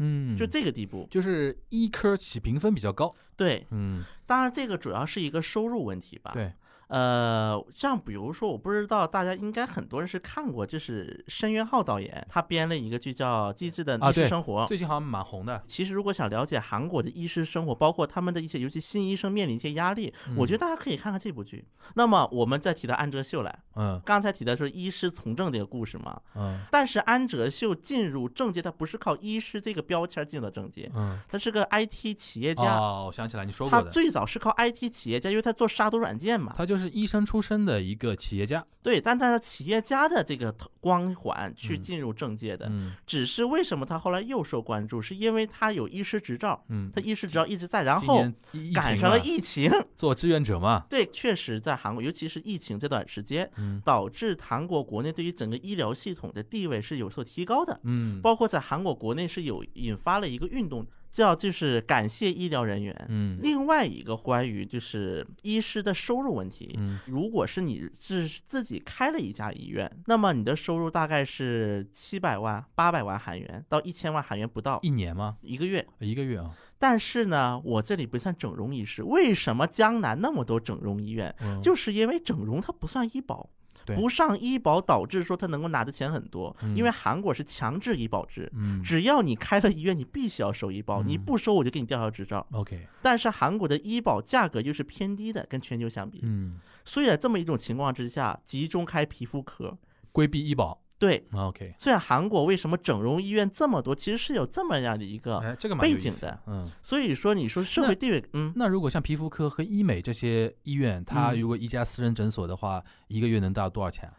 Speaker 2: 嗯，
Speaker 3: 就这个地步。
Speaker 2: 就是医科起评分比较高，
Speaker 3: 对，
Speaker 2: 嗯，
Speaker 3: 当然这个主要是一个收入问题吧。
Speaker 2: 对，
Speaker 3: 呃，像比如说，我不知道大家应该很多人是看过，就是申元浩导演他编了一个剧叫《机智的
Speaker 2: 啊
Speaker 3: 医师
Speaker 2: 对
Speaker 3: 生活》。
Speaker 2: 最近好像蛮红的，
Speaker 3: 其实如果想了解韩国的医师生活，包括他们的一些，尤其新医生面临一些压力，
Speaker 2: 嗯
Speaker 3: 我觉得大家可以看看这部剧。那么我们再提到安哲秀来，
Speaker 2: 嗯
Speaker 3: 刚才提到说医师从政这个故事嘛，
Speaker 2: 嗯
Speaker 3: 但是安哲秀进入政界，他不是靠医师这个标签进的政界，
Speaker 2: 嗯，
Speaker 3: 他是个 IT 企业家。
Speaker 2: 哦，我想起来你说
Speaker 3: 他
Speaker 2: 过的，
Speaker 3: 最早是靠 IT 企业家，因为他做杀毒软件嘛，
Speaker 2: 他就是医生出身的一个企业家，
Speaker 3: 对，但他是企业家的这个头光环去
Speaker 2: 嗯
Speaker 3: 进入政界的，
Speaker 2: 嗯
Speaker 3: 只是为什么他后来又受关注，是因为他有医师执照，
Speaker 2: 嗯
Speaker 3: 他，医师执照一直在，然
Speaker 2: 今
Speaker 3: 后
Speaker 2: 年疫疫
Speaker 3: 赶
Speaker 2: 情
Speaker 3: 上了
Speaker 2: 嘛
Speaker 3: 疫情，
Speaker 2: 做志愿者嘛，
Speaker 3: 对，确实在韩国，尤其是疫情这段时间，
Speaker 2: 嗯
Speaker 3: 导致韩国国内对于整个医疗系统的地位是有所提高的，
Speaker 2: 嗯
Speaker 3: 包括在韩国国内是有引发了一个运动，叫就是感谢医疗人员。
Speaker 2: 嗯
Speaker 3: 另外一个关于就是医师的收入问题，
Speaker 2: 嗯
Speaker 3: 如果是你是自己开了一家医院，那么你的收入大概是七百万、八百万韩元到一千万韩元不到
Speaker 2: 一年吗？
Speaker 3: 一个月。
Speaker 2: 一个月啊，
Speaker 3: 但是呢，我这里不算整容医师，为什么江南那么多整容医院？
Speaker 2: 嗯
Speaker 3: 就是因为整容它不算医保。
Speaker 2: 对
Speaker 3: 不上医保导致说他能够拿的钱很多，
Speaker 2: 嗯
Speaker 3: 因为韩国是强制医保制，
Speaker 2: 嗯
Speaker 3: 只要你开了医院，你必须要收医保，
Speaker 2: 嗯
Speaker 3: 你不收我就给你吊销执照。
Speaker 2: ，OK，
Speaker 3: 但是韩国的医保价格又是偏低的，跟全球相比，
Speaker 2: 嗯，
Speaker 3: 所以在这么一种情况之下，集中开皮肤科。
Speaker 2: 规避医保啊
Speaker 3: 对，
Speaker 2: ，OK，
Speaker 3: 所以韩国为什么整容医院这么多，其实是有这么样的一个。
Speaker 2: 哎，这个蛮
Speaker 3: 啊背
Speaker 2: 有意
Speaker 3: 景
Speaker 2: 思
Speaker 3: 的，
Speaker 2: 嗯。
Speaker 3: 所以说，你说社
Speaker 2: 那
Speaker 3: 会地位，嗯，
Speaker 2: 那如果像皮肤科和医美这些医院，它
Speaker 3: 嗯
Speaker 2: 如果一家私人诊所的话，一个月能到多少钱啊？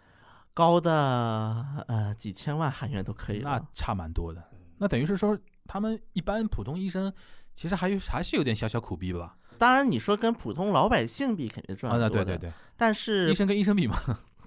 Speaker 3: 高的呃几千万韩元都可以
Speaker 2: 那
Speaker 3: 了。嗯
Speaker 2: 差蛮多的。那等于是说，他们一般普通医生其实还有还是有点小小苦逼吧？
Speaker 3: 当然，你说跟普通老百姓比，肯定赚
Speaker 2: 啊，
Speaker 3: 得
Speaker 2: 那
Speaker 3: 多
Speaker 2: 对
Speaker 3: 的
Speaker 2: 对。对，
Speaker 3: 但
Speaker 2: 医
Speaker 3: 是，
Speaker 2: 生跟医生比嘛，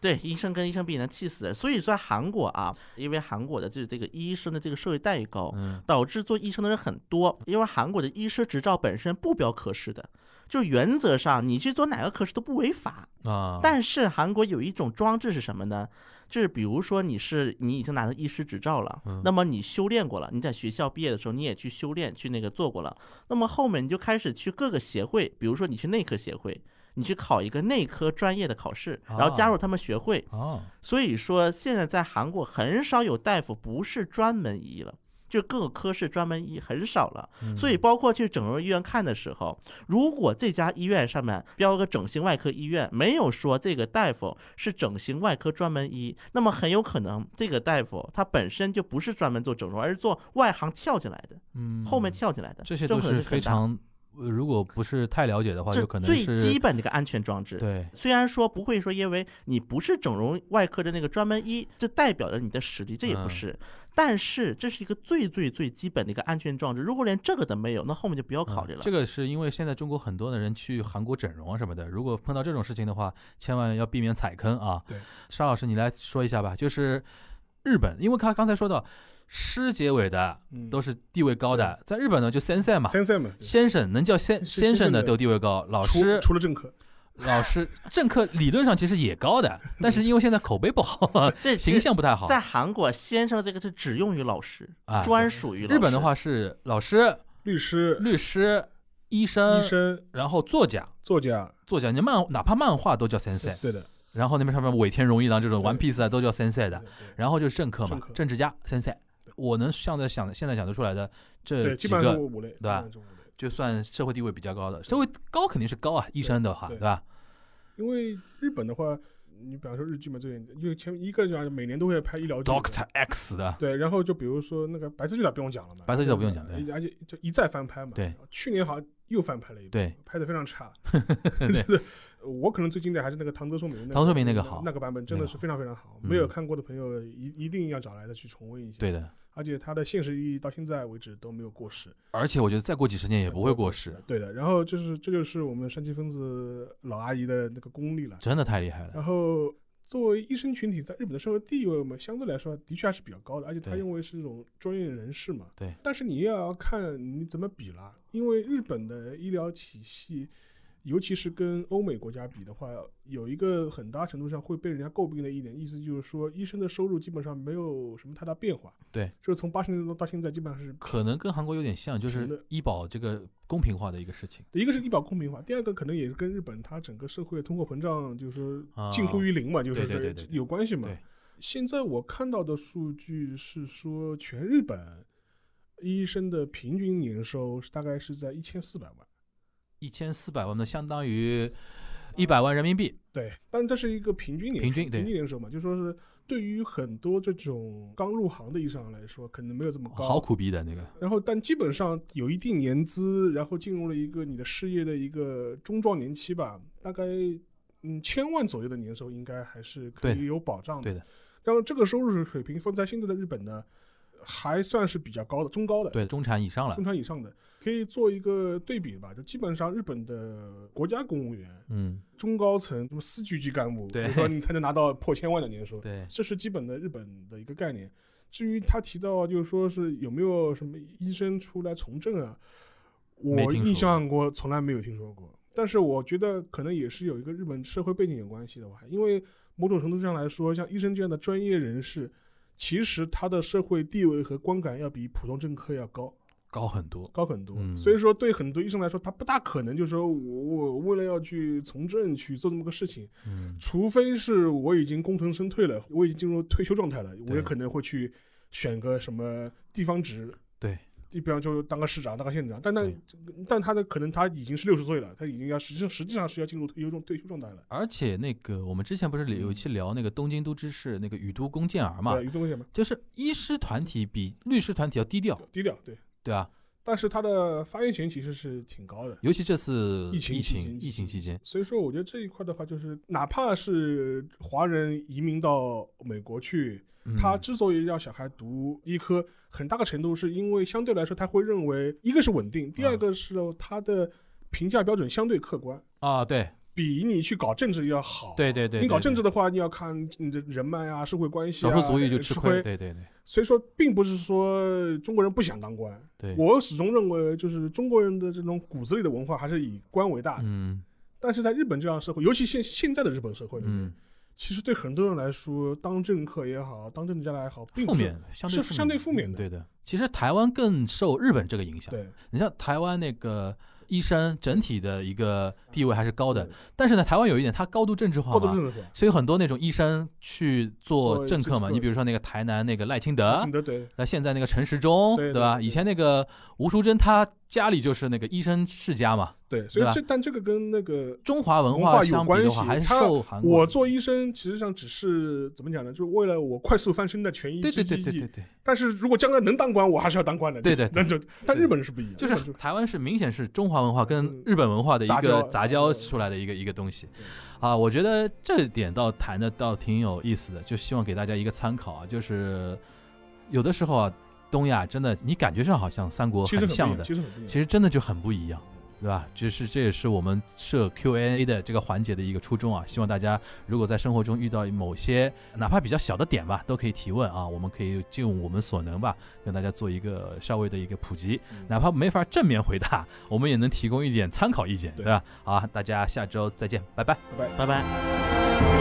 Speaker 3: 对医生跟医生比，能气死人。所以说，韩国啊，因为韩国的就是这个医生的这个社会待遇高，
Speaker 2: 嗯
Speaker 3: 导致做医生的人很多，因为韩国的医师执照本身不标科室的，就原则上你去做哪个科室都不违法。
Speaker 2: 啊，
Speaker 3: 但是韩国有一种装置是什么呢？就是比如说你是你已经拿到医师执照了，
Speaker 2: 嗯
Speaker 3: 那么你修炼过了，你在学校毕业的时候你也去修炼去那个做过了，那么后面你就开始去各个协会，比如说你去内科协会。你去考一个内科专业的考试，然后
Speaker 2: 啊
Speaker 3: 加入他们学会。
Speaker 2: 哦，
Speaker 3: 所以说，现在在韩国很少有大夫不是专门医了，就各个科室专门医很少了。
Speaker 2: 嗯
Speaker 3: 所以包括去整容医院看的时候，如果这家医院上面标个整形外科医院，没有说这个大夫是整形外科专门医，那么很有可能这个大夫他本身就不是专门做整容，而是做外行跳进来的，
Speaker 2: 嗯，
Speaker 3: 后面跳进来的，
Speaker 2: 这些
Speaker 3: 种
Speaker 2: 都
Speaker 3: 可能
Speaker 2: 是
Speaker 3: 是很
Speaker 2: 非
Speaker 3: 大的
Speaker 2: 常，呃如果不是太了解的话，
Speaker 3: 这
Speaker 2: 就可能
Speaker 3: 最基
Speaker 2: 是
Speaker 3: 本的一个安全装置。
Speaker 2: 对，
Speaker 3: 虽然说不会说，因为你不是整容外科的那个专门医，这代表着你的实力，这也不
Speaker 2: 嗯
Speaker 3: 是。但是这是一个最最最基本的一个安全装置，如果连这个都没有，那后面就不要考
Speaker 2: 嗯
Speaker 3: 虑了。
Speaker 2: 这个是因为现在中国很多的人去韩国整容啊什么的，如果碰到这种事情的话，千万要避免踩坑啊。
Speaker 4: 对，
Speaker 2: 沙老师你来说一下吧，就是日本，因为他刚才说到师结尾的
Speaker 4: 嗯，
Speaker 2: 都是地位高的，在日本呢就先生嘛，
Speaker 4: 先生们，对
Speaker 2: 先生能叫先
Speaker 4: 是
Speaker 2: 先
Speaker 4: 先
Speaker 2: 生
Speaker 4: 生
Speaker 2: 的
Speaker 4: 的
Speaker 2: 都地位高，老
Speaker 4: 除
Speaker 2: 师
Speaker 4: 除了政客，
Speaker 2: 老师政客理论上其实也高 的，但是因为现在口碑不好，
Speaker 3: 这
Speaker 2: 形象不太好
Speaker 3: 在韩国，先生这个是只用于老师，
Speaker 2: 啊。
Speaker 3: 专属于老师
Speaker 2: 日本的，话是老师、
Speaker 4: 律师、
Speaker 2: 律师、医生，
Speaker 4: 医生、
Speaker 2: 然后作家。
Speaker 4: 作家，
Speaker 2: 作家，你漫哪怕漫画都叫 sensei，
Speaker 4: 对的，
Speaker 2: 然后那边上面尾田荣一郎这种
Speaker 4: 对
Speaker 2: One Piece 啊都叫 sensei 的
Speaker 4: 对，对
Speaker 2: 然后就是政客嘛
Speaker 4: 政，客
Speaker 2: 政治家 sensei
Speaker 4: 对。
Speaker 2: 我能想的想现在想得出来的这
Speaker 4: 对，
Speaker 2: 几
Speaker 4: 基本上是
Speaker 2: 个，
Speaker 4: 五类，
Speaker 2: 对吧
Speaker 4: 基本上是五类
Speaker 2: 就算社会地位比较高的，社会高肯定是高啊，医生的话，
Speaker 4: 对
Speaker 2: 对吧？
Speaker 4: 因为日本的话，你比方说日剧嘛，最近因为前一个讲每年都会拍医疗剧
Speaker 2: Doctor X 的，
Speaker 4: 对，然后就比如说那个白色巨塔不用讲了嘛，
Speaker 2: 白色巨塔不用讲
Speaker 4: 对吧，而且就一再翻拍嘛，
Speaker 2: 对，
Speaker 4: 去年好像又翻拍了一遍，
Speaker 2: 对，
Speaker 4: 拍的非常差，
Speaker 2: 对
Speaker 4: 就是我可能最经典还是那个唐泽寿明那个，
Speaker 2: 唐泽寿明那个好
Speaker 4: 那个版本真的是非常非常
Speaker 2: 那个
Speaker 4: 好，
Speaker 2: 好嗯
Speaker 4: 没有看过的朋友一一定要找来的去重温一下，
Speaker 2: 对，的。
Speaker 4: 而且它的现实意义到现在为止都没有过时，
Speaker 2: 而且我觉得再过几十年也不会过时，
Speaker 4: 对的，然后就是这就是我们山崎分子老阿姨的那个功力了，
Speaker 2: 真的太厉害了。
Speaker 4: 然后作为医生群体，在日本的社会地位嘛，相对来说的确还是比较高的，而且他
Speaker 2: 对
Speaker 4: 认为是一种专业人士嘛。
Speaker 2: 对。
Speaker 4: 但是你也要看你怎么比啦，因为日本的医疗体系尤其是跟欧美国家比的话，有一个很大程度上会被人家诟病的一点，意思就是说，医生的收入基本上没有什么太大变化。
Speaker 2: 对，
Speaker 4: 就是从八十年代到现在，基本上是
Speaker 2: 可能跟韩国有点像，就
Speaker 4: 平
Speaker 2: 是
Speaker 4: 的
Speaker 2: 医保这个公平化的一个事情。
Speaker 4: 一个是医保公平化，第二个可能也是跟日本它整个社会通货膨胀就是
Speaker 2: 啊
Speaker 4: 说近乎于零嘛，就是
Speaker 2: 对对对
Speaker 4: 这
Speaker 2: 对对
Speaker 4: 有关系嘛
Speaker 2: 对。
Speaker 4: 现在我看到的数据是说，全日本医生的平均年收是大概是在一千四百万。
Speaker 2: 一千四百万的相当于一百万人民币，
Speaker 4: 对，但是这是一个平均年
Speaker 2: 平
Speaker 4: 收
Speaker 2: 均对
Speaker 4: 平均年收嘛，就说是对于很多这种刚入行的医生来说，可能没有这么高。
Speaker 2: 哦好苦逼的那个。
Speaker 4: 然后，但基本上有一定年资，然后进入了一个你的事业的一个中壮年期吧，大概嗯千万左右的年收应该还是可
Speaker 2: 对
Speaker 4: 以有保障的。
Speaker 2: 对的，
Speaker 4: 然后这个收入水平放在现在的日本呢，还算是比较高的，中高的。
Speaker 2: 对，中产以上了
Speaker 4: 中。产以上的可以做一个对比吧，就基本上日本的国家公务员
Speaker 2: 嗯，
Speaker 4: 中高层，什么司局级干部，
Speaker 2: 对
Speaker 4: 比如说你才能拿到破千万的年收，
Speaker 2: 对，
Speaker 4: 这是基本的日本的一个概念。至于他提到啊就是说是有没有什么医生出来从政啊，
Speaker 2: 没
Speaker 4: 我
Speaker 2: 听说
Speaker 4: 印象过从来没有听说过。但是我觉得可能也是有一个日本社会背景有关系的吧，因为某种程度上来说，像医生这样的专业人士，其实他的社会地位和观感要比普通政客要高。
Speaker 2: 高很多。
Speaker 4: 高很多。
Speaker 2: 嗯
Speaker 4: 所以说，对很多医生来说，他不大可能就是说我我为了要去从政去做这么个事情，
Speaker 2: 嗯，
Speaker 4: 除非是我已经功成身退了，我已经进入退休状态了，我也可能会去选个什么地方职。
Speaker 2: 对。
Speaker 4: 地方就当个市长，当个县长，但但
Speaker 2: 对
Speaker 4: 但他的可能他已经是六十岁了，他已经要实际上实际上是要进入退休状退休状态了。
Speaker 2: 而且那个我们之前不是有一期聊那个东京都知事那个宇都宫健儿嘛
Speaker 4: 对，，于东先嘛，
Speaker 2: 就是医师团体比律师团体要低调，
Speaker 4: 低调对，
Speaker 2: 对啊，
Speaker 4: 但是他的发言权其实是挺高的。
Speaker 2: 尤其这次
Speaker 4: 疫情
Speaker 2: 疫
Speaker 4: 期
Speaker 2: 情
Speaker 4: 间
Speaker 2: 疫情期间，
Speaker 4: 所以说，我觉得这一块的话，就是哪怕是华人移民到美国去，
Speaker 2: 嗯
Speaker 4: 他之所以让小孩读医科，很大个程度是因为相对来说他会认为，一个是稳定，
Speaker 2: 嗯
Speaker 4: 第二个是哦他的评价标准相对客观，
Speaker 2: 啊，对
Speaker 4: 比你去搞政治要好。啊
Speaker 2: 对对对，
Speaker 4: 你搞
Speaker 2: 对
Speaker 4: 政
Speaker 2: 对
Speaker 4: 治的话，你要看你的人脉啊、社会关系
Speaker 2: 少
Speaker 4: 啊，
Speaker 2: 数族裔就
Speaker 4: 吃
Speaker 2: 吃亏，。对对对
Speaker 4: 所以说，并不是说中国人不想当官，
Speaker 2: 对，
Speaker 4: 我始终认为就是中国人的这种骨子里的文化还是以官为大的。
Speaker 2: 嗯
Speaker 4: 但是在日本这样的社会，尤其现现在的日本社会里面，
Speaker 2: 嗯，
Speaker 4: 其实对很多人来说，当政客也好，当政治家也好，并
Speaker 2: 负
Speaker 4: 不是
Speaker 2: 面相对
Speaker 4: 是相对负面
Speaker 2: 嗯
Speaker 4: 的
Speaker 2: 对的。其实台湾更受日本这个影响，
Speaker 4: 对
Speaker 2: 你像台湾那个医生整体的一个地位还是高的
Speaker 4: 对，
Speaker 2: 但是呢，台湾有一点它高度政治化
Speaker 4: 过度
Speaker 2: 嘛，
Speaker 4: 政治化。
Speaker 2: 所以很多那种医生去做
Speaker 4: 做
Speaker 2: 政客嘛，
Speaker 4: 政
Speaker 2: 你比如说那个台南那个赖清
Speaker 4: 啊，
Speaker 2: 德
Speaker 4: 挺。得对，
Speaker 2: 那现在那个陈时中，
Speaker 4: 对对
Speaker 2: 吧？
Speaker 4: 对
Speaker 2: 以前那个吴淑珍，她家里就是那个医生世家嘛。
Speaker 4: 对，所
Speaker 2: 对
Speaker 4: 以
Speaker 2: 吧
Speaker 4: 这但这个跟那个
Speaker 2: 中华文
Speaker 4: 文化有
Speaker 2: 相比的
Speaker 4: 关
Speaker 2: 话，
Speaker 4: 系
Speaker 2: 还是
Speaker 4: 他
Speaker 2: 受韩国。
Speaker 4: 我做医生，其实上只是怎么讲呢？就是为了我快速翻身的权宜
Speaker 2: 对对
Speaker 4: 之
Speaker 2: 对对
Speaker 4: 计
Speaker 2: 对。对，
Speaker 4: 但是如果将来能当官，我还是要当官的。
Speaker 2: 对对对
Speaker 4: 那就但日本人是不一样，
Speaker 2: 就
Speaker 4: 日本
Speaker 2: 是台湾是明显是中华文化跟
Speaker 4: 嗯
Speaker 2: 日本文化的一
Speaker 4: 杂
Speaker 2: 个
Speaker 4: 交
Speaker 2: 杂
Speaker 4: 杂
Speaker 2: 交
Speaker 4: 交
Speaker 2: 出来的一个一个东西，啊，我觉得这点倒谈的倒挺有意思的，就希望给大家一个参考啊，就是有的时候啊，东亚真的你感觉上好像三国
Speaker 4: 其
Speaker 2: 很
Speaker 4: 实很不一
Speaker 2: 像
Speaker 4: 样，
Speaker 2: 的，
Speaker 4: 其实很不一
Speaker 2: 其
Speaker 4: 样。
Speaker 2: 实真的就很不一样，对吧？就是这也是我们设 Q&A 的这个环节的一个初衷啊。希望大家如果在生活中遇到某些哪怕比较小的点吧，都可以提问啊，我们可以尽我们所能吧，跟大家做一个稍微的一个普及。哪怕没法正面回答，我们也能提供一点参考意见，对
Speaker 4: 对
Speaker 2: 吧？好啊，大家下周再见，拜拜。
Speaker 4: 拜拜。
Speaker 3: 拜拜。